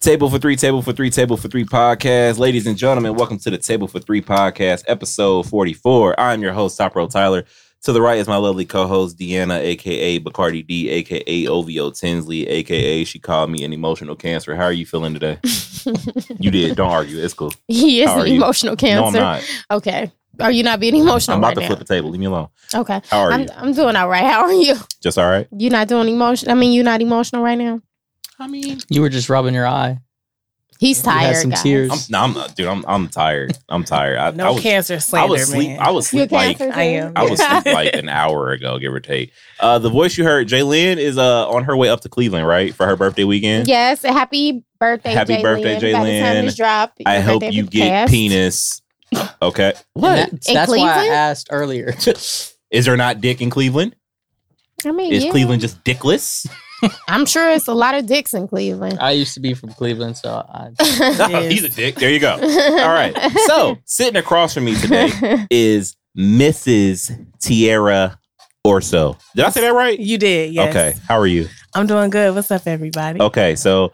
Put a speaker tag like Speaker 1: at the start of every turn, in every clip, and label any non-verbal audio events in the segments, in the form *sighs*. Speaker 1: Table for three, table for three, table for three podcast. Ladies and gentlemen, welcome to the Table for Three podcast, episode 44. I'm your host, Top Row Tyler. To the right is my lovely co host, Deanna, aka Bacardi D, aka OVO Tinsley, aka she called me an emotional cancer. How are you feeling today? you did. Don't argue. It's *laughs* cool.
Speaker 2: He is
Speaker 1: How
Speaker 2: an
Speaker 1: are you?
Speaker 2: emotional
Speaker 1: No, I'm
Speaker 2: cancer.
Speaker 1: not.
Speaker 2: Okay. Are you not being emotional
Speaker 1: I'm about
Speaker 2: right
Speaker 1: to
Speaker 2: now?
Speaker 1: flip the table. Leave me alone.
Speaker 2: Okay.
Speaker 1: How are
Speaker 2: I'm,
Speaker 1: you?
Speaker 2: I'm doing all right. How are you?
Speaker 1: Just all right?
Speaker 2: You not doing emotional? I mean, you not emotional right now?
Speaker 1: I mean,
Speaker 3: You were just rubbing your eye.
Speaker 2: He's
Speaker 3: You had
Speaker 2: tired,
Speaker 3: some
Speaker 2: guys.
Speaker 3: tears.
Speaker 1: I'm, no, I'm not, dude. I'm, I'm tired. I'm tired. I,
Speaker 4: No
Speaker 1: I was,
Speaker 4: cancer
Speaker 1: I
Speaker 4: slander,
Speaker 1: was sleep.
Speaker 4: man.
Speaker 1: I was
Speaker 2: You a
Speaker 1: sleep like
Speaker 2: cancer?
Speaker 4: I am.
Speaker 2: *laughs*
Speaker 1: I was asleep like *laughs* an hour ago, give or take. Uh, the voice you heard, Jalen, is uh on her way up to Cleveland, right, for her birthday weekend.
Speaker 2: Yes. Happy birthday,
Speaker 1: Happy
Speaker 2: Jalen.
Speaker 1: birthday,
Speaker 2: By the
Speaker 1: Jalen.
Speaker 2: time this drop,
Speaker 1: I
Speaker 2: your
Speaker 1: hope
Speaker 2: birthday
Speaker 1: you
Speaker 2: will be
Speaker 1: get
Speaker 2: past.
Speaker 1: penis. Okay,
Speaker 3: And
Speaker 1: what
Speaker 3: That's,
Speaker 2: In
Speaker 3: that's why I
Speaker 2: Cleveland?
Speaker 3: asked
Speaker 1: *laughs*
Speaker 3: earlier.
Speaker 1: is there not dick in Cleveland?
Speaker 2: I mean,
Speaker 1: Is
Speaker 2: yeah.
Speaker 1: Cleveland just dickless? *laughs*
Speaker 2: I'm sure it's a lot of dicks in Cleveland.
Speaker 3: I used to be from Cleveland, so I,
Speaker 4: Yes.
Speaker 1: He's a dick. There you go. All
Speaker 2: *laughs*
Speaker 1: right. So sitting across from me today is Mrs. Tierra Orso. Did I say that right?
Speaker 4: you did, yes.
Speaker 1: Okay. Oh, How are you?
Speaker 4: I'm doing good. What's up, everybody?
Speaker 1: Okay, so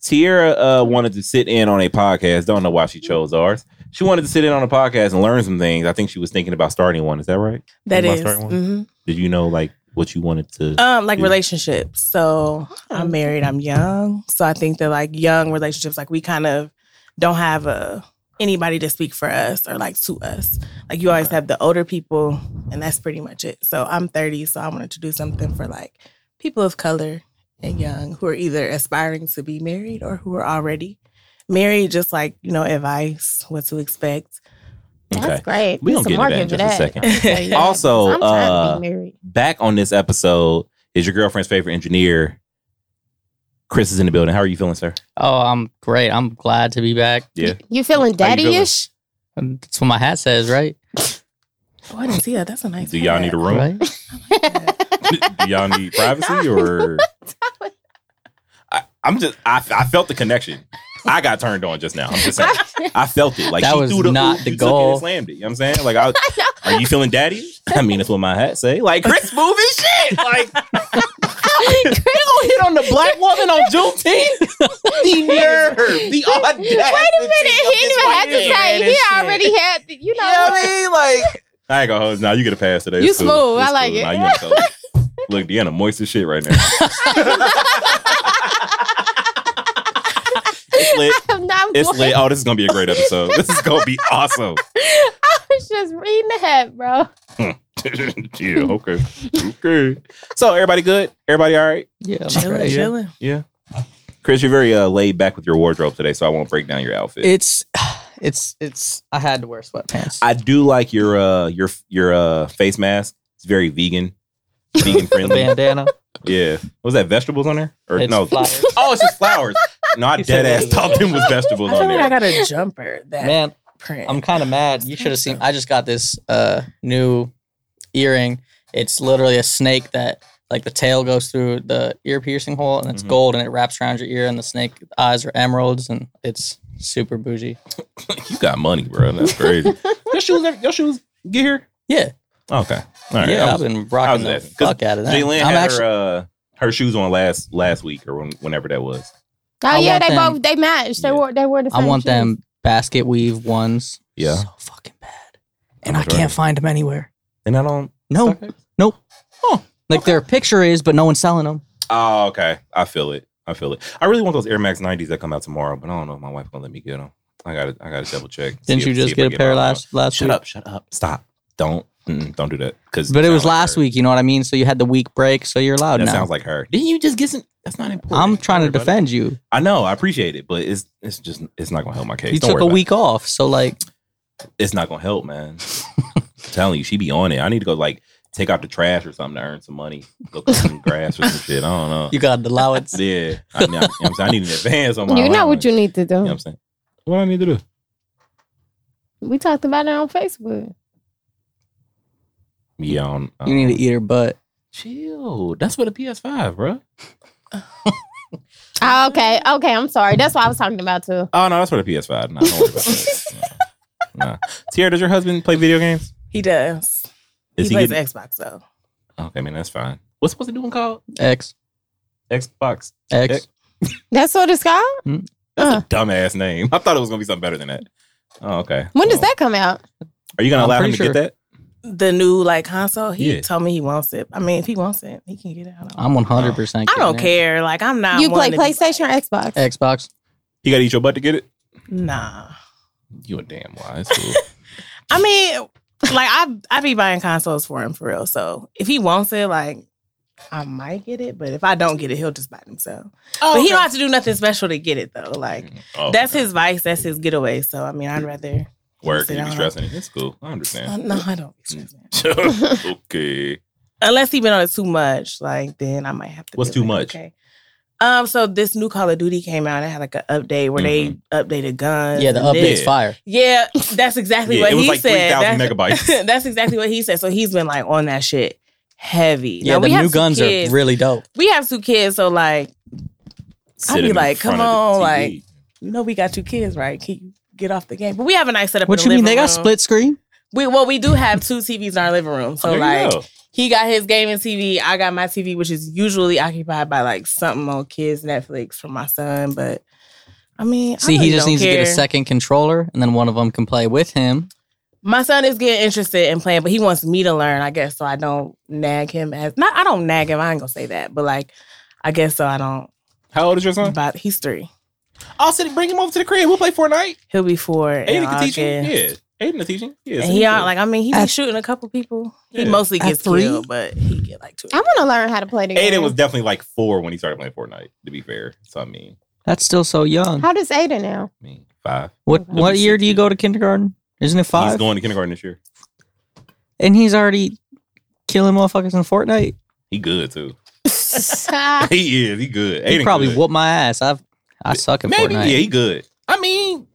Speaker 1: Tierra uh, wanted to sit in on a podcast. Don't know why
Speaker 2: Mm-hmm.
Speaker 1: she chose ours. She wanted to sit in on a podcast and learn some things. I think she was thinking about starting one. Is that right?
Speaker 4: that
Speaker 1: Am I
Speaker 4: is.
Speaker 1: starting one?
Speaker 4: mhm.
Speaker 1: Did you know like what you wanted to?
Speaker 4: Um, like
Speaker 1: Yeah. Hmm.
Speaker 4: relationships. So I'm married. I'm young. So I think that like young relationships, like we kind of don't have a anybody to speak for us or like to us. Like you always have the older people, and that's pretty much it. So I'm 30, so I wanted to do something for like people of color and young who are either aspiring to be married or who are already married. Just like you know, advice, what to expect.
Speaker 2: Uh, That's
Speaker 1: okay,
Speaker 2: great.
Speaker 1: we
Speaker 2: There's
Speaker 1: gonna
Speaker 2: some
Speaker 1: get into
Speaker 2: more
Speaker 1: that in
Speaker 2: good
Speaker 1: just
Speaker 2: to
Speaker 1: a second.
Speaker 2: that. *laughs* I'll
Speaker 4: *laughs*
Speaker 2: tell you that.
Speaker 1: Also,
Speaker 2: I'm trying to
Speaker 1: uh,
Speaker 2: be married.
Speaker 1: Back on this episode is your girlfriend's favorite engineer. Chris is in the building. How are you feeling, sir?
Speaker 3: oh, I'm great. I'm glad to be back.
Speaker 1: Yeah.
Speaker 2: You feeling
Speaker 1: How you feeling?
Speaker 2: daddy-ish? *laughs*
Speaker 3: Um, That's what my hat says, right?
Speaker 4: What is yeah? That's a nice.
Speaker 1: Do y'all need a
Speaker 4: hat.
Speaker 1: room? *laughs*
Speaker 3: Right?
Speaker 1: Do y'all *laughs* need privacy or? *laughs* I, I'm just. I, I felt the connection. I got turned on just now. I'm just saying. *laughs* I felt it. Like
Speaker 3: That
Speaker 1: she
Speaker 3: was
Speaker 1: threw the
Speaker 3: not
Speaker 1: hoop,
Speaker 3: the
Speaker 1: you took it
Speaker 3: goal.
Speaker 1: and slammed it. You know what I'm saying? Like, I, are you feeling daddy? I mean, that's what my hat say. Like Chris moving shit. Like
Speaker 2: Chris,
Speaker 3: *laughs*
Speaker 1: hit on the black woman on Juneteenth. The nerve,
Speaker 2: *laughs*
Speaker 1: the audacity.
Speaker 2: Wait a minute. He didn't even have to
Speaker 4: white
Speaker 2: say.
Speaker 4: man
Speaker 2: He
Speaker 4: and shit.
Speaker 2: already had. the- You know. *laughs* what?
Speaker 1: I mean? Like, I ain't gonna hold. Now you get a pass today.
Speaker 2: You
Speaker 1: It's cool.
Speaker 2: smooth.
Speaker 1: It's
Speaker 2: I like
Speaker 1: cool.
Speaker 2: it.
Speaker 1: Nah, you ain't cold. Look, Deanna, moist as shit *laughs* right now. it's lit.
Speaker 2: I'm not.
Speaker 1: It's
Speaker 2: going-
Speaker 1: lit. Oh, this is gonna be a *laughs* great episode. This is gonna be awesome.
Speaker 2: *laughs*
Speaker 1: *laughs*
Speaker 2: I was just reading the hat, bro. Oh,
Speaker 1: yeah. Okay. Okay. So everybody good? Everybody all right?
Speaker 3: Yeah, I'm
Speaker 4: Chilling,
Speaker 3: great.
Speaker 4: chilling.
Speaker 1: Yeah. Chris, you're very uh, laid back with your wardrobe today, so I won't break down your outfit.
Speaker 3: It's, *sighs* it's, it's. I had to wear sweatpants.
Speaker 1: I do like your uh your your uh face mask. It's very vegan,
Speaker 3: *laughs*
Speaker 1: vegan
Speaker 3: the
Speaker 1: friendly. *laughs*
Speaker 3: bandana.
Speaker 1: yeah. What was that vegetables on there? Or
Speaker 3: It's
Speaker 1: no?
Speaker 3: flowers.
Speaker 1: *laughs* Oh, it's just flowers. No, I
Speaker 3: He
Speaker 1: dead
Speaker 3: said
Speaker 1: ass
Speaker 3: vegan.
Speaker 1: thought them was vegetables
Speaker 4: I
Speaker 1: on
Speaker 4: feel like I
Speaker 1: there.
Speaker 4: got a jumper that
Speaker 3: Man,
Speaker 4: print.
Speaker 3: I'm kind of mad. You should have seen. I just got this uh new earring. It's literally a snake that like the tail goes through the ear piercing hole, and it's
Speaker 1: Mhm.
Speaker 3: gold, and it wraps around your ear, and the snake eyes are emeralds, and it's super bougie.
Speaker 1: You got money, bro.
Speaker 3: *laughs*
Speaker 1: That's crazy. your shoes, never- your shoes, get here.
Speaker 3: Yeah,
Speaker 1: Okay. All right.
Speaker 3: yeah,
Speaker 1: I
Speaker 3: I've
Speaker 1: was-
Speaker 3: been
Speaker 1: I was
Speaker 3: rocking the
Speaker 1: laughing, 'cause
Speaker 3: fuck out of that.
Speaker 1: Jalen
Speaker 3: I'm
Speaker 1: had
Speaker 3: actually
Speaker 1: her uh her shoes on last last week or when, whenever that was.
Speaker 2: Oh
Speaker 3: I
Speaker 2: yeah,
Speaker 3: want
Speaker 2: they
Speaker 3: them-
Speaker 2: both they matched. They
Speaker 1: Yeah.
Speaker 2: were they were the
Speaker 3: I
Speaker 2: same.
Speaker 3: want
Speaker 2: shoes.
Speaker 3: them basket weave ones.
Speaker 1: Yeah.
Speaker 3: so fucking bad, and
Speaker 1: I'm
Speaker 3: I
Speaker 1: sure.
Speaker 3: can't find them anywhere.
Speaker 1: And I don't.
Speaker 3: No,
Speaker 1: Okay.
Speaker 3: nope. Like their picture is, but no one's selling them.
Speaker 1: Oh, okay. I feel it. I feel it. I really want those Air Max 90s that come out tomorrow, but I don't know if my wife gonna let me get them. I gotta, I gotta double check.
Speaker 3: Didn't
Speaker 1: See
Speaker 3: you
Speaker 1: if- see
Speaker 3: just
Speaker 1: if I
Speaker 3: get a pair
Speaker 1: mine.
Speaker 3: last last
Speaker 1: Shut
Speaker 3: week?
Speaker 1: up! Shut up! Stop! Don't, mm-mm, don't do that. Because
Speaker 3: But it was last week, you know what I mean? So you had the week break, so you're allowed
Speaker 1: That
Speaker 3: now.
Speaker 1: sounds like her. Didn't you just get some? That's not important.
Speaker 3: I'm trying to
Speaker 1: Don't worry about it.
Speaker 3: defend you.
Speaker 1: I know. I appreciate it, but it's, it's just, it's not gonna help my case.
Speaker 3: You
Speaker 1: Don't
Speaker 3: took
Speaker 1: worry
Speaker 3: a
Speaker 1: about it.
Speaker 3: week off, so like
Speaker 1: It's not gonna help, man. I'm telling you, she be on it. I need to go like take out the trash or something to earn some money. Go cut some grass or some shit. I don't know. *laughs*
Speaker 3: you got the allowance.
Speaker 1: Yeah, I, mean, I, you know what I'm saying? I need an advance on my.
Speaker 2: You know
Speaker 1: allowance.
Speaker 2: what you need to
Speaker 1: You know what
Speaker 2: do.
Speaker 1: I'm saying? What I need to do?
Speaker 2: We talked about it on Facebook.
Speaker 1: Yeah, on,
Speaker 3: You need to eat her butt.
Speaker 1: Chill. That's for the PS5, bro.
Speaker 2: Oh, okay, okay. I'm sorry. That's what I was talking about too.
Speaker 1: Oh no, that's for the PS5. No, don't worry about
Speaker 4: *laughs*
Speaker 1: that. No. Nah. Tierra, does your husband play video games?
Speaker 4: he does.
Speaker 1: Is he?
Speaker 4: he, plays
Speaker 1: Getting,
Speaker 4: Xbox though.
Speaker 1: okay, man, that's fine. What's what's the new one called?
Speaker 3: X.
Speaker 1: Xbox.
Speaker 3: X.
Speaker 1: X.
Speaker 2: That's what it's called. Uh,
Speaker 1: Dumbass name. I thought it was gonna be something better than that. Oh, okay.
Speaker 2: when does
Speaker 1: Well,
Speaker 2: that come out?
Speaker 1: Are you gonna
Speaker 3: I'm
Speaker 1: allow him
Speaker 3: pretty
Speaker 1: to
Speaker 3: sure.
Speaker 1: get that?
Speaker 4: The new like console. He
Speaker 1: Yeah.
Speaker 4: told me he wants it. I mean, if he wants it, he can get it. I don't,
Speaker 3: I'm 100. percent
Speaker 4: I don't care. Like I'm not.
Speaker 2: you
Speaker 4: one
Speaker 2: play
Speaker 4: to be-
Speaker 2: PlayStation or Xbox?
Speaker 3: Xbox.
Speaker 1: He gotta eat your butt to get it.
Speaker 4: Nah.
Speaker 1: You a damn wise fool.
Speaker 4: I mean, like I I be buying consoles for him for real. So if he wants it, like I might get it. But if I don't get it, he'll just buy it himself.
Speaker 2: oh,
Speaker 4: but he don't have to do nothing special to get it though. *laughs* Like
Speaker 1: Oh,
Speaker 4: that's
Speaker 1: okay.
Speaker 4: his vice. That's his getaway. So I mean, I'd rather.
Speaker 1: work.
Speaker 4: sit
Speaker 1: You be Mm.
Speaker 4: down.
Speaker 1: stressing it. It's cool. I
Speaker 4: Uh,
Speaker 1: understand.
Speaker 4: no, I don't. be stressing.
Speaker 1: *laughs*
Speaker 4: *laughs*
Speaker 1: okay.
Speaker 4: Unless he been on it too much, like then I might have to.
Speaker 1: What's
Speaker 4: be
Speaker 1: too
Speaker 4: like,
Speaker 1: much?
Speaker 4: Okay. Um. So this new Call of Duty came out. It had like an update where
Speaker 1: Mm-hmm.
Speaker 4: they updated guns.
Speaker 3: Yeah, the
Speaker 4: and this.
Speaker 3: update's fire.
Speaker 4: Yeah, *laughs* that's exactly
Speaker 1: Yeah,
Speaker 4: what
Speaker 1: it was
Speaker 4: he
Speaker 1: like
Speaker 4: said.
Speaker 1: 3,000
Speaker 4: That's-
Speaker 1: megabytes.
Speaker 4: *laughs* that's exactly what he said. So he's been like on that shit heavy.
Speaker 3: Yeah,
Speaker 4: Now,
Speaker 3: the
Speaker 4: we have
Speaker 3: new
Speaker 4: two
Speaker 3: guns
Speaker 4: kids.
Speaker 3: are really dope.
Speaker 4: We have two kids, so like
Speaker 1: Sit
Speaker 4: be
Speaker 1: him in
Speaker 4: like,
Speaker 1: front
Speaker 4: come
Speaker 1: of the
Speaker 4: on,
Speaker 1: TV.
Speaker 4: you know, we got two kids, right? Can you get off the game? But we have a nice setup.
Speaker 3: What
Speaker 4: in
Speaker 3: you
Speaker 4: the
Speaker 3: mean? They
Speaker 4: living
Speaker 3: got
Speaker 4: room.
Speaker 3: split screen?
Speaker 4: We well, we do have two TVs in our living room, so
Speaker 1: Oh, There you
Speaker 4: like
Speaker 1: go.
Speaker 4: he got his gaming TV, I got my TV, which is usually occupied by like something on kids Netflix for my son. But I mean, I
Speaker 3: See, he
Speaker 4: really
Speaker 3: just
Speaker 4: don't
Speaker 3: needs to get a
Speaker 4: care.
Speaker 3: second controller, and then one of them can play with him.
Speaker 4: My son is getting interested in playing, but he wants me to learn, I guess, so I don't nag him as not. I don't nag him. I ain't gonna say that, but like, I guess so. I don't.
Speaker 1: How old is your son?
Speaker 4: But he's three.
Speaker 1: I'll sit. Bring him over to the crib. We'll play Fortnite.
Speaker 4: He'll be four. in
Speaker 1: Aiden can teach him.
Speaker 4: August.
Speaker 1: Yeah, Aiden can teach him. Yeah,
Speaker 4: And he all, like I mean he be
Speaker 3: At-
Speaker 4: shooting a couple people. He
Speaker 1: Yeah.
Speaker 4: mostly
Speaker 3: At
Speaker 4: gets
Speaker 3: three?
Speaker 4: killed, but he get like two.
Speaker 2: I want to learn how to play the game.
Speaker 1: Aiden was definitely like four when he started playing Fortnite. To be fair, so I mean,
Speaker 3: That's still so young.
Speaker 2: how does
Speaker 1: *laughs*
Speaker 2: Aiden now? *laughs*
Speaker 1: I mean five.
Speaker 3: What
Speaker 2: He'll
Speaker 3: what
Speaker 1: be
Speaker 3: year
Speaker 1: six
Speaker 3: do you go to kindergarten? Isn't it
Speaker 1: He's
Speaker 3: five?
Speaker 1: going to kindergarten this year.
Speaker 3: and he's already killing motherfuckers in Fortnite.
Speaker 1: He good too. *laughs*
Speaker 2: I
Speaker 1: He is. He good. Aiden
Speaker 3: he probably
Speaker 1: good.
Speaker 3: whoop my ass. I've I suck at
Speaker 1: Maybe.
Speaker 3: Fortnite.
Speaker 1: Yeah, he good. I mean,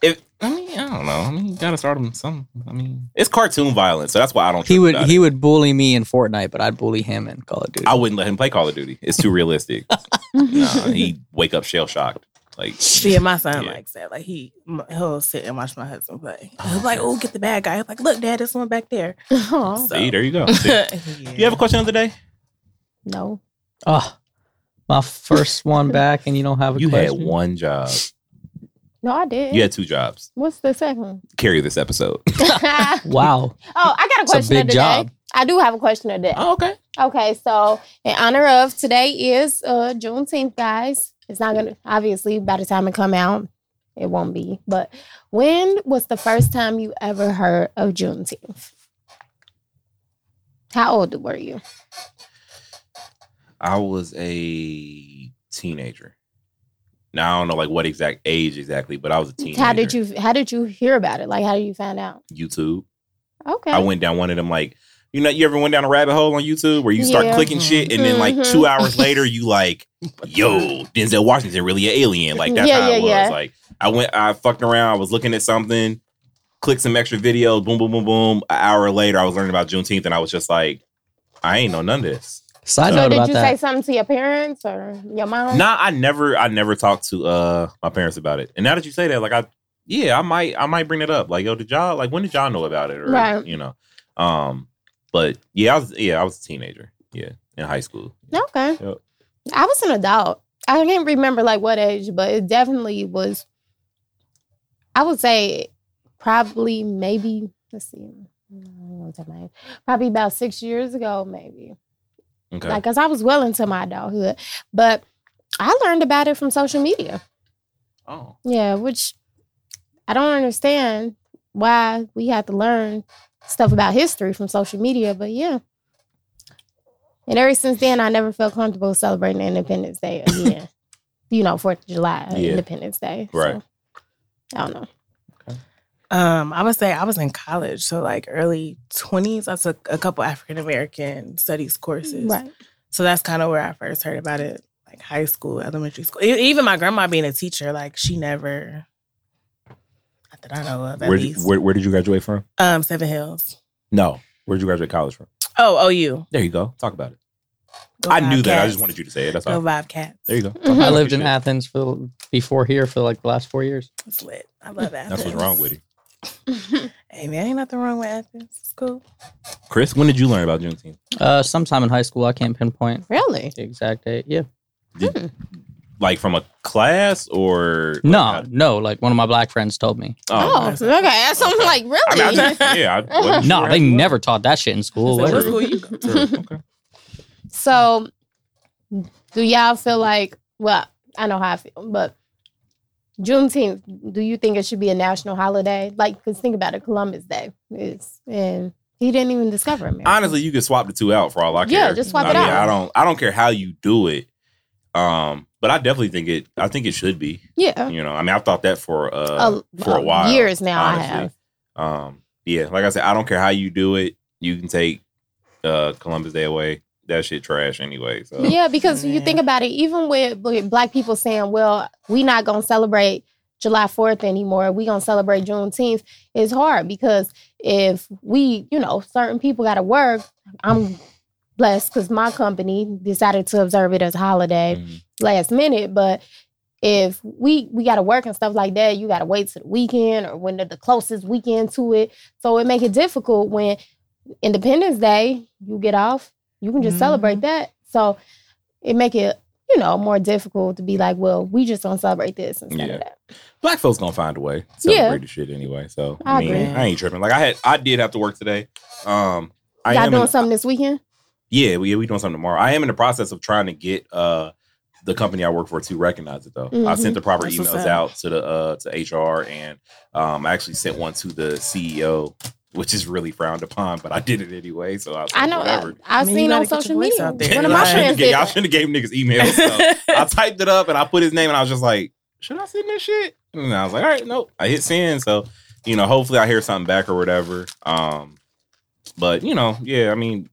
Speaker 1: if I mean, I don't know. I mean, you gotta start him some. I mean, it's cartoon violence, so that's why I don't.
Speaker 3: He
Speaker 1: trip
Speaker 3: would
Speaker 1: about
Speaker 3: he
Speaker 1: it.
Speaker 3: would bully me in Fortnite, but I'd bully him in Call of Duty.
Speaker 1: I wouldn't let him play Call of Duty. It's too realistic.
Speaker 3: *laughs*
Speaker 1: nah, he wake up shell shocked. Like,
Speaker 4: Yeah, my son
Speaker 1: Yeah.
Speaker 4: likes that. Like he, m- he'll sit and watch my husband play. He'll be like, "Oh, get the bad guy." He'll be like, "Look, dad, this one back there."
Speaker 2: oh,
Speaker 1: see,
Speaker 4: *laughs*
Speaker 1: there you go. See?
Speaker 4: Yeah.
Speaker 1: You have a question of the
Speaker 3: *laughs*
Speaker 1: day?
Speaker 2: no.
Speaker 3: oh, my first *laughs* one back, and you don't have a
Speaker 1: You had
Speaker 3: question.
Speaker 1: one job.
Speaker 2: No, I did.
Speaker 1: You had two jobs.
Speaker 2: What's the second one? *laughs*
Speaker 1: Carry this episode.
Speaker 2: oh,
Speaker 3: *laughs* Wow,
Speaker 2: I got a
Speaker 3: It's a
Speaker 2: question
Speaker 3: big
Speaker 2: of the
Speaker 3: job.
Speaker 2: day. I do have a question of the day.
Speaker 1: Oh, okay.
Speaker 2: Okay, so in honor of today is uh Juneteenth, guys. It's not gonna obviously by the time it come out, it won't be. But when was the first time you ever heard of Juneteenth? How old were you?
Speaker 1: I was a teenager. Now I don't know like what exact age exactly, but I was a teenager.
Speaker 2: How did you how did you hear about it? Like how did you find out?
Speaker 1: YouTube?
Speaker 2: Okay.
Speaker 1: I went down one of them like you know you ever went down a rabbit hole on YouTube where you start
Speaker 2: Yeah.
Speaker 1: clicking shit and then like
Speaker 2: Mhm.
Speaker 1: two hours later you like yo Denzel Washington really an alien like that's
Speaker 2: Yeah,
Speaker 1: how it was
Speaker 2: yeah, yeah.
Speaker 1: like I went I fucked around I was looking at something clicked some extra videos boom boom boom boom an hour later I was learning about Juneteenth and I was just like I ain't know none of this So
Speaker 3: side
Speaker 2: so
Speaker 3: note
Speaker 2: did
Speaker 3: about
Speaker 2: you say
Speaker 3: that.
Speaker 2: something to your parents or your mom?
Speaker 1: Nah, I never, I never talked to uh my parents about it. And now that you say that, like I, yeah, I might, I might bring it up. Like, yo, did y'all, like, when did y'all know about it? Or
Speaker 2: Right.
Speaker 1: you know, um, but yeah, I was, yeah, I was a teenager, yeah, in high school.
Speaker 2: Okay.
Speaker 1: Yep.
Speaker 2: I was an adult. I can't remember like what age, but it definitely was. I would say probably maybe let's see, I don't know what my age- probably about six years ago, maybe.
Speaker 1: Okay,
Speaker 2: Like, cause I was well into my adulthood, but I learned about it from social media.
Speaker 1: oh,
Speaker 2: Yeah, which I don't understand why we had to learn stuff about history from social media, but yeah. And ever since then, I never felt comfortable celebrating Independence
Speaker 1: *laughs*
Speaker 2: Day again. you know, Fourth of July,
Speaker 1: Yeah.
Speaker 2: Independence Day.
Speaker 1: Right.
Speaker 2: So, I don't know.
Speaker 4: Um, I would say I was in college, so like early twenties. I took a couple African American studies courses,
Speaker 2: Right.
Speaker 4: so that's kind of where I first heard about it. Like high school, elementary school. E- Even my grandma being a teacher, like she never. Not that I know of, at
Speaker 1: where,
Speaker 4: least.
Speaker 1: where, where did you graduate from?
Speaker 4: um, Seven Hills.
Speaker 1: No, where did you graduate college from?
Speaker 4: Oh, OU.
Speaker 1: There you go. Talk about it.
Speaker 4: Go
Speaker 1: I knew that. I
Speaker 4: Bobcats.
Speaker 1: just wanted you to say it. That's
Speaker 4: Go
Speaker 1: all.
Speaker 4: Bobcats.
Speaker 1: There you go.
Speaker 2: Mhm.
Speaker 3: I lived in Athens for before here for like the last four years.
Speaker 4: It's lit. I love
Speaker 1: *laughs*
Speaker 4: Athens.
Speaker 1: That's what's wrong with you,
Speaker 4: Hey man, ain't nothing wrong with Athens. It's cool.
Speaker 1: Chris. When did you learn about Juneteenth?
Speaker 3: Uh, sometime in high school, I can't pinpoint
Speaker 2: really?
Speaker 3: the exact date. Yeah,
Speaker 1: like from a class or
Speaker 3: No, no. Like one of my black friends told me.
Speaker 2: Oh,
Speaker 1: okay.
Speaker 2: okay. *laughs* So I'm like, really?
Speaker 1: I mean, I just- yeah. I
Speaker 2: *laughs*
Speaker 1: wasn't
Speaker 3: No,
Speaker 1: sure
Speaker 3: they
Speaker 1: after that.
Speaker 3: never taught that shit in school.
Speaker 4: So
Speaker 3: What-
Speaker 4: what
Speaker 1: True.
Speaker 4: school you go?
Speaker 1: True. Okay.
Speaker 2: So, do y'all feel like? Well, I know how I feel, but Juneteenth. Do you think it should be a national holiday? Like, because think about it, Columbus Day is, and he didn't even discover America.
Speaker 1: honestly, you can swap the two out for all I care.
Speaker 2: Yeah, just swap
Speaker 1: I
Speaker 2: it
Speaker 1: mean,
Speaker 2: out.
Speaker 1: I don't. I don't care how you do it. Um, but I definitely think it. I think it should be.
Speaker 2: yeah,
Speaker 1: You know, I mean, I've thought that for uh
Speaker 2: A-
Speaker 1: for a
Speaker 2: a-
Speaker 1: while.
Speaker 2: years now I have.
Speaker 1: Um, yeah, like I said, I don't care how you do it. You can take uh Columbus Day away. That shit trash anyway. So
Speaker 2: yeah. Because you think about it, even with, with black people saying, "Well, we not gonna celebrate July Fourth anymore. We gonna celebrate Juneteenth." It's hard because if we, you know, certain people got to work. I'm blessed because my company decided to observe it as a holiday.
Speaker 1: Mhm.
Speaker 2: last minute, but if we we got to work and stuff like that, you got to wait till the weekend or when the, the closest weekend to it. So it make it difficult when Independence Day you get off, you can just
Speaker 4: Mhm.
Speaker 2: celebrate
Speaker 1: Mm-hmm.
Speaker 2: that. So it make it you know more difficult to be like, well, we just don't celebrate this instead
Speaker 1: Yeah.
Speaker 2: of that.
Speaker 1: black folks gonna find a way to
Speaker 2: Yeah.
Speaker 1: celebrate the shit anyway. So I,
Speaker 2: I
Speaker 1: mean,
Speaker 4: agree.
Speaker 1: I ain't tripping. Like I had, I did have to work today. Um, I
Speaker 2: Y'all
Speaker 1: am
Speaker 2: doing
Speaker 1: in-
Speaker 2: something this weekend?
Speaker 1: Yeah, we we doing something tomorrow. I am in the process of trying to get uh the company I work for to recognize it though. I
Speaker 2: Mhm.
Speaker 1: sent the proper
Speaker 4: That's what's
Speaker 1: emails
Speaker 4: up.
Speaker 1: out to the uh to HR and um I actually sent one to the CEO, which is really frowned upon, but I did it anyway. So I, was
Speaker 2: I
Speaker 1: like,
Speaker 2: know. I,
Speaker 1: whatever.
Speaker 2: I've
Speaker 4: I mean, you
Speaker 2: seen
Speaker 4: gotta
Speaker 2: on
Speaker 4: get your
Speaker 2: social
Speaker 4: voice
Speaker 2: media.
Speaker 4: out there.
Speaker 2: One
Speaker 1: *laughs*
Speaker 2: of
Speaker 1: I
Speaker 2: my
Speaker 4: Y'all
Speaker 1: shoulda
Speaker 2: friends
Speaker 1: gave-
Speaker 2: did
Speaker 1: y'all
Speaker 2: that.
Speaker 1: should have gave niggas emails.
Speaker 2: *laughs*
Speaker 1: So
Speaker 4: *laughs*
Speaker 1: I typed it up and I put his name and I was just like, should I send this shit? And I was like, all right, nope. I hit send. So, you know, hopefully I hear something back or whatever. Um, but you know, yeah, I mean,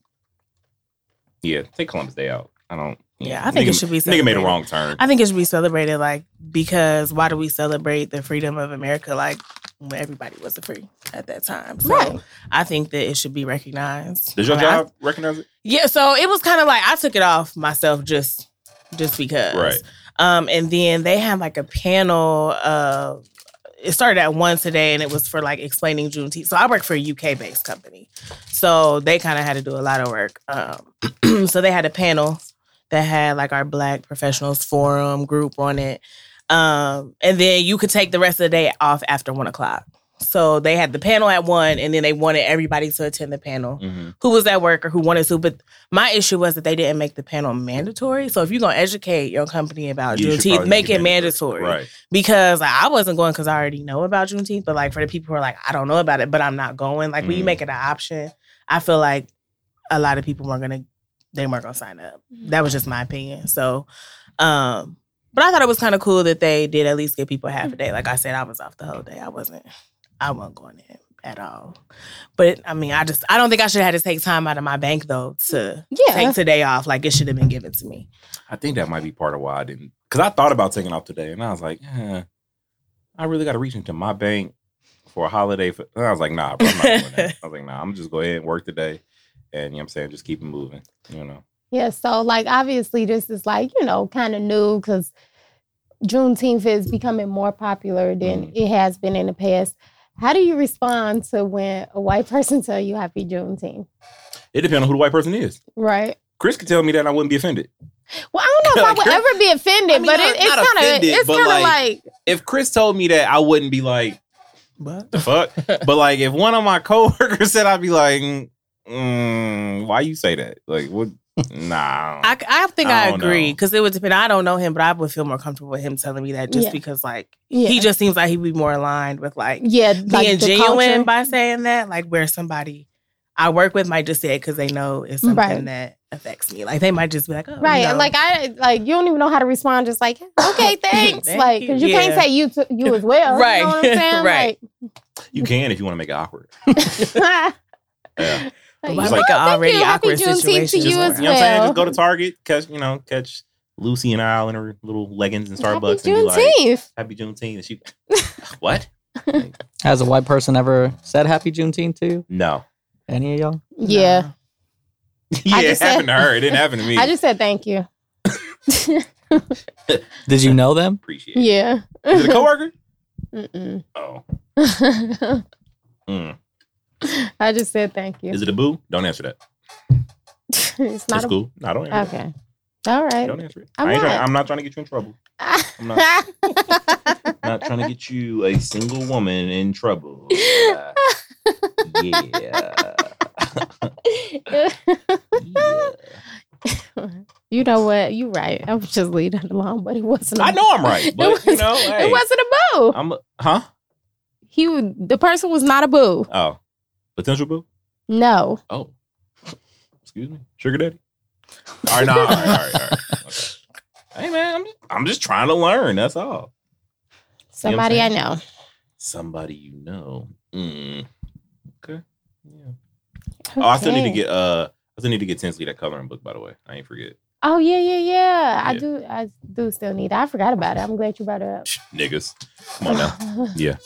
Speaker 1: yeah, take Columbus Day out. I don't.
Speaker 4: Yeah, I think
Speaker 1: nigga,
Speaker 4: it should be
Speaker 1: Nigga made a
Speaker 4: celebrated.
Speaker 1: wrong turn.
Speaker 4: I think it should be celebrated, like because why do we celebrate the freedom of America? Like when everybody wasn't free at that time. So
Speaker 2: Right.
Speaker 4: I think that it should be recognized.
Speaker 1: Does your
Speaker 4: I mean, I-
Speaker 1: job recognize it?
Speaker 4: yeah. So it was kind of like I took it off myself just just because.
Speaker 1: Right.
Speaker 4: Um, and then they had like a panel of it started at one today and it was for like explaining Juneteenth. So I work for a UK based company. So they kind of had to do a lot of work. Um, *clears throat* so they had a panel that had like our Black Professionals Forum group on it. Um, and then you could take the rest of the day off after one o'clock. So they had the panel at one and then they wanted everybody to attend the panel who was at work or who wanted to. But my issue was that they didn't make the panel mandatory. So if you're gonna educate your company about
Speaker 1: You should
Speaker 4: Juneteenth,
Speaker 1: probably
Speaker 4: make it mandatory.
Speaker 1: Right.
Speaker 4: Because like, I wasn't going because I already know about Juneteenth. But like for the people who are like, I don't know about it, but I'm not going. Like when you
Speaker 1: Mm.
Speaker 4: make it an option, I feel like a lot of people weren't gonna they weren't gonna sign up. That was just my opinion. So, um. But I thought it was kind of cool that they did at least give people half a day. Like I said, I was off the whole day. I wasn't, I wasn't going in at all. But I mean, I just, I don't think I should have had to take time out of my bank though to
Speaker 2: Yeah.
Speaker 4: take today off. Like it should have been given to me.
Speaker 1: I think that might be part of why I didn't. Because I thought about taking off today, and I was like, eh, I really got to reach into my bank for a holiday. For, and I was like, nah, bro, I'm not doing that. I was like, nah, I'm just go ahead and work today, and you know what I'm saying, just keep it moving. You know,
Speaker 2: Yeah, so like obviously this is like, you know, kind of new because Juneteenth is becoming more popular than it has been in the past. How do you respond to when a white *laughs* person tell you happy Juneteenth?
Speaker 1: it depends on who the white person is.
Speaker 2: Right.
Speaker 1: Chris could tell me that, and I wouldn't be offended.
Speaker 2: Well, I don't know if I
Speaker 1: Like,
Speaker 2: would
Speaker 1: you're-
Speaker 2: ever be offended,
Speaker 1: I mean,
Speaker 2: but
Speaker 1: not-
Speaker 2: it, it's
Speaker 1: not
Speaker 2: kind of
Speaker 1: offended,
Speaker 2: it's
Speaker 1: but,
Speaker 2: kind of
Speaker 1: like-
Speaker 2: like,
Speaker 1: If Chris told me that, I wouldn't be like,
Speaker 4: But
Speaker 1: the fuck. but like, if one of my coworkers *laughs* said, I'd be like, mm, mm, why you say that? Like, what? Nah.
Speaker 4: I, I think
Speaker 1: I
Speaker 4: I,
Speaker 1: don't
Speaker 4: agree
Speaker 1: know.
Speaker 4: because it would depend. I don't know him, but I would feel more comfortable with him telling me that just
Speaker 2: Yeah.
Speaker 4: because like
Speaker 2: yeah,
Speaker 4: he just seems like he'd be more aligned with like
Speaker 2: yeah,
Speaker 4: being
Speaker 2: like the
Speaker 4: genuine
Speaker 2: culture.
Speaker 4: by saying that, like where somebody I work with might just say it because they know it's something
Speaker 2: Right.
Speaker 4: that affects me. Like they might just be like, oh,
Speaker 2: Right,
Speaker 4: you know,
Speaker 2: like I like you don't even know how to respond. Just like okay, thanks,
Speaker 4: Thank
Speaker 2: like
Speaker 4: you.
Speaker 2: because you can't
Speaker 4: Yeah.
Speaker 2: say you to, you as well.
Speaker 4: Right.
Speaker 2: you know what I'm saying?
Speaker 4: Right.
Speaker 1: you can if you want to make it awkward.
Speaker 2: Like, *laughs*
Speaker 1: Yeah.
Speaker 2: Like,
Speaker 1: It's
Speaker 4: like,
Speaker 1: like,
Speaker 4: an
Speaker 2: thank
Speaker 4: already
Speaker 2: you. Happy
Speaker 4: awkward
Speaker 2: Juneteenth to
Speaker 4: situation.
Speaker 2: you as
Speaker 1: you know what I'm saying?
Speaker 2: well.
Speaker 1: Just go to Target, catch you know, catch Lucy and I in her little leggings and Starbucks
Speaker 2: Happy
Speaker 1: and be like,
Speaker 2: Juneteenth.
Speaker 1: Happy Juneteenth.
Speaker 2: *laughs*
Speaker 1: And she What?
Speaker 3: Has a white person ever said Happy Juneteenth to you?
Speaker 1: No.
Speaker 3: Any of y'all?
Speaker 2: yeah.
Speaker 1: *laughs* Yeah, it
Speaker 2: just said-
Speaker 1: happened to her. It didn't happen to me.
Speaker 2: I just said thank you. *laughs*
Speaker 3: Did you know them?
Speaker 1: appreciate it.
Speaker 2: Yeah.
Speaker 1: Is it a coworker?
Speaker 2: *laughs* Mm-mm. *laughs*
Speaker 1: Oh. Mm.
Speaker 2: I just said thank you.
Speaker 1: Is it a boo? Don't answer that.
Speaker 2: *laughs* it's not
Speaker 1: That's
Speaker 2: a,
Speaker 1: cool. No, I don't answer that.
Speaker 2: okay. All right. *laughs*
Speaker 1: Don't answer it.
Speaker 2: I'm
Speaker 1: I ain't
Speaker 2: not.
Speaker 1: trying- I'm not trying to get you in trouble. I'm not. not trying to get you a single woman in
Speaker 2: *laughs*
Speaker 1: trouble. Uh, yeah. yeah.
Speaker 2: you know what? You right. I was just leaving it alone, but it wasn't.
Speaker 1: I
Speaker 2: ab-
Speaker 1: know I'm right, but you know, hey,
Speaker 2: *laughs* it wasn't a boo.
Speaker 1: I'm a, huh?
Speaker 2: He, w- the person was not a boo.
Speaker 1: Oh, potential boo.
Speaker 2: No.
Speaker 1: Oh, excuse me, sugar daddy. All right, no, all right, all right, all right. Okay. *laughs* Hey man, I'm just, I'm just trying to learn. That's all.
Speaker 2: Somebody I
Speaker 1: saying?
Speaker 2: know.
Speaker 1: Somebody you know. Mm. Okay. Yeah. Oh, I still need to
Speaker 2: Okay.
Speaker 1: get uh, I still need to get Tinsley that coloring book. By the way, I ain't forget.
Speaker 2: Oh yeah, yeah, yeah. I
Speaker 1: Yeah.
Speaker 2: do. I do still need. It. I forgot about it. I'm glad you brought it up. *laughs*
Speaker 1: Psh, Niggas, come *laughs* on now. *laughs* Yeah.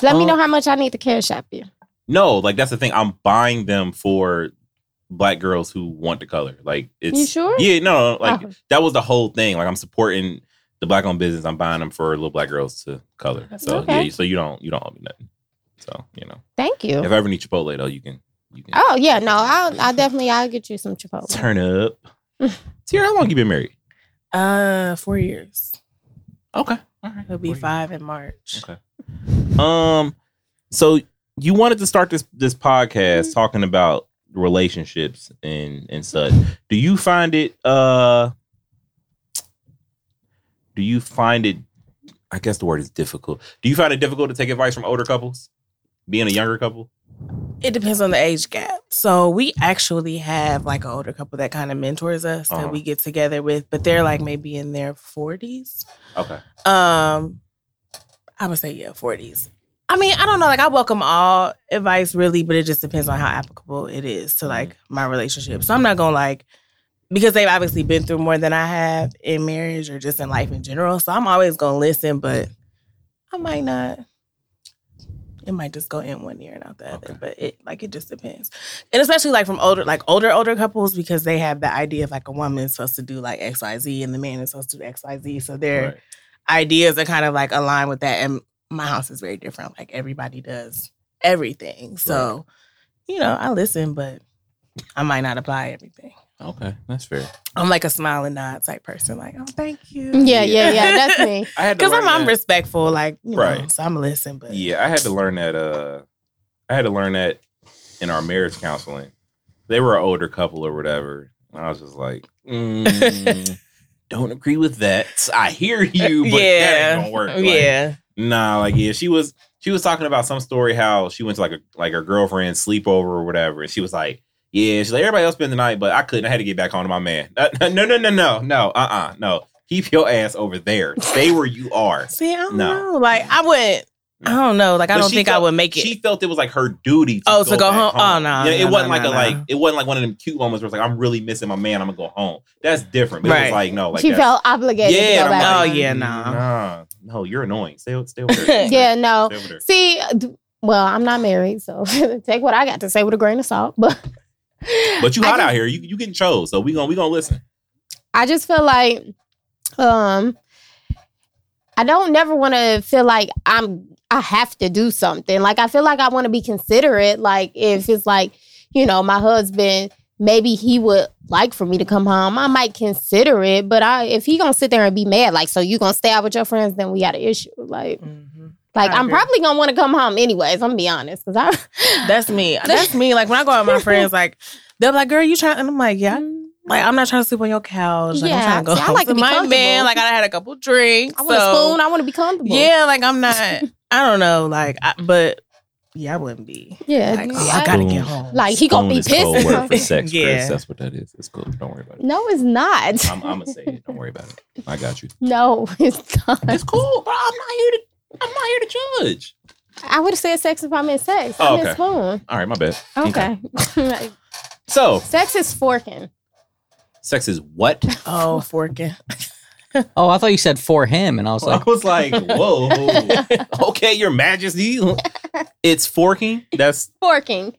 Speaker 2: Let me
Speaker 1: Um,
Speaker 2: know how much I need to cash shop you.
Speaker 1: No, like that's the thing. I'm buying them for black girls who want the color. Like it's
Speaker 2: sure?
Speaker 1: Yeah, no, like
Speaker 2: Oh.
Speaker 1: that was the whole thing. Like I'm supporting the black owned business. I'm buying them for little black girls to color. So
Speaker 2: Okay.
Speaker 1: yeah, so you don't you don't owe me nothing. So you know,
Speaker 2: Thank you.
Speaker 1: if I ever need Chipotle though, you can you can
Speaker 2: Oh yeah, no, I'll, I'll definitely I'll get you some Chipotle.
Speaker 1: turn up. Tierra, how long you been married?
Speaker 4: Uh, four years.
Speaker 1: Okay, all right,
Speaker 4: It'll be five in March.
Speaker 1: Okay. Um, so you wanted to start this this podcast talking about relationships and and such. Do you find it uh do you find it I guess the word is difficult. Do you find it difficult to take advice from older couples? Being a younger couple?
Speaker 4: It depends on the age gap. So we actually have like an older couple that kind of mentors us
Speaker 1: Uh-huh.
Speaker 4: that we get together with, but they're like maybe in their forties.
Speaker 1: Okay.
Speaker 4: Um, I would say yeah, forties. I mean, I don't know. Like, I welcome all advice, really, but it just depends on how applicable it is
Speaker 1: Mm-hmm.
Speaker 4: to like my relationship. So I'm not gonna like because they've obviously been through more than I have in marriage or just in life in general. So I'm always gonna listen, but I might not. It might just go in one ear and out the
Speaker 1: Okay.
Speaker 4: other, but it like it just depends, and especially like from older like older older couples because they have the idea of like a woman is supposed to do like X Y Z and the man is supposed to do X Y Z, so they're
Speaker 1: Right.
Speaker 4: ideas are kind of like aligned with that. And my house is very different. Like everybody does everything. So, you know, I listen, but I might not apply everything.
Speaker 1: Okay, that's fair.
Speaker 4: I'm like a smile and nod type person. Like, oh, thank you.
Speaker 1: Mm-hmm.
Speaker 2: Yeah, yeah, yeah. That's me.
Speaker 1: I had to
Speaker 4: Because I'm,
Speaker 1: learn
Speaker 4: I'm
Speaker 1: that-
Speaker 4: respectful. Like, you know,
Speaker 1: Right.
Speaker 4: so I'm listening. But
Speaker 1: Yeah, I had to learn that. Uh, I had to learn that in our marriage counseling. They were an older couple or whatever, and I was just like, mm, *laughs* "Don't agree with that." I hear you, but that ain't gonna work. Like,
Speaker 4: yeah.
Speaker 1: nah, like yeah, she was she was talking about some story how she went to like a like her girlfriend's sleepover or whatever, and she was like. Yeah, she's like everybody else spent the night, but I couldn't. I had to get back on to my man. Uh, *laughs* no, no, no, no, no. Uh, uh no. Keep your ass over there. Stay where you are.
Speaker 4: See, I don't
Speaker 1: No.
Speaker 4: know. Like, I wouldn't. I don't know. Like, I
Speaker 1: But
Speaker 4: don't
Speaker 1: she
Speaker 4: think I
Speaker 1: felt-
Speaker 4: would make it.
Speaker 1: She felt it was like her duty. To
Speaker 4: Oh, to go
Speaker 1: back
Speaker 4: home? Oh, no,
Speaker 1: Yeah, it
Speaker 4: no,
Speaker 1: wasn't
Speaker 4: no,
Speaker 1: like a
Speaker 4: no,
Speaker 1: like.
Speaker 4: no.
Speaker 1: It wasn't like one of them cute moments where it's like I'm really missing my man. I'm gonna go home. That's different. But it was
Speaker 4: Right.
Speaker 1: like no, *laughs* like
Speaker 2: she
Speaker 1: that-
Speaker 2: felt obligated
Speaker 1: Yeah,
Speaker 2: to
Speaker 1: and
Speaker 2: go
Speaker 1: I'm
Speaker 2: back.
Speaker 1: like,
Speaker 4: Oh, yeah,
Speaker 1: mm,
Speaker 4: nah.
Speaker 1: nah, no, you're annoying. Stay, stay
Speaker 2: *laughs*
Speaker 1: over there.
Speaker 2: Yeah, no.
Speaker 1: Stay over there.
Speaker 2: See, d- well, I'm not married, so *laughs* take what I got to say with a grain of salt. But
Speaker 1: But you
Speaker 2: I
Speaker 1: hot
Speaker 2: just-
Speaker 1: out here. You you getting chose. So we gonna we gonna listen.
Speaker 2: I just feel like, um, I don't never want to feel like I'm I have to do something. Like I feel like I want to be considerate. Like if it's like you know my husband, maybe he would like for me to come home. I might consider it, but I if he gonna sit there and be mad, like so you gonna stay out with your friends, then we got an issue. Like
Speaker 4: Mhm.
Speaker 2: like
Speaker 4: I
Speaker 2: I'm
Speaker 4: agree.
Speaker 2: probably gonna want to come home anyways. I'm gonna be honest because *laughs* I
Speaker 1: *laughs*
Speaker 4: That's me. That's me. Like, when I go out with my friends, like, they're like, girl, you trying? And I'm like, yeah, Like I'm not trying to sleep on your couch. Like,
Speaker 2: Yeah,
Speaker 4: I'm trying to go
Speaker 2: see, I
Speaker 4: home
Speaker 2: like
Speaker 4: to
Speaker 2: to be
Speaker 4: my
Speaker 2: comfortable.
Speaker 4: bed. Like I had a couple drinks.
Speaker 2: I want
Speaker 4: so-
Speaker 2: a spoon. I want to be comfortable.
Speaker 4: Yeah, like I'm not.
Speaker 2: *laughs*
Speaker 4: I don't know. Like, I, but yeah, I wouldn't be.
Speaker 2: yeah.
Speaker 4: Like, oh,
Speaker 2: I-
Speaker 4: I gotta get home.
Speaker 2: Like he gonna be
Speaker 1: Spoon is code
Speaker 2: pissed.
Speaker 1: word for
Speaker 4: *laughs*
Speaker 1: sex, Chris.
Speaker 4: Yeah.
Speaker 1: That's what that is. It's cool. Don't worry
Speaker 2: *laughs*
Speaker 1: about it.
Speaker 2: No, it's not.
Speaker 1: I'm, I'm gonna say it. Don't worry about it. I got you.
Speaker 2: *laughs* no, it's not.
Speaker 1: It's cool, bro. I'm not here to. I'm not here to judge.
Speaker 2: I would have said sex if I meant sex. I
Speaker 1: Oh,
Speaker 2: meant
Speaker 1: okay.
Speaker 2: spoon.
Speaker 1: All right, my bad.
Speaker 2: Okay. *laughs* Like,
Speaker 1: So,
Speaker 2: sex is forking.
Speaker 1: sex is what? *laughs*
Speaker 4: oh, forking.
Speaker 3: Oh, I thought you said for him, and I was like,
Speaker 1: I was like,
Speaker 3: *laughs*
Speaker 1: whoa, okay, your majesty. It's forking. That's
Speaker 2: Forking.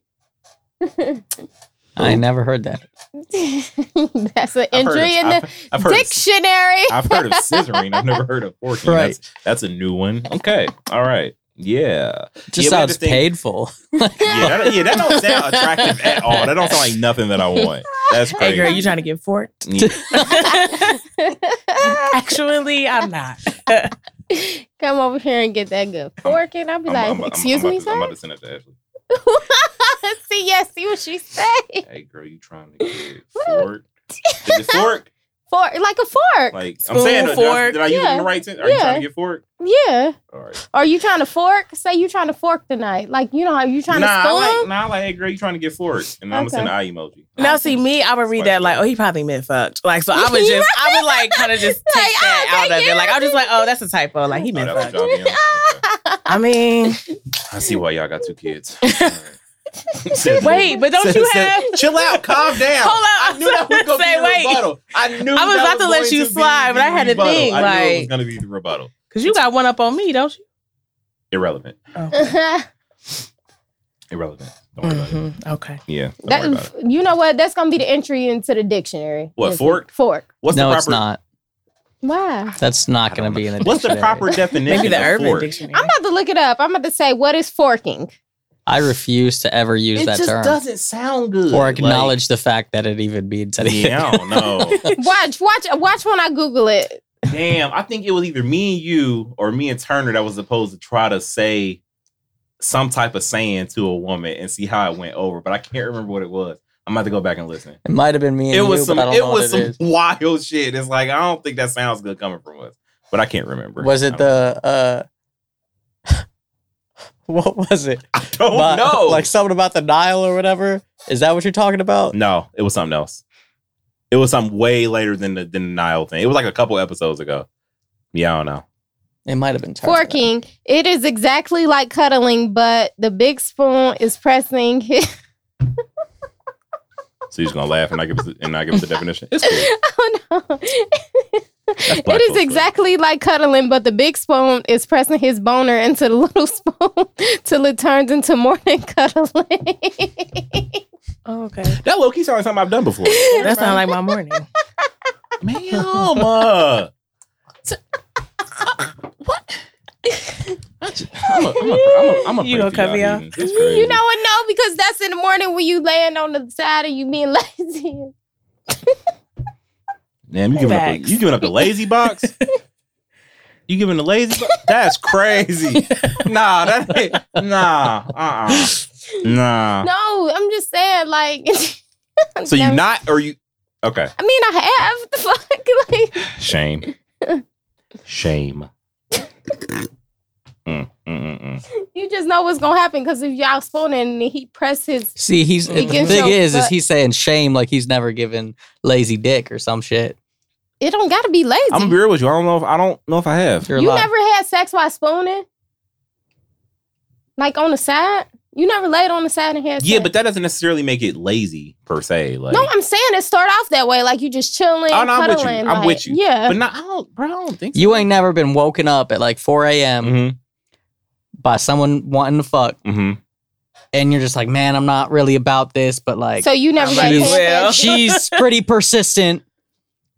Speaker 2: *laughs*
Speaker 3: I never heard that.
Speaker 2: That's an
Speaker 1: I've heard of-
Speaker 2: entry in the
Speaker 1: I've, I've heard of,
Speaker 2: dictionary. *laughs*
Speaker 1: I've heard of scissoring. I've never heard of forking.
Speaker 3: Right.
Speaker 1: That's, that's a new one. Okay. All right. Yeah. Yeah,
Speaker 3: Just
Speaker 1: we had
Speaker 3: sounds
Speaker 1: to think-
Speaker 3: painful.
Speaker 1: Yeah, that, yeah, that don't
Speaker 2: *laughs*
Speaker 1: sound attractive at all. That don't sound like nothing that I want. That's
Speaker 4: Hey,
Speaker 1: crazy.
Speaker 4: girl, you trying to
Speaker 2: *laughs*
Speaker 4: get forked?
Speaker 1: Yeah. *laughs*
Speaker 4: Actually,
Speaker 2: *laughs*
Speaker 4: I'm not. *laughs*
Speaker 2: Come over here and get that good fork, and I'll be
Speaker 1: I'm-
Speaker 2: like,
Speaker 1: I'm- I'm-
Speaker 2: "Excuse
Speaker 1: I'm
Speaker 2: me,
Speaker 1: about to- I'm about
Speaker 2: sir."
Speaker 1: to send that to Ashley.
Speaker 2: *laughs* see, yeah, see what she say.
Speaker 1: Hey, girl, you trying to get
Speaker 2: What?
Speaker 1: fork? Is it fork?
Speaker 2: Fork, like a fork.
Speaker 1: Like I'm
Speaker 4: Spoon,
Speaker 1: saying, did I,
Speaker 4: fork.
Speaker 1: did I use it in
Speaker 2: Yeah.
Speaker 1: the right sense? Are you
Speaker 2: Yeah.
Speaker 1: trying to get fork?
Speaker 2: yeah.
Speaker 1: All right.
Speaker 2: Are you trying to fork? Say you trying to fork tonight. Like you know how you trying
Speaker 1: nah,
Speaker 2: to
Speaker 1: I like,
Speaker 2: spoon.
Speaker 1: nah, I like, hey, girl, you trying to get fork? And I'm gonna send an eye emoji.
Speaker 4: Now, see me, I would read that like, oh, he probably meant fucked. Like, so
Speaker 2: *laughs*
Speaker 4: I would
Speaker 2: Yeah.
Speaker 4: just, I would like kind of just take
Speaker 2: Like,
Speaker 4: that
Speaker 2: okay,
Speaker 4: out of
Speaker 2: yeah.
Speaker 4: it. Like, I'm just like, oh, that's a typo. Like, he
Speaker 1: Oh,
Speaker 4: meant
Speaker 1: that was
Speaker 4: fucked.
Speaker 1: John Young. Okay.
Speaker 4: I mean,
Speaker 1: *laughs* I see why y'all got two
Speaker 4: *laughs*
Speaker 1: kids. All right.
Speaker 4: wait, but don't
Speaker 1: Said-
Speaker 4: you
Speaker 1: said-
Speaker 4: have?
Speaker 1: Chill out,
Speaker 4: *laughs*
Speaker 1: calm down.
Speaker 4: Hold on,
Speaker 1: I knew that was gonna
Speaker 4: say,
Speaker 1: be the
Speaker 4: wait.
Speaker 1: rebuttal. I knew
Speaker 4: I was
Speaker 1: that
Speaker 4: about to let
Speaker 1: going
Speaker 4: you
Speaker 1: be
Speaker 4: slide,
Speaker 1: the
Speaker 4: but I had to
Speaker 1: rebuttal.
Speaker 4: think,
Speaker 1: I knew it was
Speaker 4: like-
Speaker 1: gonna be the rebuttal.
Speaker 4: Cause you got one up on me, don't you?
Speaker 1: Irrelevant.
Speaker 2: *laughs*
Speaker 1: Irrelevant. Don't worry
Speaker 4: *laughs*
Speaker 1: about it.
Speaker 4: Mhm. Okay.
Speaker 1: Yeah. Don't worry about it.
Speaker 2: that, you know what? That's gonna be the entry into the dictionary.
Speaker 1: What,
Speaker 2: Is
Speaker 1: fork?
Speaker 2: Fork.
Speaker 1: What's
Speaker 3: no,
Speaker 1: the proper?
Speaker 3: it's not.
Speaker 2: Wow.
Speaker 3: That's not
Speaker 1: I
Speaker 3: going
Speaker 1: don't
Speaker 3: to be in
Speaker 1: know.
Speaker 3: the
Speaker 1: What's the
Speaker 3: dictionary. *laughs*
Speaker 1: proper definition?
Speaker 4: Maybe the
Speaker 1: of
Speaker 4: urban
Speaker 1: fork?
Speaker 4: dictionary.
Speaker 2: I'm about to look it up. I'm about to say, what is forking?
Speaker 3: I refuse to ever use
Speaker 1: It
Speaker 3: that
Speaker 1: just
Speaker 3: term
Speaker 1: doesn't sound good.
Speaker 3: or acknowledge the fact that it even means
Speaker 1: Like,
Speaker 3: anything. *laughs*
Speaker 1: yeah, *laughs* I don't know.
Speaker 2: Watch, watch, watch when I Google it.
Speaker 1: Damn, I think it was either me and you or me and Turner that was supposed to try to say some type of saying to a woman and see how it went over, but I can't remember what it was. I'm about to go back and listen.
Speaker 3: It might have been me and
Speaker 1: it
Speaker 3: you,
Speaker 1: was some
Speaker 3: but I don't
Speaker 1: it
Speaker 3: know what
Speaker 1: was some
Speaker 3: it is.
Speaker 1: *laughs* wild shit. It's like I don't think that sounds good coming from us, but I can't remember.
Speaker 3: Was
Speaker 1: I
Speaker 3: it
Speaker 1: don't-
Speaker 3: the uh *laughs* what was it?
Speaker 1: I don't
Speaker 3: Bi-
Speaker 1: know.
Speaker 3: Like something about the Nile or whatever? Is that what you're talking about?
Speaker 1: no, it was something else. It was something way later than the than the Nile thing. It was like a couple episodes ago. Yeah, I don't know.
Speaker 3: It might have been Turner.
Speaker 2: Forking. It is exactly like cuddling, but the big spoon is pressing. *laughs* his-
Speaker 1: So you're just gonna laugh and I give us the- and I give us the definition. It's cool.
Speaker 2: oh no!
Speaker 1: black
Speaker 2: *laughs* It
Speaker 1: folks,
Speaker 2: is
Speaker 1: baby.
Speaker 2: exactly like cuddling, but the big spoon is pressing his boner into the *laughs* little spoon till it turns into more than *laughs* cuddling.
Speaker 4: Oh, okay.
Speaker 1: That low key sounds like something I've done before.
Speaker 4: *laughs* That sounds like my morning.
Speaker 1: Ma'am. uh, what? I'm a, I'm a, I'm a, I'm a
Speaker 4: You gonna cut me off?
Speaker 2: you know what? No, because that's in the morning when you laying on the side and you being *laughs* lazy.
Speaker 1: Damn, you giving up? The,
Speaker 4: Facts.
Speaker 1: you giving up the lazy box? you giving the lazy? box? That's crazy. nah, that ain't, nah, uh, uh nah.
Speaker 2: *laughs* No, I'm just saying, like. *laughs*
Speaker 1: So you not or you? Okay,
Speaker 2: I mean, I have. *laughs* What The fuck, like,
Speaker 1: shame, shame. Mm, mm, mm, mm.
Speaker 2: you just know what's gonna happen because if y'all spooning and he press his,
Speaker 3: See, he's
Speaker 1: He
Speaker 3: the
Speaker 1: gets
Speaker 2: your
Speaker 3: thing is, is
Speaker 2: butt-
Speaker 3: he's saying shame like he's never given lazy dick or some shit.
Speaker 2: it don't gotta be lazy.
Speaker 1: I'm gonna be real with you. I don't know if I don't know if I have.
Speaker 3: You're
Speaker 2: you
Speaker 3: lying.
Speaker 2: never had sex while spooning, like on the side. You never laid on the side and had.
Speaker 1: Yeah,
Speaker 2: sex?
Speaker 1: but that doesn't necessarily make it lazy per se. Like,
Speaker 2: no, I'm saying it start off that way, like you just chilling,
Speaker 1: Oh, no, I'm with you.
Speaker 2: cuddling.
Speaker 1: I'm
Speaker 2: like,
Speaker 1: with you.
Speaker 2: Yeah,
Speaker 1: but not, Uh, I don't, bro. I don't think so.
Speaker 3: you ain't never been woken up at like 4 a.m.
Speaker 1: Mm-hmm.
Speaker 3: by someone wanting to fuck,
Speaker 1: Mm-hmm.
Speaker 3: and you're just like, man, I'm not really about this, but like,
Speaker 2: so you never
Speaker 4: I'm
Speaker 2: had. *laughs*
Speaker 3: like,
Speaker 2: sex.
Speaker 3: she's pretty persistent.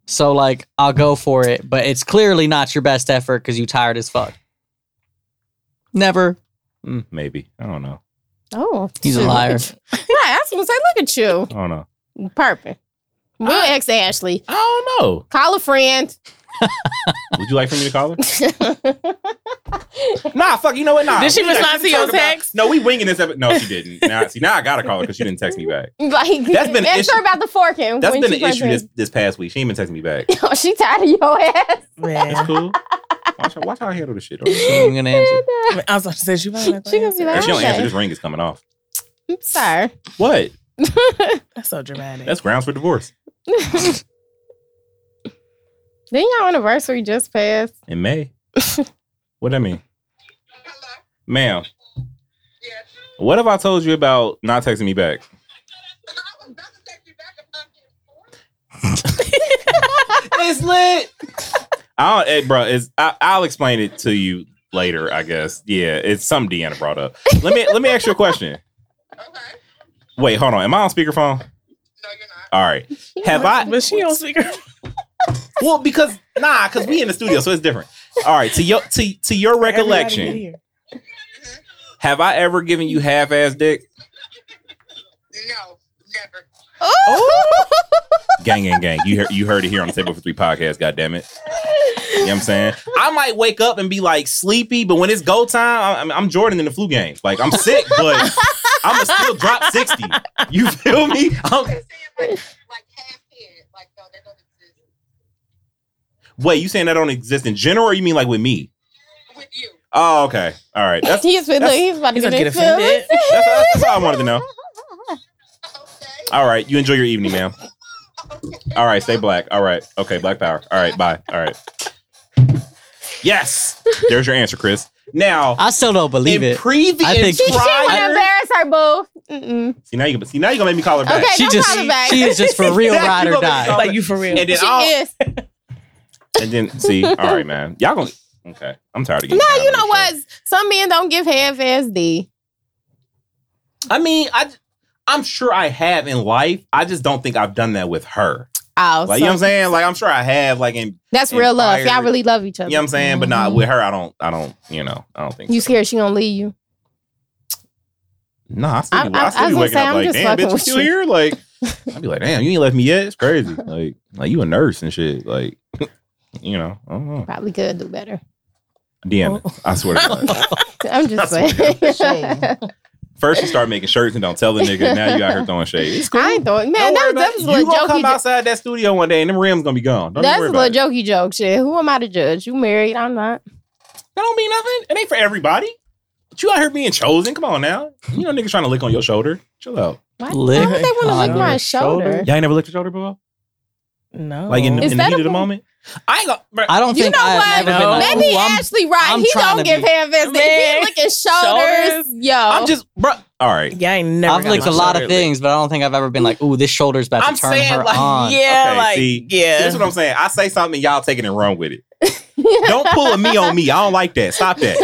Speaker 3: So like I'll go for it, but it's clearly not your best effort because you tired as fuck. Never.
Speaker 1: Mm, maybe. I don't know.
Speaker 2: oh,
Speaker 3: He's a
Speaker 2: shoot.
Speaker 3: liar.
Speaker 2: *laughs* right, I was gonna say, look at you,
Speaker 1: I don't know.
Speaker 2: perfect. We'll
Speaker 1: Uh,
Speaker 2: ex Ashley.
Speaker 1: I don't know.
Speaker 2: Call a friend. *laughs*
Speaker 1: Would you like for me to call her? nah, fuck. You know what? Nah.
Speaker 4: Did she
Speaker 1: We gotta keep
Speaker 4: respond to your
Speaker 1: talking about-
Speaker 4: text?
Speaker 1: no, we winging this episode. No, she didn't. Now, see, now I gotta call her because she didn't text me *laughs* back.
Speaker 2: Like
Speaker 1: That's been an
Speaker 2: ask
Speaker 1: issue.
Speaker 2: her about the forking.
Speaker 1: That's
Speaker 2: when
Speaker 1: been
Speaker 2: she
Speaker 1: an
Speaker 2: first
Speaker 1: issue
Speaker 2: met
Speaker 1: this, this past week. "Oh, She ain't been texting me back. *laughs*
Speaker 2: you. she tired of your ass.
Speaker 1: It's
Speaker 4: Man.
Speaker 1: cool. Watch, how- watch how I handle the shit.
Speaker 3: I'm
Speaker 1: okay?
Speaker 3: not gonna answer.
Speaker 4: I was about to say, she probably not
Speaker 2: She
Speaker 4: gonna
Speaker 2: gonna be
Speaker 4: answer.
Speaker 2: like-
Speaker 1: If she don't
Speaker 2: Okay.
Speaker 1: answer, this ring is coming off. *laughs*
Speaker 2: I'm sorry.
Speaker 1: What?
Speaker 4: That's so dramatic.
Speaker 1: That's grounds for divorce
Speaker 2: Then y'all anniversary just passed.
Speaker 1: in May. what that mean,
Speaker 5: Hello.
Speaker 1: ma'am?
Speaker 5: Yes.
Speaker 1: What have I told you about not texting me back?
Speaker 5: I was about to take you back if I get bored.
Speaker 1: it's lit. I don't, eh, bro. It's, I, I'll explain it to you later. I guess. Yeah, it's something Deanna brought up. Let me let me ask you a question.
Speaker 5: Okay.
Speaker 1: Wait, hold on. Am I on speakerphone?
Speaker 5: No, you're not.
Speaker 1: All *laughs* right. Have I?
Speaker 4: But she on speaker.
Speaker 1: Well, because nah, because we in the studio, so it's different. All right. To your to to your
Speaker 4: Everybody can
Speaker 1: recollection,
Speaker 4: hear.
Speaker 1: Have I ever given you half ass dick?
Speaker 5: No, never.
Speaker 1: Gang, gang, gang. You heard, you heard it here on the Table for Three podcast. God damn it. You know what I'm saying? I might wake up and be like sleepy, but when it's go time, I'm, I'm Jordan in the flu game. Like I'm sick, but I'm gonna still drop sixty. You feel me? I'm-
Speaker 5: They're saying like, like half head, like no, that don't exist
Speaker 1: wait, you saying that don't exist in general, or you mean like with me?
Speaker 5: with you.
Speaker 1: Oh, okay. All right.
Speaker 2: *laughs*
Speaker 1: That's
Speaker 2: he's, with,
Speaker 1: that's-
Speaker 2: he's about to
Speaker 4: He's
Speaker 2: get,
Speaker 4: gonna get
Speaker 2: into
Speaker 4: offended.
Speaker 2: it.
Speaker 1: that's, that's all I wanted to know.
Speaker 5: Okay.
Speaker 1: All right. You enjoy your evening, ma'am. All right. Stay black. All right. Okay. Black power. All right. Bye. All right. Yes. There's your answer, Chris. Now,
Speaker 3: I still don't believe
Speaker 1: in
Speaker 3: it.
Speaker 1: previous
Speaker 3: I
Speaker 2: *laughs*
Speaker 3: think-
Speaker 2: She, she want to
Speaker 1: prior-
Speaker 2: embarrass her boo. Mm-mm.
Speaker 1: see now you see now you gonna make me call her back.
Speaker 2: Okay,
Speaker 3: She
Speaker 2: don't
Speaker 3: just
Speaker 2: call her back.
Speaker 3: she is just
Speaker 2: *laughs*
Speaker 3: for real
Speaker 1: Exactly
Speaker 3: ride or
Speaker 1: what we
Speaker 3: die.
Speaker 1: call
Speaker 4: Oh, Like you for real.
Speaker 1: And then
Speaker 2: She
Speaker 1: I'll *laughs*
Speaker 2: is.
Speaker 1: and then see. All right, man. Y'all gonna okay. I'm tired of getting.
Speaker 2: No,
Speaker 1: down
Speaker 2: you
Speaker 1: on
Speaker 2: know
Speaker 1: this
Speaker 2: what? Some men don't give half ass D.
Speaker 1: show. I mean, I I'm sure I have in life. I just don't think I've done that with her.
Speaker 2: Oh,
Speaker 1: Like you know
Speaker 2: so
Speaker 1: what I'm saying? Like I'm sure I have. Like in
Speaker 2: that's real love. Y'all
Speaker 1: Inspired.
Speaker 2: really love each other.
Speaker 1: you know what I'm saying, but not
Speaker 2: Mhm.
Speaker 1: with her. I don't. I don't. You know. I don't think.
Speaker 2: You
Speaker 1: so.
Speaker 2: scared she gonna leave you?
Speaker 1: No, I still, be,
Speaker 2: I-
Speaker 1: I,
Speaker 2: I-
Speaker 1: still
Speaker 2: I
Speaker 1: be
Speaker 2: was gonna
Speaker 1: waking
Speaker 2: say,
Speaker 1: up
Speaker 2: I'm
Speaker 1: like,
Speaker 2: just
Speaker 1: damn,
Speaker 2: fucking
Speaker 1: bitch, you
Speaker 2: with
Speaker 1: still
Speaker 2: you."
Speaker 1: here? Like,
Speaker 2: *laughs*
Speaker 1: I'd be like, damn, you ain't left me yet. It's crazy. Like, like you a nurse and shit. Like, *laughs* you know, I don't know.
Speaker 2: Probably could do better. *laughs*
Speaker 1: Deanna, I swear to
Speaker 2: Oh.
Speaker 1: God.
Speaker 2: I'm just saying.
Speaker 1: *laughs*
Speaker 2: *laughs*
Speaker 1: First you start making shirts and don't tell the nigga. Now you out here throwing shade. It's cool.
Speaker 2: *laughs* I ain't throwing. Man,
Speaker 1: Don't worry
Speaker 2: that,
Speaker 1: about
Speaker 2: that was
Speaker 1: it.
Speaker 2: a little
Speaker 1: You gonna
Speaker 2: jokey.
Speaker 1: come
Speaker 2: jo-
Speaker 1: outside that studio one day and them rims gonna be gone. Don't even
Speaker 2: That's
Speaker 1: worry
Speaker 2: a
Speaker 1: about it.
Speaker 2: little jokey joke shit. Who am I to judge? You married? I'm not.
Speaker 1: That don't mean nothing. It ain't for everybody. But you out here being chosen. Come on now. You know niggas trying to lick on your shoulder. Chill out.
Speaker 2: Why,
Speaker 3: Lick
Speaker 2: why would they want to
Speaker 3: on
Speaker 2: lick my
Speaker 3: your
Speaker 2: shoulder?
Speaker 3: shoulder?
Speaker 1: Y'all ain't never licked your shoulder before?
Speaker 4: no.
Speaker 1: Like in, the-
Speaker 2: Is
Speaker 1: in the
Speaker 2: that
Speaker 1: heat
Speaker 2: a
Speaker 1: of the
Speaker 2: pro-
Speaker 1: moment? I ain't gonna bruh,
Speaker 3: I don't
Speaker 2: You
Speaker 3: think
Speaker 2: know
Speaker 3: I've
Speaker 2: what?
Speaker 3: ever been like,
Speaker 2: Maybe
Speaker 3: "Ooh, I'm
Speaker 2: Ashley right.
Speaker 3: I'm
Speaker 2: he
Speaker 3: trying
Speaker 2: don't
Speaker 3: to
Speaker 2: give
Speaker 3: be-
Speaker 2: half ass D.
Speaker 4: Man.
Speaker 2: He looking shoulders. Yo.
Speaker 1: I'm
Speaker 2: *laughs*
Speaker 1: just bro. All right.
Speaker 4: yeah, I ain't never.
Speaker 3: I've
Speaker 4: got
Speaker 3: licked
Speaker 4: my
Speaker 3: a lot
Speaker 4: shoulder
Speaker 3: of
Speaker 4: licked.
Speaker 3: things, but I don't think I've ever been like, "Ooh, this shoulder's about
Speaker 1: I'm
Speaker 3: to turn
Speaker 1: saying,
Speaker 3: her
Speaker 1: like,
Speaker 3: on."
Speaker 4: Yeah,
Speaker 1: Okay,
Speaker 4: like
Speaker 1: see,
Speaker 4: yeah.
Speaker 1: That's what I'm saying. I say something, y'all taking it wrong with
Speaker 2: *laughs*
Speaker 1: it. Don't pull a me on me. I don't like that. Stop
Speaker 2: *laughs*
Speaker 1: that.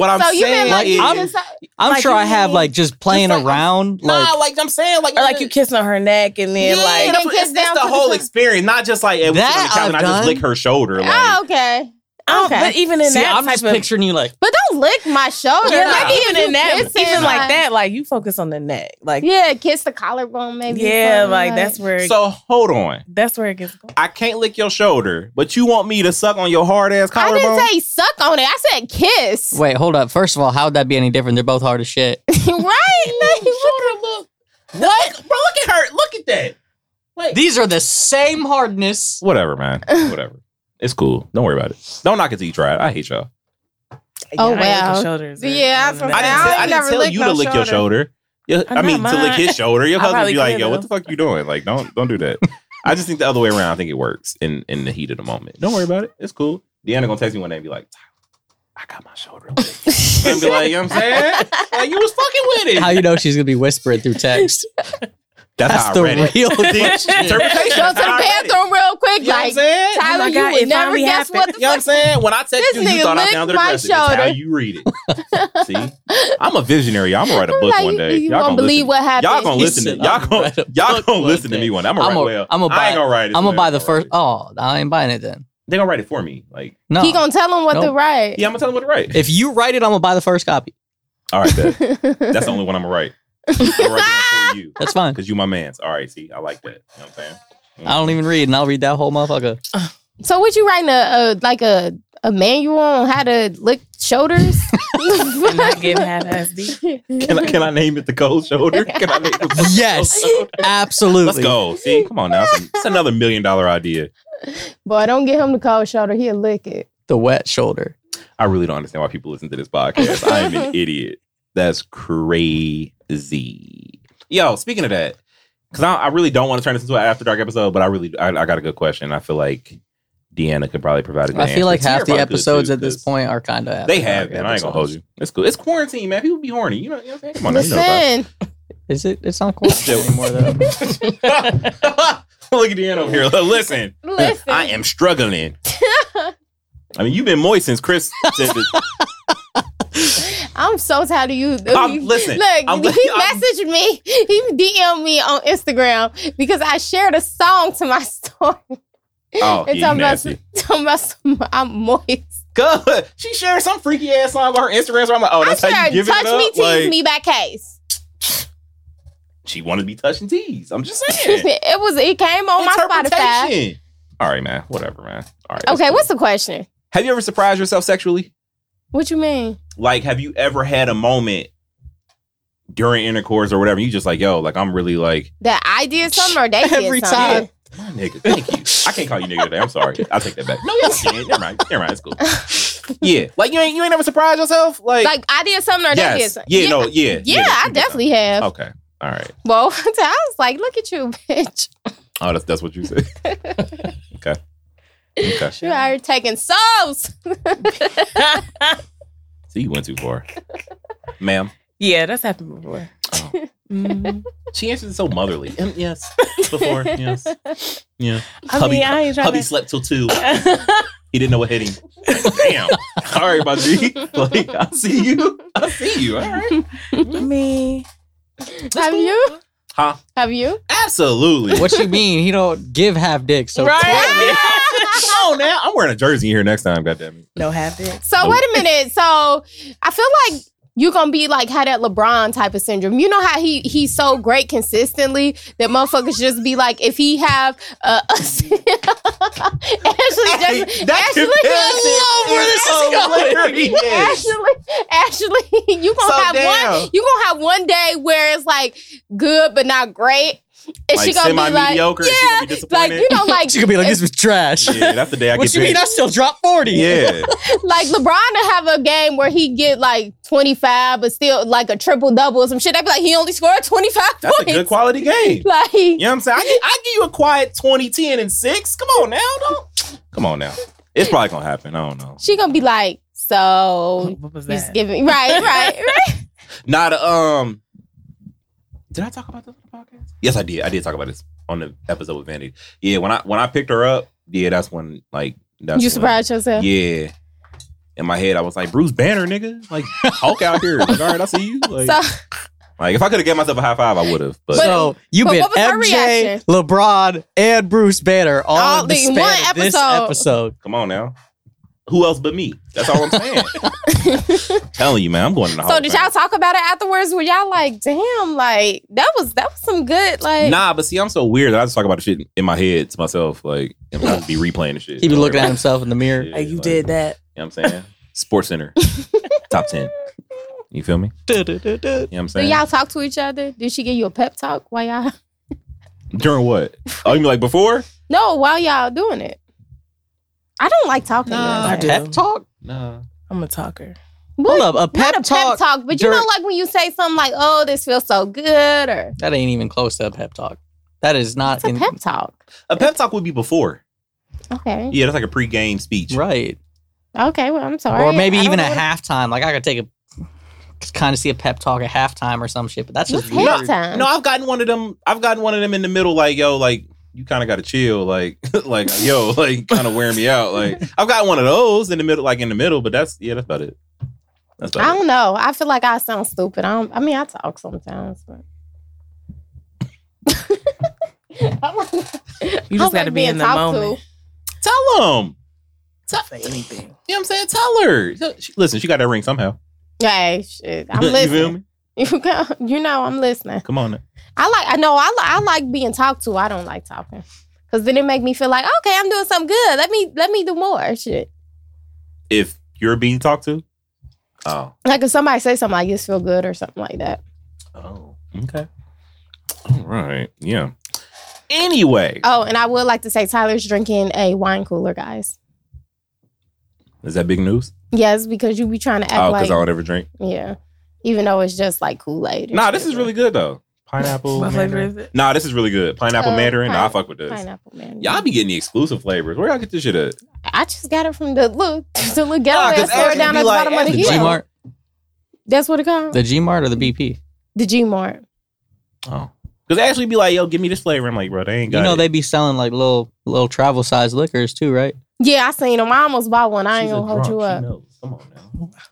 Speaker 1: What I'm
Speaker 2: so you been
Speaker 1: saying
Speaker 2: like,
Speaker 1: is,
Speaker 2: I'm,
Speaker 3: I'm
Speaker 4: Like,
Speaker 3: sure I have
Speaker 4: mm,
Speaker 3: like just playing
Speaker 1: like, I'm-
Speaker 3: around.
Speaker 1: nah,
Speaker 3: Like,
Speaker 1: like I'm saying, like
Speaker 4: Or like you kiss on her neck and then
Speaker 1: yeah,
Speaker 4: like
Speaker 1: that's what- it's,
Speaker 2: down
Speaker 1: it's
Speaker 2: to
Speaker 1: the
Speaker 2: the
Speaker 1: whole
Speaker 2: side.
Speaker 1: experience, not just like hey, we
Speaker 3: That
Speaker 1: sit on the couch and I
Speaker 3: I've
Speaker 1: just
Speaker 3: done.
Speaker 1: lick her shoulder. Like,
Speaker 2: oh, okay.
Speaker 4: I don't-
Speaker 2: Okay.
Speaker 4: But even in
Speaker 3: see,
Speaker 4: that
Speaker 3: I'm
Speaker 4: type
Speaker 3: just
Speaker 4: of
Speaker 3: picturing you like,
Speaker 2: But don't lick my shoulder.
Speaker 4: Yeah,
Speaker 2: Maybe
Speaker 4: like,
Speaker 2: if
Speaker 4: even in
Speaker 2: you
Speaker 4: that,
Speaker 2: kissing,
Speaker 4: even like that, like you focus on the neck, like yeah,
Speaker 2: Yeah, kiss the collarbone maybe. something
Speaker 4: like that's where it,
Speaker 1: so hold on.
Speaker 4: that's where it gets going.
Speaker 1: I can't lick your shoulder, but you want me to suck on your hard ass
Speaker 2: I
Speaker 1: collarbone?
Speaker 2: didn't say suck on it. I said kiss.
Speaker 3: "Wait, hold up." First of all, how would that be any different? They're both hard as shit.
Speaker 2: *laughs* right? Like,
Speaker 1: shoulder look. What? Bro, look at her. Look at that.
Speaker 3: These are the same hardness.
Speaker 1: Whatever,
Speaker 2: *laughs*
Speaker 1: man. Whatever. It's cool. Don't worry about it. Don't knock it till you try it. I hate y'all.
Speaker 2: Oh,
Speaker 4: yeah, I ain't looking
Speaker 2: wow.
Speaker 4: shoulders. or
Speaker 2: Yeah, that's what
Speaker 4: none
Speaker 2: I'm
Speaker 4: of
Speaker 1: I
Speaker 2: Man,
Speaker 1: didn't,
Speaker 2: I
Speaker 4: that.
Speaker 1: tell-
Speaker 2: ain't
Speaker 1: I didn't
Speaker 2: never
Speaker 1: tell
Speaker 2: licked
Speaker 1: you
Speaker 2: my
Speaker 1: to lick your shoulder. Your-
Speaker 4: I'm
Speaker 1: I
Speaker 4: not
Speaker 1: mean, to lick
Speaker 4: mine.
Speaker 1: his shoulder. Your
Speaker 4: I
Speaker 1: husband would
Speaker 4: probably
Speaker 1: be like, "Yo,
Speaker 4: could've.
Speaker 1: what the fuck you doing? Like, don't don't do that." *laughs* I just think the other way around. I think it works in in the heat of the moment. Don't worry about it. It's cool. Deanna gonna text me one day and be like, "Tyler, "I got my shoulder." licked." and be like, "You know what I'm saying? Like, you was fucking with it."
Speaker 3: How you know she's gonna be whispering
Speaker 1: *laughs*
Speaker 3: through text?
Speaker 1: that's,
Speaker 3: That's
Speaker 1: how
Speaker 3: the
Speaker 1: I read it. *laughs*
Speaker 3: real
Speaker 1: See?
Speaker 3: question.
Speaker 1: Interpretation.
Speaker 2: Go to
Speaker 1: That's
Speaker 2: the
Speaker 1: how I read it.
Speaker 2: bathroom real quick.
Speaker 1: You know what I'm
Speaker 2: like,
Speaker 1: saying?
Speaker 4: Oh
Speaker 2: Tyler,
Speaker 4: my God,
Speaker 2: you would
Speaker 4: it
Speaker 2: never
Speaker 4: finally
Speaker 2: guess what the
Speaker 1: You know what I'm
Speaker 2: fuck.
Speaker 1: saying? When I *laughs* text
Speaker 2: This
Speaker 1: you, you
Speaker 2: nigga
Speaker 1: thought I
Speaker 2: licked
Speaker 1: sounded
Speaker 2: my
Speaker 1: aggressive. It's how
Speaker 2: shoulder.
Speaker 1: you read it. See, I'm a visionary. I'm gonna write a book
Speaker 2: Like,
Speaker 1: one
Speaker 2: you-
Speaker 1: day.
Speaker 2: You
Speaker 1: Y'all
Speaker 2: won't
Speaker 1: gonna listen.
Speaker 2: believe what happened.
Speaker 1: Y'all gonna
Speaker 3: He
Speaker 1: listen to
Speaker 3: said,
Speaker 1: me. Y'all
Speaker 3: "I'm
Speaker 1: gonna
Speaker 3: gonna write a
Speaker 1: y'all
Speaker 3: book
Speaker 1: gonna
Speaker 3: one
Speaker 1: listen to
Speaker 3: day."
Speaker 1: me one. I'm gonna
Speaker 3: I'm
Speaker 1: write
Speaker 3: a-
Speaker 1: well.
Speaker 3: I'm
Speaker 1: I
Speaker 3: a
Speaker 1: ain't
Speaker 3: buy-
Speaker 1: gonna write it.
Speaker 3: I'm gonna buy the
Speaker 1: Somebody
Speaker 3: first.
Speaker 1: write it.
Speaker 3: Oh, I ain't buying it then.
Speaker 1: They gonna write it for me. Like
Speaker 3: No.
Speaker 2: He gonna tell him what to
Speaker 3: Nope.
Speaker 2: write.
Speaker 1: yeah, I'm gonna tell them what to write.
Speaker 3: if you write it, I'm gonna buy the first copy.
Speaker 1: All right,
Speaker 3: *laughs*
Speaker 1: bet. that's the only one I'm gonna write. I'm gonna write the one for you
Speaker 3: That's fine.
Speaker 1: because you my man's. All right, see, I like that. You know what I'm saying?
Speaker 3: I don't even read, and I'll read that whole
Speaker 1: *laughs*
Speaker 3: motherfucker.
Speaker 2: *laughs* So what you writing a, a like a, a manual on how to lick
Speaker 1: *laughs*
Speaker 2: shoulders?
Speaker 4: I'm not getting half ass deep.
Speaker 3: *laughs*
Speaker 1: Can I, can I name it the cold shoulder? *laughs* Can I name it the cold
Speaker 3: Yes,
Speaker 1: shoulder?
Speaker 3: absolutely.
Speaker 1: Let's go. See, come on now. It's, it's another million dollar idea.
Speaker 2: Boy, don't get him the cold shoulder. He'll lick it.
Speaker 3: The wet shoulder.
Speaker 1: I really don't understand why people listen to this podcast. I am *laughs* an idiot. That's crazy. Yo, speaking of that, because I, I really don't want to turn this into an after dark episode, but I really I, I got a good question. I feel like Deanna could probably provide a good
Speaker 3: I feel like
Speaker 1: answer.
Speaker 3: half
Speaker 1: Sierra
Speaker 3: the
Speaker 1: probably could,
Speaker 3: episodes
Speaker 1: too,
Speaker 3: at this
Speaker 1: 'cause
Speaker 3: point are kind of
Speaker 1: They have, man. I ain't gonna hold you. It's cool. It's quarantine, man. People be horny. You know, you know what I'm saying? Come on, now, you know about it.
Speaker 2: Listen,
Speaker 3: Is it? It's
Speaker 1: *laughs*
Speaker 3: not cool anymore though.
Speaker 1: Look at Deanna over here. Listen,
Speaker 2: listen.
Speaker 1: I am struggling. I mean, you've been moist since Chris said this.
Speaker 2: *laughs* I'm so tired of you.
Speaker 1: I'm- listen,
Speaker 2: look,
Speaker 1: I'm-
Speaker 2: he
Speaker 1: I'm-
Speaker 2: messaged me, he DM me on Instagram because I shared a song to my *laughs* story.
Speaker 1: Oh, yeah, you
Speaker 2: talking about,
Speaker 1: nasty. Oh,
Speaker 2: talking about some, I'm moist.
Speaker 1: Cause she shared some freaky ass line about her Instagram. So I'm like, oh,
Speaker 2: I
Speaker 1: that's how
Speaker 2: sure
Speaker 1: you give
Speaker 2: touch
Speaker 1: it up.
Speaker 2: me, tease
Speaker 1: Like,
Speaker 2: me back case.
Speaker 1: She wanted to be touching tees. I'm just saying.
Speaker 2: *laughs* it was it came on my Spotify.
Speaker 1: Interpretation. All right, man. Whatever, man. All right. that's
Speaker 2: Okay,
Speaker 1: cool.
Speaker 2: what's the question?
Speaker 1: have you ever surprised yourself sexually?
Speaker 2: What you mean?
Speaker 1: Like, have you ever had a moment during intercourse or whatever? You just like, yo, like I'm really like
Speaker 2: That I did something or they did
Speaker 3: Every
Speaker 2: something?
Speaker 3: time.
Speaker 1: my nigga. Thank you. I can't call you nigga today. I'm sorry. I'll take that back. No, yes, you did. Never mind. Never mind. It's cool. Yeah, like you ain't you ain't ever surprised yourself. Like,
Speaker 2: Like I did something or they did
Speaker 1: yes,
Speaker 2: something.
Speaker 1: yeah, no, yeah,
Speaker 2: Yeah,
Speaker 1: that's-
Speaker 2: I
Speaker 1: you did
Speaker 2: definitely have.
Speaker 1: that. Okay, all right.
Speaker 2: Well, *laughs* I was like, look at you, bitch.
Speaker 1: Oh, that's that's what you said. okay. Okay.
Speaker 2: You are taking souls.
Speaker 1: So you went too far, ma'am.
Speaker 4: Yeah, that's happened before.
Speaker 1: Oh.
Speaker 3: Mm-hmm.
Speaker 4: Mhm.
Speaker 1: She answered so motherly. Um, yes, before. Yes, yeah.
Speaker 4: I
Speaker 1: Hubby-
Speaker 4: mean, I ain't trying
Speaker 1: Hubby
Speaker 4: to.
Speaker 1: slept till two. He didn't know what hit him. Damn. All right, my G. Like, I see you. I see you. All right.
Speaker 4: *laughs* I mean,
Speaker 2: *laughs* Have you?
Speaker 1: Huh?
Speaker 2: Have you?
Speaker 1: Absolutely. *laughs*
Speaker 3: what you mean? He don't give half dicks. So
Speaker 1: Come on now. I'm wearing a jersey here next time. Goddamn it.
Speaker 4: no habit.
Speaker 2: So
Speaker 1: Nope.
Speaker 2: wait a minute. So I feel like you're gonna be like how that LeBron type of syndrome. You know how he he's so great consistently that motherfuckers just be like, if he have uh, a *laughs* Ashley
Speaker 1: Hey,
Speaker 2: just
Speaker 1: that comparison is hilarious.
Speaker 2: Ashley, Ashley, *laughs* you gonna
Speaker 1: So
Speaker 2: have
Speaker 1: damn.
Speaker 2: one. You gonna have one day where it's like good but not great, and she gonna be like,
Speaker 1: semi-mediocre. and she gonna be
Speaker 2: like
Speaker 1: disappointed.
Speaker 2: you know,
Speaker 1: *laughs*
Speaker 2: like
Speaker 3: She could be like, this was trash.
Speaker 1: Yeah, that's
Speaker 3: *laughs*
Speaker 1: the day I
Speaker 3: what
Speaker 1: get
Speaker 3: you mean?
Speaker 1: paid.
Speaker 3: I still dropped 40.
Speaker 1: Yeah.
Speaker 3: *laughs*
Speaker 2: like LeBron to have a game where he get like 25, but still like a triple double or some shit. I'd be like, he only scored 25
Speaker 1: That's a
Speaker 2: points.
Speaker 1: good quality game.
Speaker 2: *laughs* like,
Speaker 1: You know what I'm saying? I give, I give you a quiet 20, 10, and 6. Come on now. Don't. Come on now. It's probably going to happen. I don't know.
Speaker 2: she gonna be like, so
Speaker 4: What was
Speaker 2: you just
Speaker 4: that?
Speaker 2: giving right, right, right.
Speaker 1: Not a, um. Did I talk about this on the podcast? Yes, I did. I did talk about this on the episode with Vanity. Yeah, when I when I picked her up, yeah, that's when like *laughs* that's
Speaker 2: you
Speaker 1: when-
Speaker 2: surprised yourself.
Speaker 1: Yeah. In my head, I was like, Bruce Banner, nigga. Like, *laughs* Hulk out here. Like, all right, I see you. Like,
Speaker 2: So
Speaker 1: like if I could have gave myself a high five, I would have. But,
Speaker 3: so you've
Speaker 2: but
Speaker 3: been
Speaker 2: what was her
Speaker 3: MJ,
Speaker 2: reaction?
Speaker 3: LeBron, and Bruce Banner all,
Speaker 2: All
Speaker 3: in the
Speaker 2: in
Speaker 3: span
Speaker 2: one
Speaker 3: of this
Speaker 2: episode.
Speaker 3: episode.
Speaker 1: come on now. Who else but me? That's all I'm saying.
Speaker 2: *laughs*
Speaker 1: telling you, man, I'm going in the Hall
Speaker 2: so
Speaker 1: of
Speaker 2: did
Speaker 1: Fame.
Speaker 2: y'all talk about it afterwards? Were y'all like, damn, like that was that was some good like
Speaker 1: Nah, but see, I'm so weird that I just talk about the shit in my head to myself. Like, and I just be replaying the shit.
Speaker 3: He be looking at himself in the mirror.
Speaker 4: Like, you did that.
Speaker 1: You know what I'm saying? Sports Center, top 10. You feel me?
Speaker 3: Du-du-du-du.
Speaker 1: You know what I'm
Speaker 2: Did
Speaker 1: saying?
Speaker 2: y'all talk to each other? Did she give you a pep talk while y'all *laughs*
Speaker 1: During what? Oh, you mean like before?
Speaker 2: No, while y'all doing it? I don't like talking to
Speaker 4: I
Speaker 2: myself.
Speaker 4: do.
Speaker 3: Pep talk?
Speaker 1: Nah.
Speaker 4: I'm a talker.
Speaker 2: Uh, What?
Speaker 3: Hold up. A pep,
Speaker 2: not a pep
Speaker 3: talk,
Speaker 2: talk, but you
Speaker 3: during-
Speaker 2: know, like when you say something like, "Oh, this feels so good," or
Speaker 3: That ain't even close to a pep talk. That is not
Speaker 2: it's a
Speaker 3: in
Speaker 2: pep talk.
Speaker 1: A pep talk would be before.
Speaker 2: Okay,
Speaker 1: Yeah, that's like a pre-game speech.
Speaker 3: right.
Speaker 2: okay. Well, I'm sorry.
Speaker 3: or maybe
Speaker 2: I don't
Speaker 3: even
Speaker 2: know
Speaker 3: at
Speaker 2: what-
Speaker 3: halftime. Like I could take a kind of see a pep talk at halftime or some shit, but that's just
Speaker 2: What's
Speaker 3: weird.
Speaker 2: halftime?
Speaker 1: No, I've gotten one of them. I've gotten one of them in the middle. Like, yo, like you kind of got to chill. Like, *laughs* like yo, like kind of wearing me out. Like, I've got one of those in the middle. Like in the middle, but that's yeah, that's about it. That's about
Speaker 2: I
Speaker 1: it.
Speaker 2: don't know. I feel like I sound stupid. I don't. I mean, I talk sometimes, but. I like-
Speaker 4: You
Speaker 2: I
Speaker 4: just
Speaker 2: like
Speaker 4: got to be
Speaker 2: being
Speaker 4: in the
Speaker 2: talked
Speaker 4: moment.
Speaker 1: Tell them.
Speaker 4: Not for anything.
Speaker 1: You know what I'm saying? Tell her. She- Listen, she got that ring somehow.
Speaker 2: To. Hey, shit.
Speaker 3: *laughs*
Speaker 1: *laughs*
Speaker 2: I'm
Speaker 1: you feel
Speaker 2: listening.
Speaker 1: me?
Speaker 2: *laughs* You, go- you know, I'm listening.
Speaker 1: Come on. Now.
Speaker 2: I like. I know. I li- I like being talked to. I don't like talking because then it make me feel like okay, I'm doing something good. Let me let me do more shit.
Speaker 1: If you're being talked to, oh,
Speaker 2: Like if somebody say something like this feel good or something like that.
Speaker 1: oh, okay, all right, yeah. Anyway,
Speaker 2: Oh, and I would like to say Tyler's drinking a wine cooler, guys.
Speaker 1: is that big news?
Speaker 2: Yes, because you be trying to act
Speaker 1: Oh, because
Speaker 2: like
Speaker 1: I don't ever drink.
Speaker 2: yeah, even though it's just like Kool Aid.
Speaker 1: Nah, this is really good though. Pineapple.
Speaker 4: What flavor
Speaker 1: mandarin.
Speaker 4: is it?
Speaker 1: Nah, this is really good. Pineapple
Speaker 2: Uh,
Speaker 1: mandarin. Nah, I
Speaker 2: pine-
Speaker 1: fuck with this.
Speaker 2: pineapple man.
Speaker 1: Y'all be getting the exclusive flavors. Where y'all get this shit at?
Speaker 2: I just got it from the look *laughs* the little ghetto
Speaker 1: Nah, 'cause
Speaker 2: ass store
Speaker 1: Ashley
Speaker 2: down
Speaker 1: be
Speaker 2: at the
Speaker 1: like,
Speaker 2: bottom of
Speaker 1: "F
Speaker 2: the
Speaker 3: The
Speaker 1: Yeah.
Speaker 3: G
Speaker 2: hill.
Speaker 3: Mart,
Speaker 2: That's what it called.
Speaker 3: the G Mart, or the BP.
Speaker 2: The G Mart.
Speaker 1: Oh. Cause Ashley be like, yo, give me this flavor. I'm like, bro, they ain't got
Speaker 3: you know
Speaker 1: it.
Speaker 3: they be selling like little little travel size liquors too, right?
Speaker 2: Yeah, I seen them. I almost bought one. I
Speaker 1: She's
Speaker 2: ain't
Speaker 1: a
Speaker 2: gonna hold
Speaker 1: drunk.
Speaker 2: you
Speaker 1: She
Speaker 2: up.
Speaker 1: knows. Come on now. *laughs*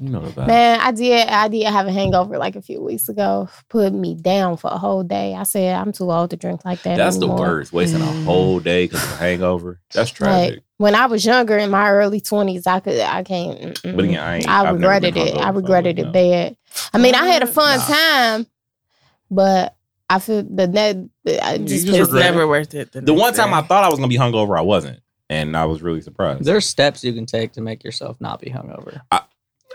Speaker 1: You know about it.
Speaker 2: Man, I did. I did have a hangover like a few weeks ago. Put me down for a whole day. I said I'm too old to drink like that.
Speaker 1: That's the
Speaker 2: anymore."
Speaker 1: worst. Wasting a
Speaker 4: Mm.
Speaker 1: whole day because of a hangover. That's tragic.
Speaker 2: Like when I was younger in my early twenties, I could. I can't. mm-mm.
Speaker 1: but again, I ain't,
Speaker 2: I
Speaker 1: I've never been
Speaker 2: regretted it.
Speaker 1: hungover, so
Speaker 2: I regretted
Speaker 1: wouldn't
Speaker 2: it
Speaker 1: know.
Speaker 2: bad. I mean, I had
Speaker 1: Uh,
Speaker 2: a fun
Speaker 3: Nah.
Speaker 2: time, but I feel the net. I
Speaker 1: You
Speaker 2: just,
Speaker 1: just
Speaker 4: It's
Speaker 2: feel-
Speaker 1: regret it.
Speaker 4: never worth it.
Speaker 1: The one time I thought I was gonna be hungover, I wasn't, and I was really surprised.
Speaker 3: There's steps you can take to make yourself not be hungover.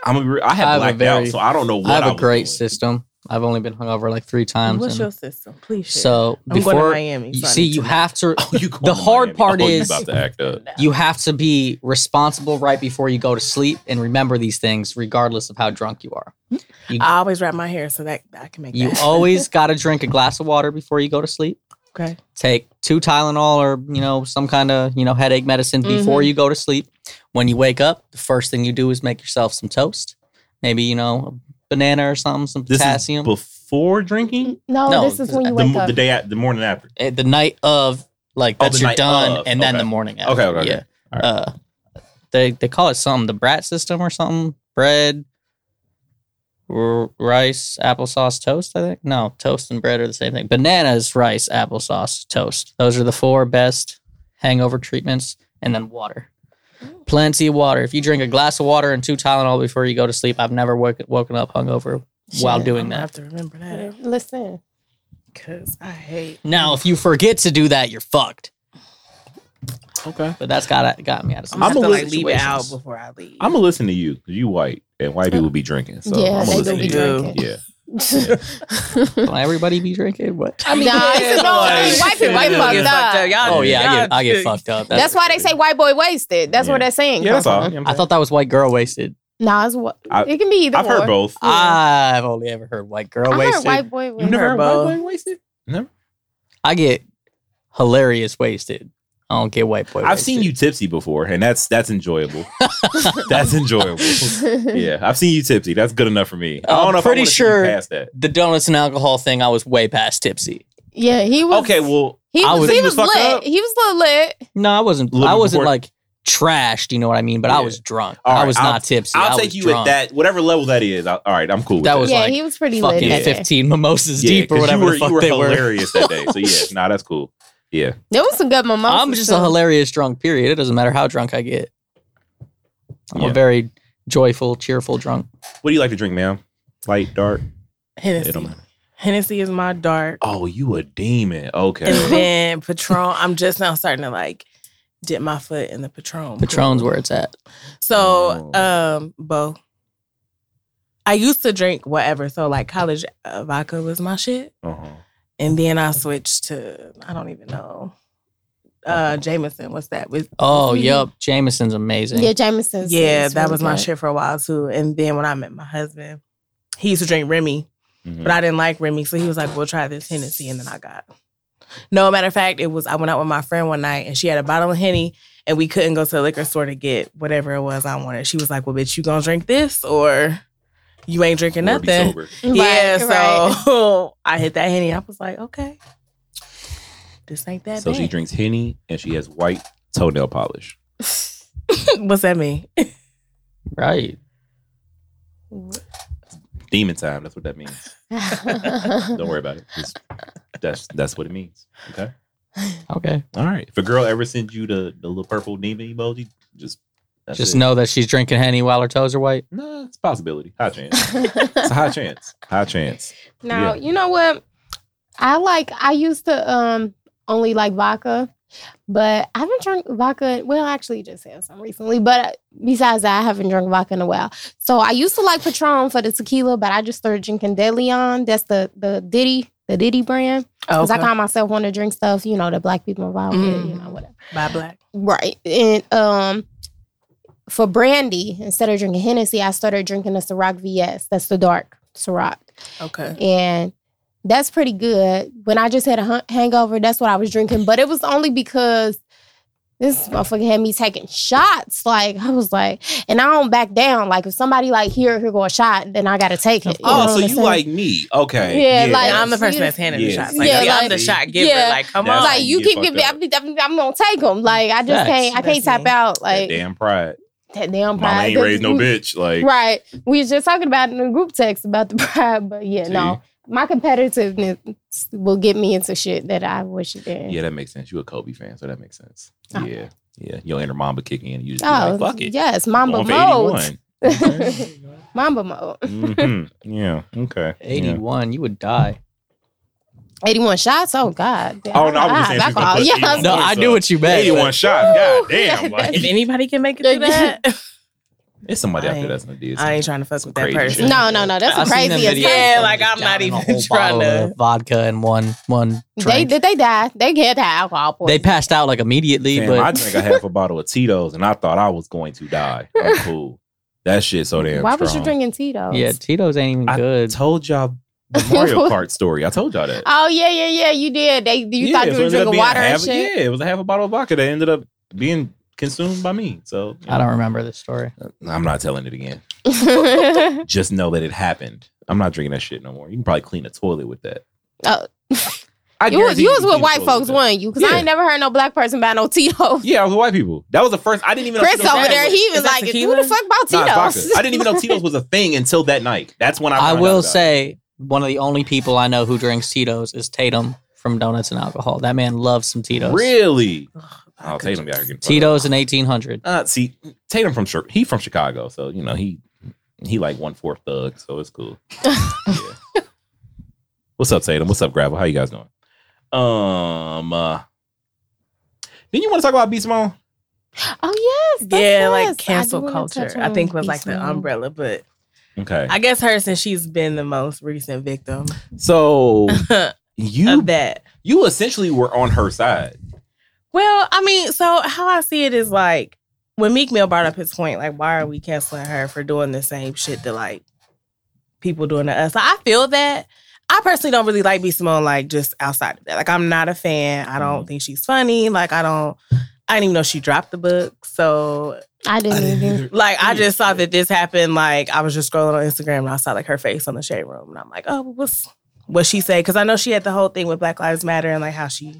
Speaker 1: I'm a, re- I
Speaker 3: I
Speaker 1: had
Speaker 3: have a
Speaker 1: blacked out,
Speaker 3: very-
Speaker 1: so I don't know what
Speaker 3: I have a
Speaker 1: was
Speaker 3: great
Speaker 1: doing.
Speaker 3: system. I've only been hungover like three times.
Speaker 4: What's
Speaker 3: and-
Speaker 4: your system? Please. share.
Speaker 3: so
Speaker 4: I'm going to
Speaker 3: before
Speaker 4: Miami.
Speaker 3: you
Speaker 4: so I
Speaker 3: see,
Speaker 4: need
Speaker 3: you
Speaker 4: to
Speaker 3: have
Speaker 4: *laughs*
Speaker 3: to
Speaker 1: *laughs* Oh, you going to
Speaker 3: The hard
Speaker 1: Miami.
Speaker 3: part
Speaker 1: oh, you
Speaker 3: is-
Speaker 1: about to act up.
Speaker 3: you have to be responsible right before you go to sleep and remember these things regardless of how drunk you are.
Speaker 4: know. I always wrap my hair so that I can make.
Speaker 3: You
Speaker 4: that. *laughs*
Speaker 3: always got to drink a glass of water before you go to sleep.
Speaker 4: okay.
Speaker 3: take two Tylenol or you know some kind of you know headache medicine before you go to sleep. When you wake up, the first thing you do is make yourself some toast, maybe you know a banana or something, some
Speaker 1: This
Speaker 3: potassium.
Speaker 1: is before drinking.
Speaker 2: no,
Speaker 3: No,
Speaker 2: This is when you
Speaker 1: The,
Speaker 2: wake
Speaker 1: mo-
Speaker 2: up.
Speaker 1: the day, at, the morning after.
Speaker 3: Eh, the night of, like
Speaker 1: Oh,
Speaker 3: that
Speaker 1: the
Speaker 3: you're
Speaker 1: night
Speaker 3: done,
Speaker 1: of.
Speaker 3: and then
Speaker 1: Okay.
Speaker 3: the morning. After.
Speaker 1: Okay, okay, okay.
Speaker 3: yeah.
Speaker 1: All right.
Speaker 3: Uh, they they call it something the brat system or something. Bread, r- rice, applesauce, toast. I think no, toast and bread are the same thing. Bananas, rice, applesauce, toast. Those are the four best hangover treatments, and then water. Plenty of water. If you drink a glass of water and two Tylenol before you go to sleep, I've never woke, woken up hungover while
Speaker 2: Shit.
Speaker 3: doing
Speaker 4: I have
Speaker 3: that.
Speaker 4: to remember that
Speaker 2: Listen,
Speaker 4: because I hate.
Speaker 3: Now, if you forget to do that, you're fucked.
Speaker 1: Okay.
Speaker 3: But that's got got me out of some.
Speaker 4: I'm gonna
Speaker 1: I'ma
Speaker 4: have to like
Speaker 3: situations.
Speaker 4: leave it out before I leave.
Speaker 1: I'm gonna listen to you because you white and white people be drinking. So
Speaker 2: yeah,
Speaker 1: I'm gonna
Speaker 2: they do
Speaker 1: listen to
Speaker 2: be
Speaker 1: you.
Speaker 2: drinking.
Speaker 1: Yeah.
Speaker 3: *laughs* Will everybody be drinking? What?
Speaker 4: I mean,
Speaker 2: Nah,
Speaker 4: it's
Speaker 2: it's no,
Speaker 4: annoying.
Speaker 2: white people get
Speaker 4: Y'all get
Speaker 2: fucked up.
Speaker 4: Y'all,
Speaker 3: Oh yeah, I get I get
Speaker 4: y'all-
Speaker 3: fucked up.
Speaker 2: That's why they say white boy wasted. That's
Speaker 1: Yeah.
Speaker 2: where that saying
Speaker 1: Yeah,
Speaker 2: comes
Speaker 1: that's all.
Speaker 2: from.
Speaker 1: You know what
Speaker 3: I
Speaker 1: I'm saying?
Speaker 3: thought that was white girl wasted.
Speaker 2: Nah, it's what
Speaker 1: I-
Speaker 2: it can be either.
Speaker 1: I've heard
Speaker 2: or.
Speaker 1: both.
Speaker 2: Yeah.
Speaker 3: I've only ever heard white girl
Speaker 2: I heard
Speaker 3: wasted.
Speaker 2: white boy
Speaker 1: You
Speaker 2: wasted.
Speaker 1: never
Speaker 4: heard
Speaker 1: heard white
Speaker 4: both.
Speaker 1: boy wasted?
Speaker 3: I get hilarious wasted. I don't get white boy.
Speaker 1: I've seen you tipsy before, and that's that's
Speaker 3: *laughs*
Speaker 1: enjoyable. that's
Speaker 2: *laughs*
Speaker 1: enjoyable. Yeah, I've seen you tipsy. That's good enough for me. I
Speaker 3: I'm
Speaker 1: don't know.
Speaker 3: pretty
Speaker 1: if I wanna see you
Speaker 3: sure-
Speaker 1: past that.
Speaker 3: the donuts and alcohol thing. I was way past tipsy.
Speaker 2: yeah, he was
Speaker 1: Okay, well,
Speaker 2: He
Speaker 3: I
Speaker 2: was,
Speaker 3: was-
Speaker 2: he
Speaker 1: You
Speaker 2: was
Speaker 1: was
Speaker 2: lit.
Speaker 1: fucked up?
Speaker 2: He was a little lit.
Speaker 3: No, I wasn't.
Speaker 1: Little
Speaker 3: I wasn't
Speaker 1: before-
Speaker 3: like trashed. You know what I mean? But I
Speaker 1: Yeah.
Speaker 3: was drunk.
Speaker 1: All
Speaker 3: I
Speaker 1: right,
Speaker 3: was
Speaker 1: I'll-
Speaker 3: not tipsy.
Speaker 1: I'll
Speaker 3: I
Speaker 1: take
Speaker 3: was
Speaker 1: you
Speaker 3: drunk.
Speaker 1: at that, whatever level that is. I, all right, I'm cool. With
Speaker 3: That
Speaker 1: that
Speaker 3: was
Speaker 2: Yeah,
Speaker 3: like
Speaker 2: he was pretty lit.
Speaker 3: Fucking
Speaker 2: That day.
Speaker 3: fifteen mimosas
Speaker 1: Yeah,
Speaker 3: deep or
Speaker 1: 'cause
Speaker 3: whatever
Speaker 1: You were,
Speaker 3: the fuck
Speaker 1: you were
Speaker 3: they were.
Speaker 1: hilarious that day. So
Speaker 3: *laughs*
Speaker 1: yeah, nah, that's cool. Yeah,
Speaker 2: There was some good mimosas.
Speaker 3: I'm just a
Speaker 2: too.
Speaker 3: hilarious drunk. Period. It doesn't matter how drunk I get. I'm
Speaker 1: Yeah.
Speaker 3: a very joyful, cheerful drunk.
Speaker 1: what do you like to drink, ma'am? Light, dark. It don't
Speaker 4: *laughs* Hennessy.
Speaker 1: matter.
Speaker 4: Hennessy is my dark,
Speaker 1: Oh, you a demon?
Speaker 4: and
Speaker 1: Okay.
Speaker 4: then Patron. I'm just now starting to like dip my foot in the Patron. pool.
Speaker 3: Patron's where it's at.
Speaker 4: So,
Speaker 1: Oh.
Speaker 4: um, Bo, I used to drink whatever. So, like, college uh, vodka was my shit.
Speaker 1: Uh-huh.
Speaker 4: And then I switched to, I don't even know, uh, Jameson. What's that? With,
Speaker 3: Oh,
Speaker 2: Mhm.
Speaker 3: yup. Jameson's amazing.
Speaker 2: Yeah, Jameson's.
Speaker 4: yeah,
Speaker 2: is
Speaker 4: that
Speaker 2: really
Speaker 4: was my
Speaker 2: good.
Speaker 4: shit for a while, too. And then when I met my husband, he used to drink Remy,
Speaker 1: Mhm.
Speaker 4: but I didn't like Remy. So he was like, we'll try this Hennessy. And then I got. No, matter of fact, it was, I went out with my friend one night and she had a bottle of Henny and we couldn't go to the liquor store to get whatever it was I wanted. She was like, well, bitch, you gonna drink this or you ain't drinking
Speaker 1: Or be
Speaker 4: nothing.
Speaker 1: sober.
Speaker 2: Right,
Speaker 4: yeah,
Speaker 2: right.
Speaker 4: so *laughs* I hit that henny. I was like, okay, this ain't that
Speaker 1: So
Speaker 4: bad.
Speaker 1: she drinks henny and she has white toenail polish.
Speaker 4: *laughs* What's that mean?
Speaker 3: Right.
Speaker 1: Demon time. That's what that means.
Speaker 2: *laughs*
Speaker 3: *laughs*
Speaker 1: Don't worry about it. Just- that's that's what it means. Okay.
Speaker 3: Okay.
Speaker 1: All right. If a girl ever sends you the, the little purple demon emoji, just that's
Speaker 3: Just
Speaker 1: it.
Speaker 3: know that she's drinking Henny while her toes are white.
Speaker 1: Nah, it's a possibility. High chance. It's a high chance. High chance.
Speaker 2: now
Speaker 1: Yeah.
Speaker 2: you know what? I like. I used to um only like vodka, but I haven't drunk vodka. Well, I actually, just had some recently. But uh, besides that, I haven't drunk vodka in a while. So I used to like Patron for the tequila, but I just started drinking DeLeon. That's the the Diddy the Diddy brand.
Speaker 4: Oh,
Speaker 2: Because I call myself want to drink stuff, you know, that black people involved with, you know,
Speaker 4: Mm.
Speaker 2: whatever.
Speaker 4: by black.
Speaker 2: Right. And um for brandy, instead of drinking Hennessy, I started drinking the Ciroc VS. That's the dark Ciroc.
Speaker 4: Okay,
Speaker 2: And that's pretty good. When I just had a hun- hangover, that's what I was drinking. But it was only because this motherfucker had me taking shots. Like, I was like, and I don't back down. Like, if somebody like, here, here go a shot, then I got to take it. know what
Speaker 1: Oh, so
Speaker 2: I'm
Speaker 1: you
Speaker 2: saying?
Speaker 1: like me? Okay.
Speaker 2: Yeah, like,
Speaker 4: and I'm the
Speaker 2: so
Speaker 4: person
Speaker 2: you-
Speaker 4: that's handing the
Speaker 1: Yeah.
Speaker 4: shots. Like,
Speaker 2: Yeah,
Speaker 4: I'm
Speaker 2: like-
Speaker 4: the shot giver.
Speaker 2: yeah.
Speaker 4: Like, come
Speaker 1: That's
Speaker 4: on.
Speaker 2: like, you
Speaker 1: You
Speaker 2: keep
Speaker 1: get
Speaker 2: giving me,
Speaker 1: fucked
Speaker 2: I'm, I'm, I'm going to take them. Like, I just
Speaker 3: Facts.
Speaker 2: can't, I can't
Speaker 4: That's me.
Speaker 2: tap out.
Speaker 1: That
Speaker 2: Like,
Speaker 1: damn pride.
Speaker 2: that damn pride.
Speaker 6: Mama ain't
Speaker 2: 'cause
Speaker 6: raised no
Speaker 2: we-
Speaker 6: bitch. Like,
Speaker 2: Right. We was just talking about it in the group text about the *laughs* pride, but yeah, no. My competitiveness will get me into shit that I wish it didn't.
Speaker 1: Yeah, that makes sense. You a Kobe fan, so that makes sense.
Speaker 2: Oh.
Speaker 1: Yeah. Yeah. Your inner mamba kick in. You just
Speaker 2: Oh,
Speaker 1: be like, fuck it.
Speaker 2: yes, Mamba
Speaker 6: going for
Speaker 2: mode.
Speaker 1: 81.
Speaker 2: *laughs* Mamba mode.
Speaker 1: Mhm. Yeah. Okay. Yeah.
Speaker 3: 81, you would die.
Speaker 2: 81 shots? Oh, God. Damn, Ah,
Speaker 6: Oh, no, I was
Speaker 2: I'm
Speaker 6: just saying
Speaker 2: high.
Speaker 6: she's gonna
Speaker 2: Alcohol.
Speaker 6: put
Speaker 2: Yeah, I
Speaker 6: 81
Speaker 2: was
Speaker 3: No, I do what you meant.
Speaker 6: 81
Speaker 3: 81.
Speaker 6: shots. God
Speaker 2: *laughs* Yeah,
Speaker 6: damn. Like,
Speaker 4: If anybody can make
Speaker 2: *laughs*
Speaker 4: it through that,
Speaker 1: *laughs* It's somebody out
Speaker 4: I
Speaker 1: there
Speaker 4: ain't-
Speaker 1: that's gonna do
Speaker 4: I
Speaker 1: some
Speaker 4: ain't trying to fuck with that
Speaker 1: crazy
Speaker 4: person.
Speaker 1: shit.
Speaker 2: No, no, no. That's
Speaker 3: I seen
Speaker 2: crazy
Speaker 3: them
Speaker 2: as
Speaker 3: videos
Speaker 2: hell.
Speaker 4: Yeah,
Speaker 3: of
Speaker 4: like,
Speaker 3: them
Speaker 4: I'm
Speaker 3: just
Speaker 4: not
Speaker 3: downing a
Speaker 4: even
Speaker 3: whole bottle
Speaker 4: tryna-
Speaker 3: of vodka in one one
Speaker 2: They
Speaker 3: drink. They,
Speaker 2: did they die. They get the alcohol poisoning.
Speaker 3: passed out like immediately,
Speaker 1: Damn,
Speaker 3: but
Speaker 1: I drank a half a bottle of Tito's and I thought I was going to die.
Speaker 2: *laughs*
Speaker 1: I'm cool. That shit so damn.
Speaker 2: Why was you
Speaker 1: strong.
Speaker 2: drinking Tito's?
Speaker 3: yeah, Tito's ain't even
Speaker 1: I
Speaker 3: good.
Speaker 1: told
Speaker 2: *laughs*
Speaker 1: y'all the Mario Kart story. I told y'all that.
Speaker 2: Oh yeah, yeah, yeah. You did. They you
Speaker 1: Yeah,
Speaker 2: thought you
Speaker 1: so it
Speaker 2: were
Speaker 1: ended up
Speaker 2: drinking
Speaker 1: being
Speaker 2: water
Speaker 1: half,
Speaker 2: and shit.
Speaker 1: Yeah, it was a half a bottle of vodka that ended up being consumed by me. So you
Speaker 3: I don't
Speaker 1: know,
Speaker 3: remember the story.
Speaker 1: I'm not telling it again.
Speaker 2: *laughs*
Speaker 1: Just know that it happened. I'm not drinking that shit no more. You can probably clean a toilet with that.
Speaker 2: Oh.
Speaker 1: *laughs* I
Speaker 2: you was
Speaker 1: guarantee can
Speaker 2: you was with
Speaker 1: clean a
Speaker 2: white
Speaker 1: toilet
Speaker 2: folks,
Speaker 1: that.
Speaker 2: weren't you? Because I
Speaker 1: Yeah.
Speaker 2: ain't never heard no black person buy no
Speaker 1: *laughs*
Speaker 2: Tito's.
Speaker 1: Yeah, I was with white people. That was the first. I didn't even. know
Speaker 2: Chris
Speaker 1: Tito's
Speaker 2: over
Speaker 1: had
Speaker 2: there,
Speaker 1: one.
Speaker 2: he was
Speaker 4: Is that
Speaker 2: like, "Who
Speaker 4: tequila?
Speaker 2: the fuck bought
Speaker 1: *laughs* Nah, vodka.
Speaker 2: Tito's?"
Speaker 1: I didn't even know Tito's was a thing until that night. That's when I.
Speaker 3: I
Speaker 1: found out
Speaker 3: will
Speaker 1: about it.
Speaker 3: say one of the only people I know who drinks Tito's is Tatum from Donuts and Alcohol. That man loves some Tito's.
Speaker 1: Really?
Speaker 4: I
Speaker 1: Oh,
Speaker 4: could
Speaker 1: Tatum got her getting fucked up.
Speaker 3: Tito's in 1800.
Speaker 1: Uh, see, Tatum from Chi- he from Chicago, so you know he he like one fourth thug, so it's cool. Yeah. What's up, Tatum? What's up, Gravel? How you guys doing? Um, uh, then you want to talk about Beast Mode?
Speaker 2: *laughs* Oh yes, that's
Speaker 4: Yeah,
Speaker 2: us.
Speaker 4: like
Speaker 2: I
Speaker 4: cancel
Speaker 2: do wanna
Speaker 4: culture.
Speaker 2: touch
Speaker 4: I
Speaker 2: on
Speaker 4: think was like
Speaker 2: Beast
Speaker 4: the
Speaker 2: Mode.
Speaker 4: umbrella, but
Speaker 1: Okay,
Speaker 4: I guess her since she's been the most recent victim
Speaker 1: so
Speaker 4: of
Speaker 1: you
Speaker 4: that.
Speaker 1: you essentially were on her side.
Speaker 4: Well, I mean, so how I see it is like when Meek Mill brought up his point, like, why are we canceling her for doing the same shit that like people doing to us? I feel that. I personally don't really like B Simone, like just outside of that. Like, I'm not a fan. I
Speaker 1: Mm.
Speaker 4: don't think she's funny. Like, I don't. I didn't even know she dropped the book. So,
Speaker 2: I didn't even.
Speaker 4: like, I just saw that this happened. Like, I was just scrolling on Instagram and I saw like her face on the shade room, and I'm like, oh, what's what she say? Because I know she had the whole thing with Black Lives Matter and like how she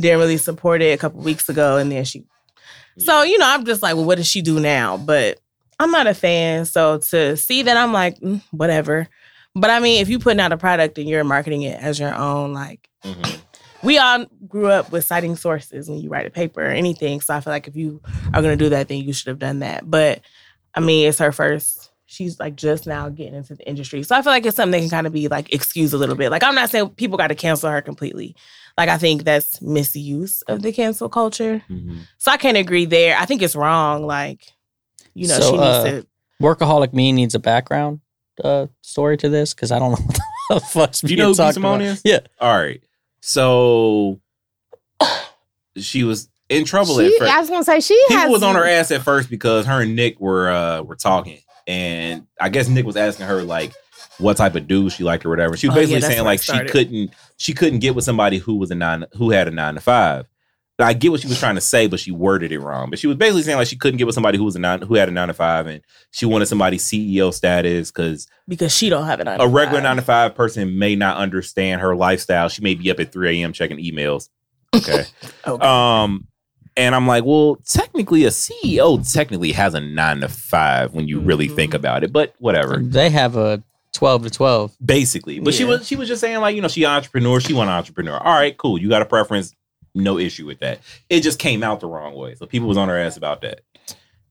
Speaker 4: didn't really support it a couple weeks ago, and then she. So you know, I'm just like, well, what does she do now? But I'm not a fan, so to see that, I'm like, mm, whatever. But I mean, if you putting out a product and you're marketing it as your own, like
Speaker 1: Mhm.
Speaker 4: we all grew up with citing sources when you write a paper or anything. So I feel like if you are going to do that, then you should have done that. But I mean, it's her first. She's like just now getting into the industry. So I feel like it's something that can kind of be like excused a little bit. Like, I'm not saying people got to cancel her completely. Like, I think that's misuse of the cancel culture.
Speaker 1: Mhm.
Speaker 4: So I can't agree there. I think it's wrong. Like, you know,
Speaker 3: So,
Speaker 4: she needs
Speaker 3: uh,
Speaker 4: to.
Speaker 3: Workaholic Me needs a background uh, story to this because I don't *laughs* know what the fuck's
Speaker 1: Do
Speaker 3: being
Speaker 1: you know who
Speaker 3: talked
Speaker 1: Beast Simone
Speaker 3: about.
Speaker 1: is?
Speaker 3: Yeah.
Speaker 1: All right, so she was in trouble
Speaker 2: She,
Speaker 1: at first.
Speaker 2: I was gonna say she
Speaker 1: people
Speaker 2: has.
Speaker 1: was on her ass at first because her and Nick were uh were talking, and I guess Nick was asking her like what type of dude she liked or whatever. She was
Speaker 4: Oh, yeah,
Speaker 1: basically
Speaker 4: that's
Speaker 1: saying
Speaker 4: where it
Speaker 1: like she
Speaker 4: started.
Speaker 1: couldn't she couldn't get with somebody who was a nine who had a nine to five. But I get what she was trying to say, but she worded it wrong. But she was basically saying like she couldn't get with somebody who was a nine who had a nine to five, and she wanted somebody CEO status because
Speaker 4: Because she don't have it on
Speaker 1: a regular nine to five person may not understand her lifestyle. She may be up at three a.m. checking emails. Okay.
Speaker 4: Okay.
Speaker 1: Um, and I'm like, well, technically, a CEO technically has a nine to five when you really
Speaker 4: Mhm.
Speaker 1: think about it, but whatever.
Speaker 3: They have a 12 to 12.
Speaker 1: Basically, but she
Speaker 4: Yeah.
Speaker 1: was she was just saying like, you know, she an entrepreneur, she want an entrepreneur. All right, cool. You got a preference, no issue with that. It just came out the wrong way, so people was on her ass about that.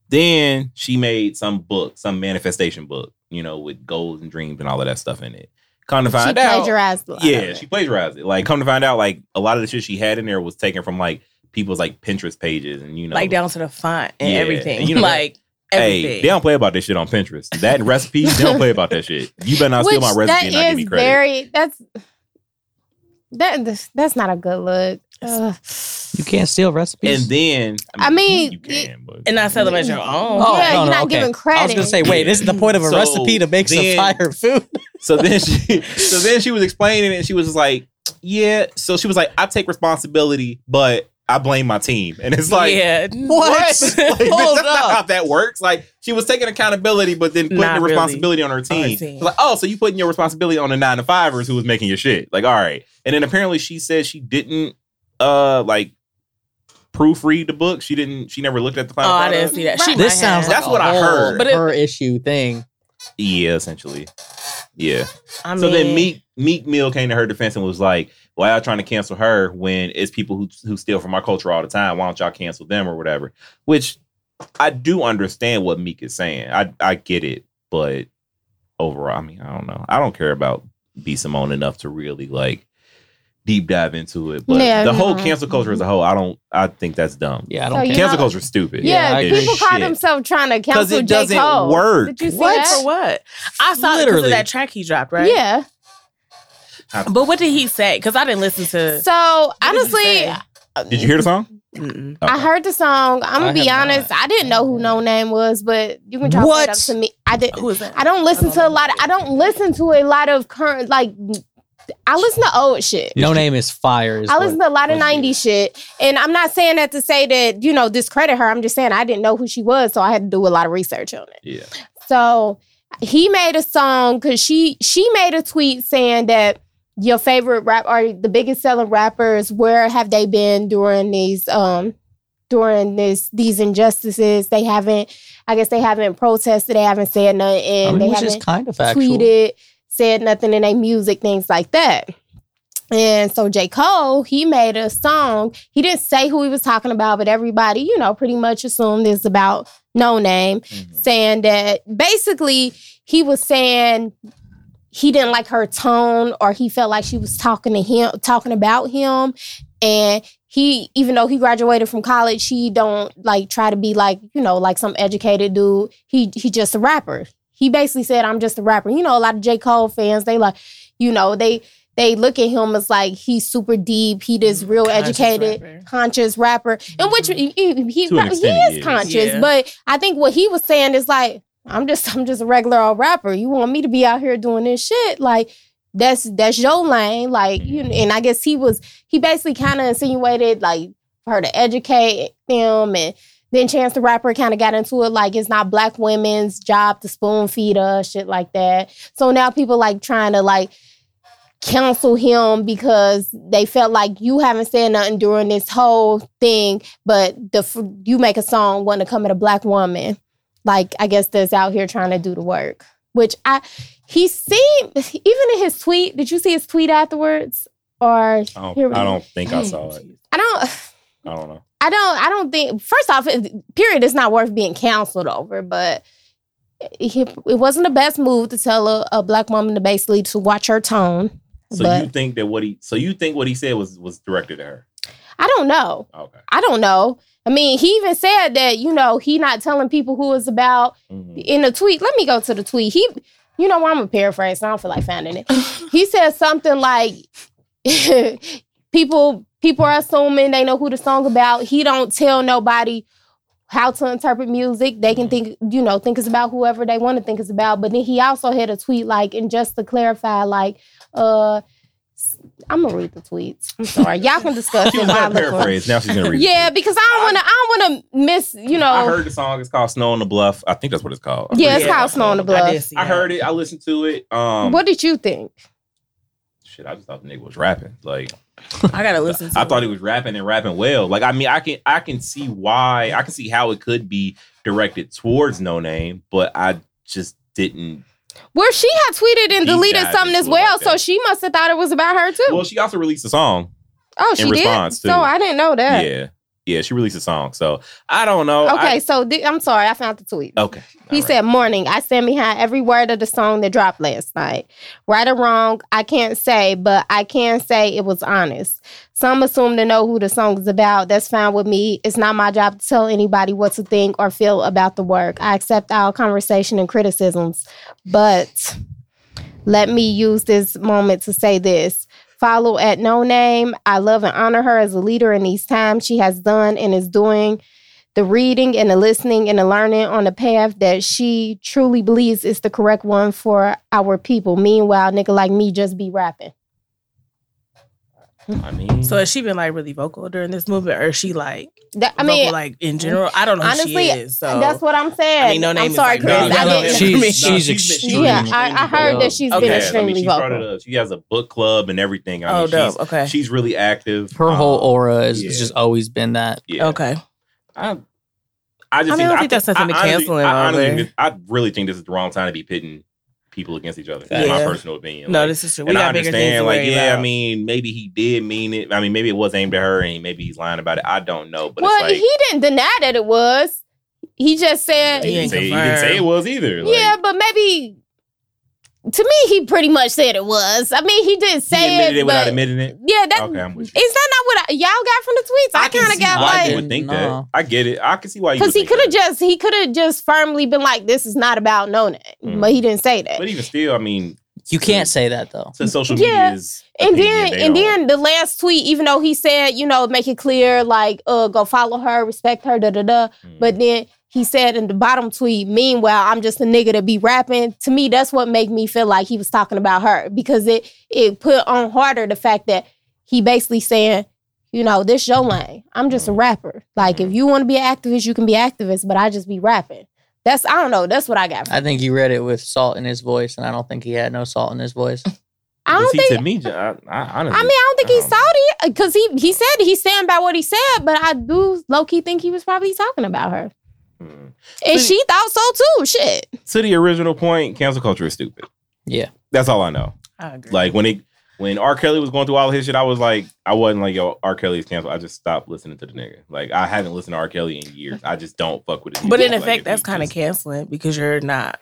Speaker 1: Then she made some book, some manifestation book, you know, with goals and dreams and all of that stuff in it. Come to
Speaker 2: She
Speaker 1: find out,
Speaker 2: plagiarized. a lot of
Speaker 1: yeah,
Speaker 2: it.
Speaker 1: she plagiarized it. Like, come to find out, like a lot of the shit she had in there was taken from like people's like Pinterest pages, and you know,
Speaker 4: Like, down to the font and
Speaker 1: Yeah,
Speaker 4: everything.
Speaker 1: and you know that-
Speaker 4: like, everything.
Speaker 1: Hey, they don't play about this shit on Pinterest. That and recipes, they don't play about that shit. You better not steal my
Speaker 2: Which
Speaker 1: recipe and not
Speaker 2: that
Speaker 1: give me
Speaker 2: is
Speaker 1: credit.
Speaker 2: very that's that that's- that's not a good look. Ugh.
Speaker 3: You can't steal recipes.
Speaker 1: and then,
Speaker 2: I mean,
Speaker 1: you can, but
Speaker 4: and not sell them as your own.
Speaker 2: Oh, yeah, you're not giving
Speaker 3: I was gonna
Speaker 2: credit.
Speaker 3: say, wait, this is the point of a
Speaker 1: So
Speaker 3: recipe to make
Speaker 1: then-
Speaker 3: some
Speaker 2: *laughs*
Speaker 3: fire food.
Speaker 1: *laughs* So then she, so then she was explaining it. And she was just like, "Yeah." So she was like, "I take responsibility, but I blame my team." And it's like,
Speaker 4: yeah.
Speaker 1: What?
Speaker 4: *laughs*
Speaker 1: Like, that's
Speaker 3: Hold
Speaker 1: not how
Speaker 3: up.
Speaker 1: that works. Like she was taking accountability, but then putting
Speaker 4: Not
Speaker 1: the
Speaker 4: really.
Speaker 1: responsibility on her team.
Speaker 4: team.
Speaker 1: Like, oh, so you putting your responsibility on the nine to fivers who was making your shit. Like, all right. And then apparently she said she didn't uh like proofread the book? She didn't. She never looked at the
Speaker 4: Oh,
Speaker 1: final.
Speaker 4: I
Speaker 1: product?
Speaker 4: didn't see that. She
Speaker 2: Right.
Speaker 3: This
Speaker 4: might
Speaker 3: sounds
Speaker 1: like-
Speaker 4: have.
Speaker 1: That's what I heard.
Speaker 3: But
Speaker 4: But it-
Speaker 3: her issue thing.
Speaker 1: Yeah, essentially. Yeah.
Speaker 4: I mean,
Speaker 1: so then Meek Meek Mill came to her defense and was like, "Why y'all trying to cancel her when it's people who who steal from our culture all the time? Why don't y'all cancel them or whatever?" Which I do understand what Meek is saying. I I get it, but overall, I mean, I don't know. I don't care about B Simone enough to really like deep dive into it. But
Speaker 2: Yeah,
Speaker 1: the whole
Speaker 2: no.
Speaker 1: cancel culture as a whole, I don't. I think that's dumb.
Speaker 3: Yeah, I
Speaker 2: So
Speaker 3: don't
Speaker 2: you
Speaker 3: care.
Speaker 1: Cancel
Speaker 2: know-
Speaker 1: culture is stupid.
Speaker 2: Yeah,
Speaker 3: I agree.
Speaker 2: people call
Speaker 1: Shit.
Speaker 2: themselves trying to
Speaker 1: because
Speaker 2: cancel
Speaker 1: it
Speaker 2: J.
Speaker 1: doesn't
Speaker 2: Cole.
Speaker 1: work.
Speaker 2: Did you see
Speaker 4: what
Speaker 2: that?
Speaker 4: for what? I saw literally
Speaker 3: Literally.
Speaker 4: that track he dropped, right?
Speaker 2: Yeah.
Speaker 4: But what did he say? Because I didn't listen
Speaker 3: Uh,
Speaker 2: So
Speaker 4: to. did he
Speaker 2: honestly,
Speaker 4: say?
Speaker 1: Did you hear the song?
Speaker 4: Mm-mm.
Speaker 2: I heard the song. I'm gonna
Speaker 3: I
Speaker 2: be
Speaker 3: have not.
Speaker 2: honest. I didn't know who No Name was, but you can try
Speaker 3: What?
Speaker 2: it up to me. I did.
Speaker 4: Who is that?
Speaker 2: I don't listen to a lot. Of, I don't listen to a lot of current. Like I listen to old shit.
Speaker 3: No name is fire. Is
Speaker 2: I
Speaker 3: what-
Speaker 2: listen to a lot of
Speaker 3: what it
Speaker 2: 90s shit. And I'm not saying that to say that, you know, discredit her. I'm just saying I didn't know who she was, so I had to do a lot of research on it.
Speaker 1: Yeah.
Speaker 2: So he made a song because she she made a tweet saying that your favorite rap or the biggest selling rappers, where have they been during these um during this these injustices? They haven't, I guess they haven't protested, they haven't said nothing,
Speaker 3: I
Speaker 2: and
Speaker 3: mean,
Speaker 2: they
Speaker 3: which is
Speaker 2: haven't
Speaker 3: kind of factual.
Speaker 2: tweeted, said nothing in their music, things like that. And so J. Cole, he made a song. He didn't say who he was talking about, but everybody, you know, pretty much assumed it's about no name,
Speaker 1: Mm-hmm.
Speaker 2: saying that basically he was saying he didn't like her tone or he felt like she was talking to him, talking about him. And he, even though he graduated from college, he don't like try to be like, you know, like some educated dude. He he just a rapper he basically said, I'm just a rapper. You know, a lot of J. Cole fans, they like, you know, they they look at him as like he's super deep, he this real
Speaker 4: Conscious
Speaker 2: educated,
Speaker 4: rapper.
Speaker 2: conscious rapper. And which he, he, he,
Speaker 1: To an extent,
Speaker 2: he
Speaker 1: he
Speaker 2: is
Speaker 1: is.
Speaker 2: conscious,
Speaker 4: Yeah.
Speaker 2: but I think what he was saying is like, I'm just I'm just a regular old rapper. You want me to be out here doing this shit? Like that's that's your lane. Like you
Speaker 1: Mm-hmm.
Speaker 2: and I guess he was he basically kind of insinuated like for her to educate them and then Chance the Rapper kind of got into it like it's not black women's job to spoon feed us, shit like that. So now people like trying to like counsel him because they felt like you haven't said nothing during this whole thing, but the f- you make a song want to come at a black woman, like I guess that's out here trying to do the work. Which I he seemed even in his tweet. Did you see his tweet afterwards? Or
Speaker 1: I don't,
Speaker 2: Here we
Speaker 1: I
Speaker 2: go.
Speaker 1: don't think I saw it.
Speaker 2: I don't.
Speaker 1: I don't know.
Speaker 2: I don't I don't think first off it- period is not worth being counseled over but it, it wasn't the best move to tell a, a black woman to basically to watch her tone
Speaker 1: So
Speaker 2: but
Speaker 1: you think that what he so you think what he said was was directed at her?
Speaker 2: I don't know
Speaker 1: Okay.
Speaker 2: I don't know I mean he even said that you know he not telling people who it's about
Speaker 1: Mhm.
Speaker 2: in the tweet. Let me go to the tweet. He, you know, what, I'm a paraphrase. So I don't feel like finding it. he said something like, *laughs* "People, people are assuming they know who the song about. He don't tell nobody." How to interpret music? They can think, you know, think it's about whoever they want to think it's about. But then he also had a tweet like, and just to clarify, like, uh, I'm gonna read the tweets. I'm sorry, y'all can discuss
Speaker 1: She
Speaker 2: it.
Speaker 1: was
Speaker 2: while I
Speaker 1: gonna
Speaker 2: look for it.
Speaker 1: paraphrase. Now she's gonna read. it.
Speaker 2: Yeah, because I don't wanna, I don't wanna miss, you know.
Speaker 1: I heard the song. It's called "Snow on the Bluff." I think that's what it's called. I'm
Speaker 2: yeah,
Speaker 1: pretty
Speaker 2: it's
Speaker 1: sure
Speaker 2: called Snow on the Bluff.
Speaker 4: I, did see
Speaker 1: I
Speaker 4: that.
Speaker 1: heard it. I listened to it. Um,
Speaker 2: What did you think?
Speaker 1: Shit, I just thought the nigga was rapping. Like
Speaker 4: I gotta listen. to
Speaker 1: I
Speaker 4: it.
Speaker 1: thought he was rapping and rapping well. Like I mean, I can I can see why. I can see how it could be directed towards No Name, but I just didn't.
Speaker 2: Well, she had tweeted and
Speaker 1: Deep
Speaker 2: deleted
Speaker 1: dive
Speaker 2: something
Speaker 1: into
Speaker 2: as
Speaker 1: it
Speaker 2: well,
Speaker 1: like
Speaker 2: so
Speaker 1: that.
Speaker 2: she must have thought it was about her too.
Speaker 1: Well, she also released a song.
Speaker 2: oh, she
Speaker 1: in
Speaker 2: did.
Speaker 1: response, too.
Speaker 2: So I didn't know that.
Speaker 1: Yeah, yeah, she released a song. So I don't know. I-
Speaker 2: Okay, so th- I'm sorry, I found the tweet.
Speaker 1: okay.
Speaker 2: He
Speaker 1: All right.
Speaker 2: said, Morning, I stand behind every word of the song that dropped last night. Right or wrong, I can't say, but I can say it was honest. Some assume to know who the song is about. That's fine with me. It's not my job to tell anybody what to think or feel about the work. I accept all conversation and criticisms, but let me use this moment to say this. Follow at no name. I love and honor her as a leader in these times. She has done and is doing the reading and the listening and the learning on the path that she truly believes is the correct one for our people. Meanwhile, nigga like me just be rapping.
Speaker 1: I mean,
Speaker 4: So has she been like really vocal during this movement, or is she like
Speaker 2: That- I
Speaker 4: vocal,
Speaker 2: mean,
Speaker 4: like in general? I don't know.
Speaker 2: honestly,
Speaker 4: who she is, so
Speaker 2: that's what I'm saying.
Speaker 4: I mean, no name
Speaker 2: I'm
Speaker 4: is
Speaker 2: sorry,
Speaker 4: like-
Speaker 2: Chris.
Speaker 4: No,
Speaker 2: I didn't.
Speaker 4: no, no,
Speaker 3: she's,
Speaker 4: no,
Speaker 3: she's
Speaker 1: she's-
Speaker 3: extremely
Speaker 2: yeah, I, I heard that she's
Speaker 4: Okay.
Speaker 2: been
Speaker 1: Yeah,
Speaker 2: extremely
Speaker 1: I mean, she brought it
Speaker 2: vocal.
Speaker 1: up. She has a book club and everything. I mean,
Speaker 4: oh,
Speaker 1: she's,
Speaker 4: dope. Okay,
Speaker 1: she's really active.
Speaker 3: her whole
Speaker 1: Um,
Speaker 3: aura has
Speaker 1: yeah.
Speaker 3: just always been that.
Speaker 1: Yeah.
Speaker 4: okay.
Speaker 1: I, I just
Speaker 4: I mean, I don't think that's nothing to
Speaker 1: honestly-
Speaker 4: cancel it
Speaker 1: I, honestly
Speaker 4: over.
Speaker 1: think this- I really think this is the wrong time to be pitting people against each other.
Speaker 4: Yeah.
Speaker 1: That's my personal opinion.
Speaker 4: No,
Speaker 1: Like,
Speaker 4: this is true. We
Speaker 1: and
Speaker 4: got
Speaker 1: I
Speaker 4: bigger things to
Speaker 1: understand, like,
Speaker 4: worry
Speaker 1: yeah,
Speaker 4: about.
Speaker 1: I mean, maybe he did mean it. I mean, maybe it was aimed at her, and maybe he's lying about it. I don't know, but
Speaker 2: well,
Speaker 1: it's like
Speaker 2: he didn't deny that it was. He just said,
Speaker 1: he,
Speaker 4: He
Speaker 1: didn't
Speaker 4: ain't
Speaker 1: say, he didn't say it
Speaker 4: confirmed.
Speaker 1: was either. Like,
Speaker 2: yeah, but maybe. To me, he pretty much said it was. I mean, he did say
Speaker 1: he admitted it,
Speaker 2: but
Speaker 1: without admitting it.
Speaker 2: yeah, that
Speaker 1: Okay, I'm with you.
Speaker 2: is that not what I, y'all got from the tweets? I,
Speaker 1: can
Speaker 2: kind of
Speaker 1: see
Speaker 2: got
Speaker 1: why
Speaker 2: like
Speaker 1: you would think that.
Speaker 3: No.
Speaker 1: I get it. I can see why you
Speaker 2: Because
Speaker 1: because
Speaker 2: he could have just he could have just firmly been like, "This is not about no name,"
Speaker 1: Mhm.
Speaker 2: but he didn't say that.
Speaker 1: But even still, I mean,
Speaker 3: You can't say that though.
Speaker 1: since social
Speaker 2: Yeah.
Speaker 1: media is
Speaker 2: and
Speaker 1: opinion,
Speaker 2: then
Speaker 1: they
Speaker 2: and
Speaker 1: don't-
Speaker 2: then the last tweet, even though he said, you know, make it clear, like, uh, go follow her, respect her, da da da.
Speaker 1: Mm.
Speaker 2: But then he said in the bottom tweet, meanwhile, I'm just a nigga to be rapping. To me, that's what made me feel like he was talking about her because it it put on harder the fact that he basically saying, you know, this
Speaker 1: Mm.
Speaker 2: your lane. I'm just a rapper. Like if you want to be an activist, you can be activist, but I just be rapping. That's I don't know. That's what I got. From.
Speaker 3: I think you read it with salt in his voice, and I don't think he had no salt in his voice.
Speaker 2: I
Speaker 1: But
Speaker 2: don't
Speaker 1: see,
Speaker 2: think.
Speaker 1: to me, ju- I, I honestly,
Speaker 2: I mean, I don't think
Speaker 1: I
Speaker 2: he
Speaker 1: don't
Speaker 2: saw it because he he said he stand by what he said, but I do low key think he was probably talking about her,
Speaker 1: Mm.
Speaker 2: and
Speaker 1: But-
Speaker 2: she thought so too. Shit.
Speaker 1: to the original point, cancel culture is stupid.
Speaker 3: Yeah.
Speaker 1: That's all I know.
Speaker 4: I agree.
Speaker 1: Like when it when R. Kelly was going through all his shit, I was like, I wasn't like, yo, R. Kelly's canceled. I just stopped listening to the nigga. Like I haven't listened to R. Kelly in years. I just don't fuck with it.
Speaker 4: but in effect, that's kind of canceling because you're not.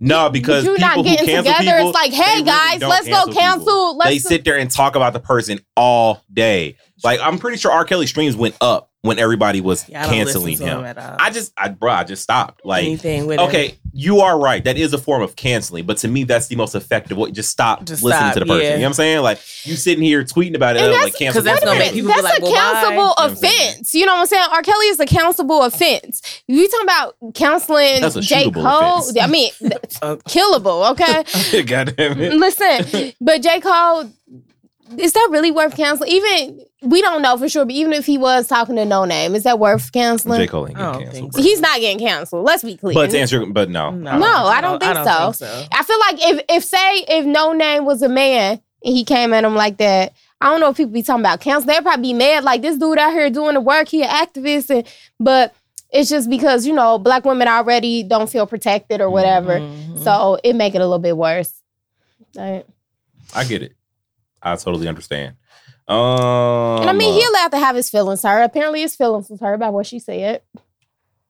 Speaker 1: no because
Speaker 2: you're not
Speaker 1: people who
Speaker 2: getting
Speaker 1: cancel
Speaker 2: together.
Speaker 1: people,
Speaker 2: it's like,
Speaker 1: they
Speaker 2: hey
Speaker 1: really
Speaker 2: guys,
Speaker 1: don't
Speaker 2: let's go
Speaker 1: people.
Speaker 2: cancel.
Speaker 1: they
Speaker 2: Let's.
Speaker 1: sit there and talk about the person all day. Like I'm pretty sure R. Kelly streams went up when everybody was
Speaker 4: Yeah, I don't
Speaker 1: canceling
Speaker 4: listen to him.
Speaker 1: him.
Speaker 4: at all.
Speaker 1: I just, I bro, I just stopped. Like
Speaker 4: anything with him.
Speaker 1: Okay, you are right. That is a form of canceling, but to me, that's the most effective. way. Just stop
Speaker 4: Just
Speaker 1: listening
Speaker 4: stop,
Speaker 1: to the person.
Speaker 4: yeah.
Speaker 1: You know what I'm saying? Like you sitting here tweeting about it, uh,
Speaker 2: And
Speaker 1: like cancel.
Speaker 4: 'cause that's
Speaker 1: culture.
Speaker 4: gonna
Speaker 2: Wait a
Speaker 4: make
Speaker 2: minute,
Speaker 4: people
Speaker 2: that's
Speaker 4: be
Speaker 2: a
Speaker 4: like, well, why?
Speaker 2: cancelable
Speaker 1: You know what I'm saying?
Speaker 2: offense. You know what I'm saying? R. Kelly is a cancelable offense. You talking about canceling
Speaker 1: That's a
Speaker 2: J.
Speaker 1: shootable
Speaker 2: Cole?
Speaker 1: offense.
Speaker 2: I mean, that's
Speaker 4: Uh,
Speaker 1: *laughs*
Speaker 2: killable. Okay,
Speaker 1: God damn it.
Speaker 2: *laughs* listen, but J. Cole, is that really worth canceling? Even we don't know for sure, but even if he was talking to No Name, is that worth canceling?
Speaker 1: J. Cole ain't
Speaker 4: Mm-hmm. I
Speaker 1: getting
Speaker 4: don't
Speaker 1: canceled.
Speaker 4: think
Speaker 1: bro.
Speaker 2: He's not getting canceled. Let's be clear.
Speaker 1: But to answer, your- but no,
Speaker 4: no, Oh,
Speaker 2: No, I don't think
Speaker 4: I so.
Speaker 2: I feel like if if say if no name was a man and he came at him like that, I don't know if people be talking about cancel. They'd probably be mad like this dude out here doing the work. He an activist, and but it's just because you know black women already don't feel protected or whatever,
Speaker 1: Mm-hmm.
Speaker 4: Mhm.
Speaker 2: so it make it a little bit worse. Like-
Speaker 1: I get it. I totally understand. Um,
Speaker 2: and I mean, he
Speaker 1: uh,
Speaker 2: allowed to have his feelings hurt. Apparently, his feelings was hurt by what she said.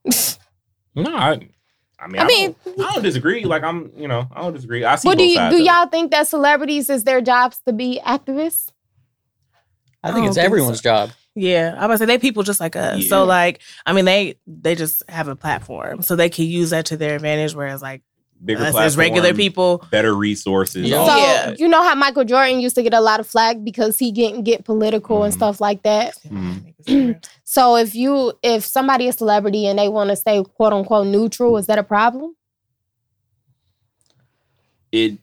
Speaker 1: no, I, I mean,
Speaker 2: I
Speaker 1: I,
Speaker 2: mean-
Speaker 1: don't, I don't disagree. Like I'm, you know, I don't disagree. I see.
Speaker 2: But do
Speaker 1: both
Speaker 2: you,
Speaker 1: sides
Speaker 2: do
Speaker 1: of it.
Speaker 2: y'all think that celebrities is their jobs to be activists?
Speaker 3: I
Speaker 4: I
Speaker 3: think
Speaker 4: don't
Speaker 3: it's
Speaker 4: think
Speaker 3: everyone's
Speaker 4: so.
Speaker 3: job.
Speaker 4: Yeah, I was say they people just like us.
Speaker 1: Yeah.
Speaker 4: So like, I mean, they they just have a platform, so they can use that to their advantage. Whereas like
Speaker 1: bigger
Speaker 4: us as regular
Speaker 1: platform,
Speaker 4: people,
Speaker 1: better resources.
Speaker 3: Yeah.
Speaker 1: all
Speaker 2: So
Speaker 1: that.
Speaker 2: you know how Michael Jordan used to get a lot of flack because he didn't get political and
Speaker 1: Mhm.
Speaker 2: stuff like that.
Speaker 1: Mm.
Speaker 2: *clears throat* So if you if somebody a celebrity and they want to stay quote unquote neutral, is that a problem?
Speaker 1: it,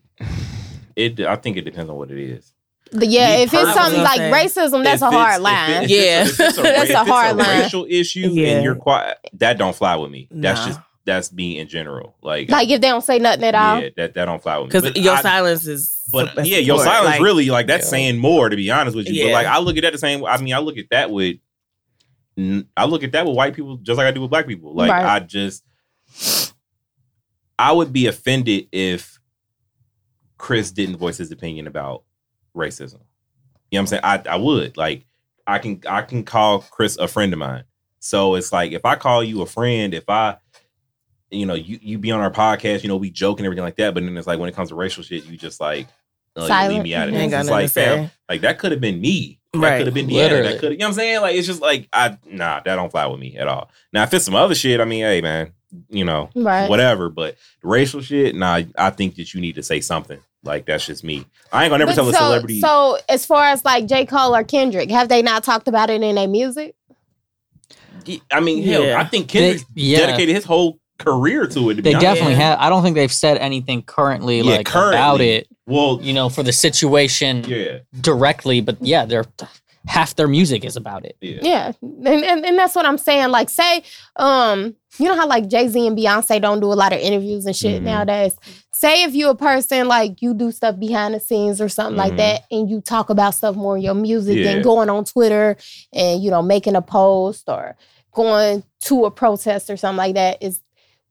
Speaker 1: it. I think it depends on what it is.
Speaker 2: The- yeah,
Speaker 1: Me
Speaker 2: if it's something
Speaker 1: personally,
Speaker 2: like
Speaker 4: I
Speaker 2: racism, that's
Speaker 1: If
Speaker 2: a
Speaker 1: it's-
Speaker 2: hard line.
Speaker 1: if it's- if
Speaker 2: *laughs*
Speaker 1: it's
Speaker 4: Yeah. That's
Speaker 1: if
Speaker 2: a
Speaker 1: it's
Speaker 2: hard line.
Speaker 1: Racial issue,
Speaker 4: Yeah.
Speaker 1: and you're quiet. That don't fly with me. That's
Speaker 4: Nah.
Speaker 1: just that's me in general. Like,
Speaker 2: like if they don't say nothing at all.
Speaker 1: yeah, that that don't fly with me.
Speaker 4: because
Speaker 1: But
Speaker 4: your
Speaker 1: I-
Speaker 4: silence is.
Speaker 1: But
Speaker 4: sup-
Speaker 1: yeah, your
Speaker 4: support,
Speaker 1: silence
Speaker 4: like,
Speaker 1: really like that's
Speaker 3: Yeah.
Speaker 1: saying more. To be honest with you, but
Speaker 4: Yeah.
Speaker 1: like I look at that the same. I mean, I look at that with. n- I look at that with white people just like I do with black people. Like
Speaker 2: Right.
Speaker 1: I just, I would be offended if Chris didn't voice his opinion about racism. You know what I'm saying? I I would like I can I can call Chris a friend of mine. So it's like if I call you a friend, if I you know, you, you be on our podcast, you know, we joke and everything like that. But then it's like when it comes to racial shit, you just like uh, you leave
Speaker 2: Silent.
Speaker 1: me out of
Speaker 4: you
Speaker 1: this.
Speaker 4: ain't got
Speaker 1: It's
Speaker 4: nothing
Speaker 1: like,
Speaker 4: to say.
Speaker 1: fam, like that could have been me. That
Speaker 4: Right.
Speaker 1: could have been Deanna.
Speaker 3: Literally.
Speaker 1: That could you know what I'm saying? Like it's just like I nah, that don't fly with me at all. Now if it's some other shit, I mean, hey man, you know,
Speaker 2: Right.
Speaker 1: whatever. But the racial shit, nah, I think that you need to say something. Like that's just me. I ain't gonna never
Speaker 2: But
Speaker 1: tell a
Speaker 2: so,
Speaker 1: celebrity.
Speaker 2: so as far as like J. Cole or Kendrick, have they not talked about it in their music?
Speaker 1: I mean, hell,
Speaker 4: Yeah.
Speaker 1: I think Kendrick
Speaker 3: They- yeah.
Speaker 1: dedicated his whole career to it. To
Speaker 3: They
Speaker 1: be honest.
Speaker 3: definitely
Speaker 4: Yeah.
Speaker 3: have. I don't think they've said anything currently
Speaker 1: Yeah,
Speaker 3: like about
Speaker 1: currently.
Speaker 3: it.
Speaker 1: Well,
Speaker 3: You know, for the situation
Speaker 1: yeah,
Speaker 3: directly, but yeah, they're half their music is about it.
Speaker 1: yeah.
Speaker 2: Yeah. And, and and that's what I'm saying. Like, say, um, you know how like Jay-Z and Beyonce don't do a lot of interviews and shit
Speaker 1: Mhm.
Speaker 2: nowadays. Say if you a person like you do stuff behind the scenes or something
Speaker 1: Mhm.
Speaker 2: like that, and you talk about stuff more in your music
Speaker 1: Yeah.
Speaker 2: than going on Twitter and you know, making a post or going to a protest or something like that. Is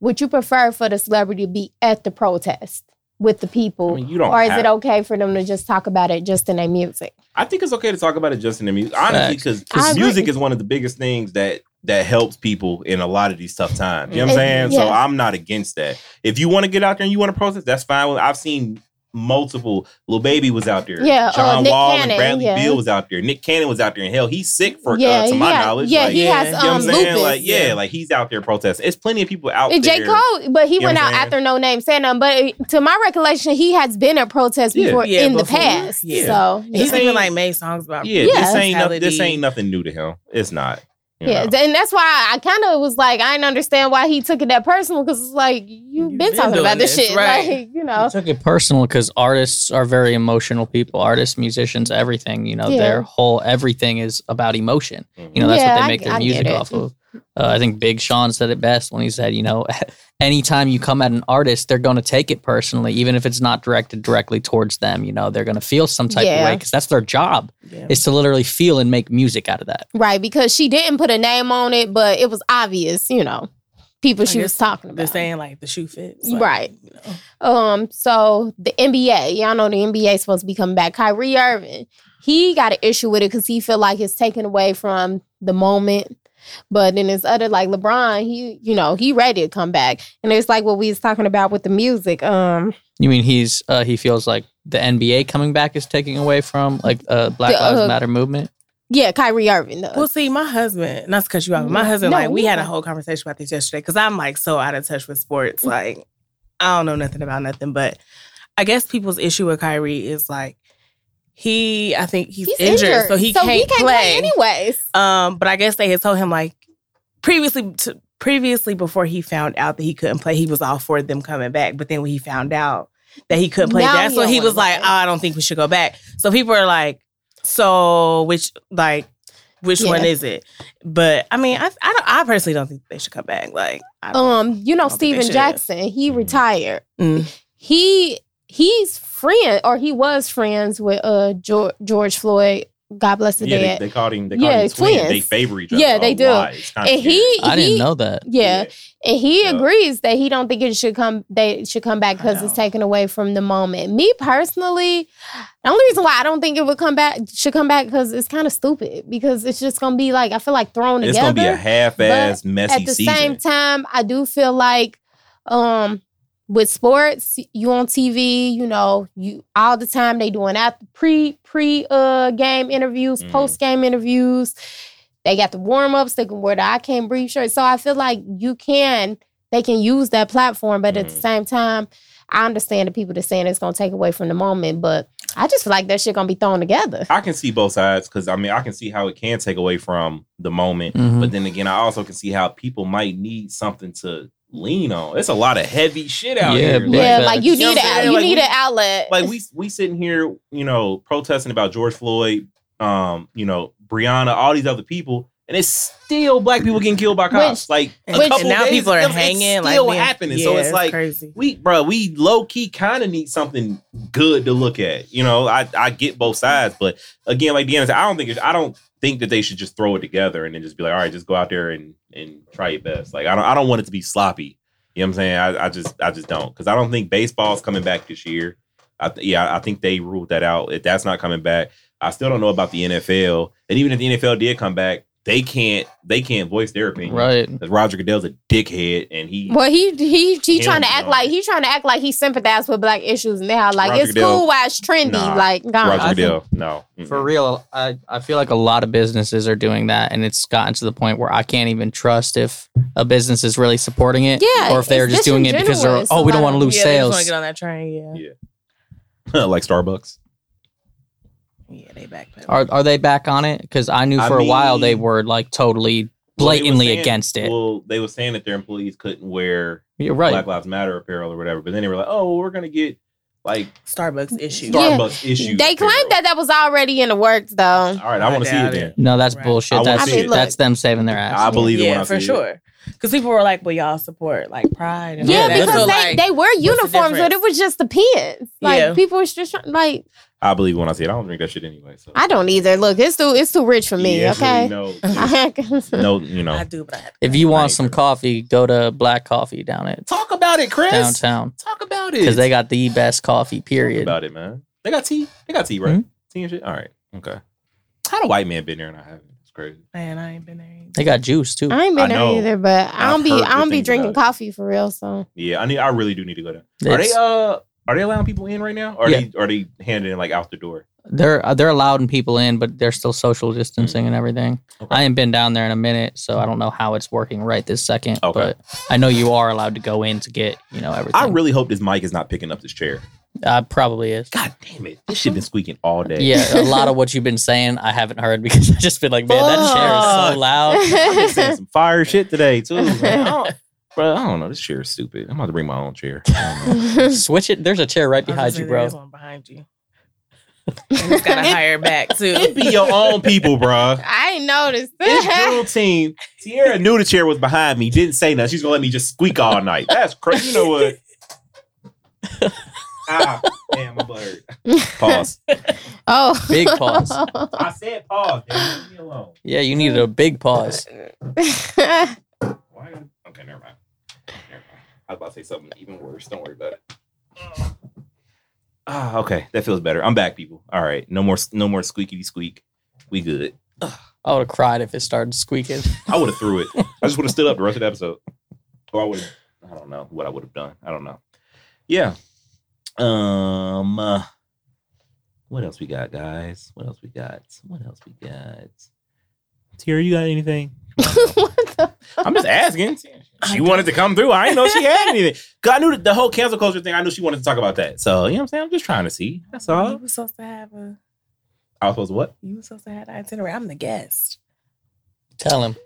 Speaker 2: would you prefer for the celebrity to be at the protest with the people?
Speaker 1: I mean, you don't.
Speaker 2: or is
Speaker 1: have-
Speaker 2: it okay for them to just talk about it just in their music?
Speaker 1: I think it's okay to talk about it just in the music, honestly,
Speaker 2: I
Speaker 1: because
Speaker 2: agree.
Speaker 1: music is one of the biggest things that that helps people in a lot of these tough times. You know what I'm saying?
Speaker 2: It-
Speaker 1: So
Speaker 2: yeah.
Speaker 1: I'm not against that. If you want to get out there and you want to protest, that's fine. Well, I've seen multiple. Lil Baby was out there.
Speaker 2: Yeah, uh,
Speaker 1: John
Speaker 2: Nick
Speaker 1: Wall and
Speaker 2: Cannon,
Speaker 1: Bradley
Speaker 2: yeah.
Speaker 1: Beal was out there. Nick Cannon was out there. And hell, he's sick for uh, to my
Speaker 2: yeah,
Speaker 1: knowledge.
Speaker 2: yeah,
Speaker 1: like,
Speaker 2: he
Speaker 1: you
Speaker 4: yeah.
Speaker 2: has
Speaker 4: You
Speaker 2: um,
Speaker 1: know what I'm saying?
Speaker 2: lupus.
Speaker 1: Like, yeah,
Speaker 4: Yeah.
Speaker 1: like he's out there protesting. It's plenty of people out
Speaker 2: And
Speaker 1: there.
Speaker 2: J. Cole, but he
Speaker 1: Oh, You know what I'm
Speaker 2: went out
Speaker 1: saying?
Speaker 2: after no name saying them. But to my recollection, he has been in protest
Speaker 1: Yeah.
Speaker 2: before
Speaker 4: Yeah,
Speaker 2: in the
Speaker 4: before.
Speaker 2: past.
Speaker 4: Yeah.
Speaker 2: So
Speaker 4: And He's
Speaker 2: yeah.
Speaker 1: Yeah.
Speaker 4: even like made songs about
Speaker 1: Yeah, this
Speaker 2: Yeah.
Speaker 1: ain't no, this
Speaker 4: Mentality.
Speaker 1: ain't nothing new to him. It's not. you
Speaker 2: Yeah,
Speaker 1: know.
Speaker 2: and that's why I kind of was like, I didn't understand why he took it that personal because it's like you've
Speaker 4: You've
Speaker 2: been,
Speaker 4: been
Speaker 2: talking
Speaker 4: doing
Speaker 2: about this,
Speaker 4: this,
Speaker 2: shit,
Speaker 4: right.
Speaker 2: like you
Speaker 3: I
Speaker 2: know,
Speaker 3: took it personal because artists are very emotional people. Artists, musicians, everything. You know,
Speaker 2: Yeah.
Speaker 3: their whole everything is about emotion.
Speaker 1: Mhm.
Speaker 3: You know, that's
Speaker 2: Yeah, I-
Speaker 3: what they make
Speaker 2: I
Speaker 3: their
Speaker 2: get
Speaker 3: music
Speaker 2: it.
Speaker 3: off of. Uh, I think Big Sean said it best when he said, you know, *laughs* anytime you come at an artist, they're going to take it personally, even if it's not directed directly towards them. You know, they're going to feel some type of way
Speaker 2: Yeah.
Speaker 3: because that's their job
Speaker 4: Yeah.
Speaker 3: is to literally feel and make music out of that.
Speaker 2: right? Because she didn't put a name on it, but it was obvious, you know, people
Speaker 4: I
Speaker 2: she was
Speaker 4: guess
Speaker 2: talking
Speaker 4: They're
Speaker 2: about.
Speaker 4: saying like the shoe fits.
Speaker 2: Right.
Speaker 4: you know.
Speaker 2: Um, so the NBA, y'all know the NBA is supposed to be coming back. Kyrie Irving, he got an issue with it because he feel like it's taken away from the moment. But then his other like LeBron, he you know he ready to come back, and it's like what we was talking about with the music. Um,
Speaker 3: You mean he's uh, he feels like the NBA coming back is taking away from like uh, Black
Speaker 2: The, uh,
Speaker 3: Lives Matter movement?
Speaker 2: yeah, Kyrie Irving. though.
Speaker 4: Well, see, my husband, not to cut you off, but my
Speaker 2: No,
Speaker 4: husband,
Speaker 2: no,
Speaker 4: like, we
Speaker 2: you're
Speaker 4: had a
Speaker 2: fine.
Speaker 4: whole conversation about this yesterday because I'm like so out of touch with sports. Like, I don't know nothing about nothing, but I guess people's issue with Kyrie is like, he, I think he's, injured, so he can't play.
Speaker 2: anyways.
Speaker 4: um, but I guess they had told him like previously, to, previously before he found out that he couldn't play, he was all for them coming back. But then when he found out that he couldn't play,
Speaker 2: Now
Speaker 4: that's
Speaker 2: he
Speaker 4: when
Speaker 2: don't
Speaker 4: he
Speaker 2: wanna
Speaker 4: was like,
Speaker 2: play.
Speaker 4: oh, I don't think we should go back. So people are like, so which like which
Speaker 2: Yeah.
Speaker 4: one is it? But I mean, I I, don't, I personally don't think they should come back. Like, I don't,
Speaker 2: Um, you know
Speaker 4: I don't think
Speaker 2: Steven
Speaker 4: they should. Mm-hmm.
Speaker 2: Jackson, he
Speaker 1: Mhm.
Speaker 2: retired.
Speaker 4: Mm.
Speaker 2: He he's friend or he was friends with uh George, George Floyd. God bless the
Speaker 1: Yeah,
Speaker 2: dead.
Speaker 1: they, they called him. They called
Speaker 2: Yeah,
Speaker 1: him twin.
Speaker 2: twins.
Speaker 1: They favor each other.
Speaker 2: Yeah, they
Speaker 1: a
Speaker 2: do.
Speaker 1: lot. It's kinda
Speaker 2: And
Speaker 1: scary.
Speaker 2: he-
Speaker 3: I didn't
Speaker 2: he-
Speaker 3: know that.
Speaker 2: Yeah. And he
Speaker 1: Yeah.
Speaker 2: agrees that he don't think it should come they should come back
Speaker 4: I
Speaker 2: because it's
Speaker 4: know.
Speaker 2: taken away from the moment. Me personally, the only reason why I don't think it would come back should come back because it's kind of stupid. Because it's just gonna be like I feel like thrown
Speaker 1: It's
Speaker 2: together.
Speaker 1: gonna be a half-ass messy
Speaker 2: At the
Speaker 1: season.
Speaker 2: same time, I do feel like um with sports, you on TV, you know, you all the time they doing after pre pre uh game interviews,
Speaker 1: Mhm.
Speaker 2: post game interviews. They got the warm ups. They can wear the I can't breathe shirt. So I feel like you can they can use that platform, but at the
Speaker 1: Mhm.
Speaker 2: same time, I understand the people that saying it's gonna take away from the moment, but I just feel like that shit gonna be thrown together.
Speaker 1: I can see both sides because I mean I can see how it can take away from the moment,
Speaker 3: Mhm.
Speaker 2: Mm-hmm.
Speaker 1: but then again I also can see how people might need something to lean on. It's a lot of heavy shit out here.
Speaker 3: Yeah, Like
Speaker 2: yeah,
Speaker 3: that.
Speaker 2: like you
Speaker 1: You know
Speaker 2: need
Speaker 1: what I'm
Speaker 2: a,
Speaker 1: saying?
Speaker 2: you
Speaker 1: Like,
Speaker 2: need
Speaker 1: we-
Speaker 2: an outlet.
Speaker 1: like we we sitting here, you know, protesting about George Floyd, um, you know, Breonna, all these other people, and it's still black people getting killed by cops. like a
Speaker 4: and,
Speaker 1: couple
Speaker 4: and now
Speaker 1: days
Speaker 4: people are
Speaker 1: ago, it's
Speaker 4: hanging.
Speaker 1: still
Speaker 4: like, man,
Speaker 1: happening. so
Speaker 4: yeah,
Speaker 1: it's like
Speaker 4: crazy.
Speaker 1: we bro we low-key kind of need something good to look at you know i i get both sides but again like deanna said i don't think it, i don't think that they should just throw it together and then just be like all right just go out there and and try your best like i don't i don't want it to be sloppy you know what i'm saying i, I just i just don't because i don't think baseball's coming back this year I th- yeah i think they ruled that out if that's not coming back i still don't know about the nfl and even if the nfl did come back they can't they can't voice their opinion
Speaker 3: Right.
Speaker 1: 'Cause roger goodell's a dickhead and he
Speaker 2: Well, he he he
Speaker 1: Him,
Speaker 2: trying to act
Speaker 1: no.
Speaker 2: like he trying to act like he sympathized with black issues now. Like
Speaker 1: Roger
Speaker 2: it's
Speaker 1: Goodell.
Speaker 2: cool, why it's trendy.
Speaker 1: Nah,
Speaker 2: like gone.
Speaker 1: Roger
Speaker 3: I think-
Speaker 1: Goodell, no.
Speaker 3: For real, I, I feel like a lot of businesses are doing that, and it's gotten to the point where I can't even trust if a business is really supporting it,
Speaker 2: Yeah,
Speaker 3: or if they're
Speaker 2: it's
Speaker 3: just
Speaker 2: just in
Speaker 3: doing it because
Speaker 2: general,
Speaker 3: they're
Speaker 2: it's
Speaker 3: oh
Speaker 2: a
Speaker 3: we don't
Speaker 2: lot
Speaker 3: want to
Speaker 2: of-
Speaker 3: lose
Speaker 4: yeah, They just want to
Speaker 3: sales.
Speaker 4: get on that train.
Speaker 1: *laughs*
Speaker 4: Yeah,
Speaker 1: like Starbucks.
Speaker 4: yeah, they backpedal.
Speaker 3: Are are they back on it? Because I knew
Speaker 1: I
Speaker 3: for a while they
Speaker 1: mean-
Speaker 3: were like
Speaker 1: Well, they
Speaker 3: totally
Speaker 1: were
Speaker 3: blatantly
Speaker 1: saying-
Speaker 3: against it.
Speaker 1: Well, they were saying that their employees couldn't wear
Speaker 3: You're right.
Speaker 1: Black Lives Matter apparel or whatever, but then they were like, "Oh, well, we're gonna get like
Speaker 4: Starbucks issue.
Speaker 2: Yeah.
Speaker 1: Starbucks issues."
Speaker 2: They claimed that that was already in the works, though.
Speaker 1: All right, I
Speaker 4: I
Speaker 1: want to see
Speaker 4: doubt
Speaker 1: it
Speaker 4: it.
Speaker 1: then.
Speaker 3: No, that's
Speaker 4: Right.
Speaker 1: I
Speaker 3: bullshit.
Speaker 1: wanna
Speaker 3: That's
Speaker 2: see it.
Speaker 3: that's them saving their ass.
Speaker 1: I believe it when
Speaker 4: yeah,
Speaker 1: I
Speaker 4: for
Speaker 1: see it.
Speaker 4: sure. Because people were like, "Well, y'all support like Pride." And
Speaker 2: Yeah,
Speaker 4: all that.
Speaker 2: because
Speaker 4: So,
Speaker 2: they,
Speaker 4: like,
Speaker 2: they wear uniforms, but it
Speaker 4: difference?
Speaker 2: was just the pins. Like
Speaker 4: Yeah.
Speaker 2: people was just trying- like
Speaker 1: I believe it when I see it. I don't drink that shit anyway. So
Speaker 2: I don't either. Look, it's too it's too rich for me.
Speaker 1: Yeah, it's really
Speaker 2: okay.
Speaker 1: no, no, you know.
Speaker 4: I do, but I have
Speaker 3: If you
Speaker 1: Right.
Speaker 3: want some coffee, go to Black Coffee down at
Speaker 1: Talk about it, Chris.
Speaker 3: downtown
Speaker 1: Talk about it.
Speaker 3: because they got the best coffee.
Speaker 1: Talk
Speaker 3: Period.
Speaker 1: about it, man. They got tea. They got tea, right?
Speaker 2: Hmm?
Speaker 1: Tea and shit. All right. Okay. How the white man been there and I haven't? It's crazy.
Speaker 4: man, I ain't been there. Either.
Speaker 3: They got juice too.
Speaker 2: *laughs* I ain't
Speaker 1: I
Speaker 2: been there
Speaker 1: know.
Speaker 2: either, but I
Speaker 1: I've
Speaker 2: don't be
Speaker 1: heard
Speaker 2: I
Speaker 1: good
Speaker 2: don't be
Speaker 1: things
Speaker 2: drinking
Speaker 1: about it.
Speaker 2: coffee for
Speaker 1: *laughs*
Speaker 2: real. So
Speaker 1: Yeah, I need. I really do need to go down. Are they?
Speaker 3: It's-
Speaker 1: Uh, are they allowing people in right now? Or are
Speaker 3: Yeah.
Speaker 1: they? Are they handing it like out the door?
Speaker 3: They're uh, they're allowing people in, but they're still social distancing and everything.
Speaker 1: Mm. Okay.
Speaker 3: I ain't been down there in a minute, so I don't know how it's working right this second.
Speaker 1: Okay.
Speaker 3: But I know you are allowed to go in to get you know everything.
Speaker 1: I really hope this mic is not picking up this chair.
Speaker 3: uh, probably is.
Speaker 1: God damn it! This shit been squeaking all day.
Speaker 3: Yeah, a lot of what you've been saying I haven't heard *laughs* because I've just been like, man, that chair is
Speaker 1: Fuck.
Speaker 3: so loud.
Speaker 1: I've been
Speaker 2: *laughs*
Speaker 1: saying some fire shit today
Speaker 3: *laughs*
Speaker 1: too. man. I don't- Bro, I don't know. This chair is stupid. I'm about to bring my own chair. I don't know.
Speaker 3: Switch it. There's a chair right behind
Speaker 4: Honestly,
Speaker 3: you,
Speaker 4: there
Speaker 3: bro.
Speaker 4: is one behind you. And it's got a higher back too.
Speaker 1: It be your own people, bro.
Speaker 2: I ain't noticed.
Speaker 1: This drill team, Sierra knew the chair was behind me, didn't say nothing. She's gonna let me just squeak all night. That's crazy. You know what?
Speaker 3: *laughs*
Speaker 1: ah, damn, my butt hurt. Pause.
Speaker 2: *laughs* oh, *laughs*
Speaker 3: Big pause.
Speaker 1: I said pause. Damn, leave me alone.
Speaker 3: Yeah, you needed a big pause.
Speaker 1: Why? Okay, never mind. Never mind. I was about to say something even worse. Don't worry about it. Ah, okay, that feels better. I'm back, people. All right, no more, no more squeaky squeak. We good.
Speaker 3: I would have cried if it started squeaking.
Speaker 1: I would have threw it. I just would have stood up the rest of the episode. Or I would have, I don't know what I would have done. I don't know. Yeah. Um uh, what else we got, guys? What else we got? What else we got? Tira, you got anything?
Speaker 2: what the?
Speaker 1: I'm just
Speaker 2: *laughs*
Speaker 1: asking. She
Speaker 4: I
Speaker 1: wanted to come through. I didn't know she had anything. 'Cause I knew the, the whole cancel culture thing. I knew she wanted to talk about that. So, you know what I'm saying? I'm just trying to see. That's
Speaker 4: You
Speaker 2: Mm-hmm.
Speaker 1: all.
Speaker 4: were supposed to have a.
Speaker 1: I was supposed to what?
Speaker 4: You were supposed to have the itinerary. I'm the guest.
Speaker 3: Tell him.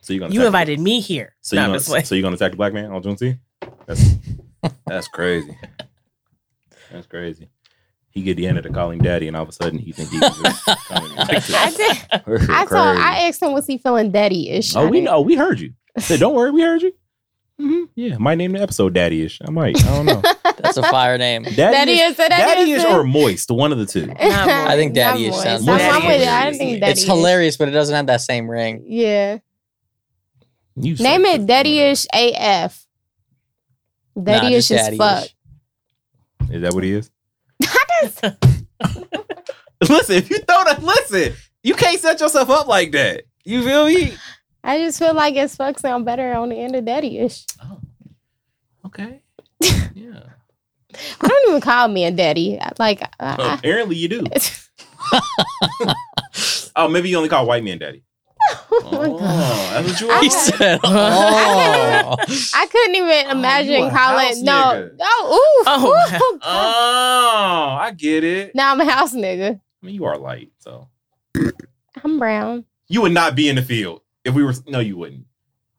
Speaker 1: So you're gonna
Speaker 4: You
Speaker 1: attack-
Speaker 4: invited me here.
Speaker 1: So
Speaker 4: No,
Speaker 1: you're
Speaker 4: I'm
Speaker 1: gonna *laughs*
Speaker 4: just playing.
Speaker 1: so you're gonna attack the black man on Juneteenth?
Speaker 2: *laughs*
Speaker 1: That's that's crazy. That's crazy. He get Deanna to call him daddy, and all of a sudden he think he's
Speaker 2: *laughs* I did. I told. I asked him was he feeling daddy ish.
Speaker 1: Oh, we know. We heard you. I said, don't worry, we heard
Speaker 2: *laughs*
Speaker 1: you.
Speaker 2: Mm-hmm.
Speaker 1: Mhm. Yeah, might name the episode Daddy Ish. I might. I don't know.
Speaker 3: That's a fire
Speaker 2: *laughs*
Speaker 3: name.
Speaker 2: Daddy
Speaker 1: Daddy-ish-
Speaker 2: is. Daddy
Speaker 1: Daddy
Speaker 2: is.
Speaker 1: Ish
Speaker 2: *laughs*
Speaker 1: or Moist, one of the two.
Speaker 3: I think daddy ish
Speaker 2: Not
Speaker 3: sounds
Speaker 2: moist. I'm
Speaker 4: Daddy-ish.
Speaker 2: with it. I didn't think daddy.
Speaker 3: It's hilarious, but it doesn't have that same ring.
Speaker 2: Yeah.
Speaker 1: You
Speaker 2: Name
Speaker 1: so
Speaker 2: it Daddy ish AF.
Speaker 3: Nah,
Speaker 2: Daddy ish
Speaker 3: just
Speaker 2: as fuck.
Speaker 3: daddy-ish.
Speaker 1: Is that what he is? *laughs* listen, if you throw that, listen, you can't set yourself up like that. You feel me?
Speaker 2: I just feel like as fuck sound better on the end of daddy ish.
Speaker 1: Oh,
Speaker 2: *laughs*
Speaker 1: okay. Yeah.
Speaker 2: I don't even call me a daddy. I- Like, I,
Speaker 1: apparently
Speaker 2: *laughs*
Speaker 1: you do.
Speaker 2: I,
Speaker 1: *laughs* Oh, maybe you only call white men daddy.
Speaker 2: *laughs* oh my God.
Speaker 1: that's what you
Speaker 2: I-
Speaker 1: *laughs*
Speaker 3: He
Speaker 1: are.
Speaker 2: *laughs*
Speaker 3: said, oh.
Speaker 2: I couldn't even imagine
Speaker 1: a house
Speaker 2: calling. No,
Speaker 1: nigga.
Speaker 2: oh, ooh,
Speaker 4: Oh,
Speaker 2: ooh, ooh.
Speaker 1: Oh, I get it.
Speaker 2: Now I'm a house nigga.
Speaker 1: I mean, you are light, so
Speaker 2: I'm brown.
Speaker 1: you would not be in the field if we were. No, you wouldn't.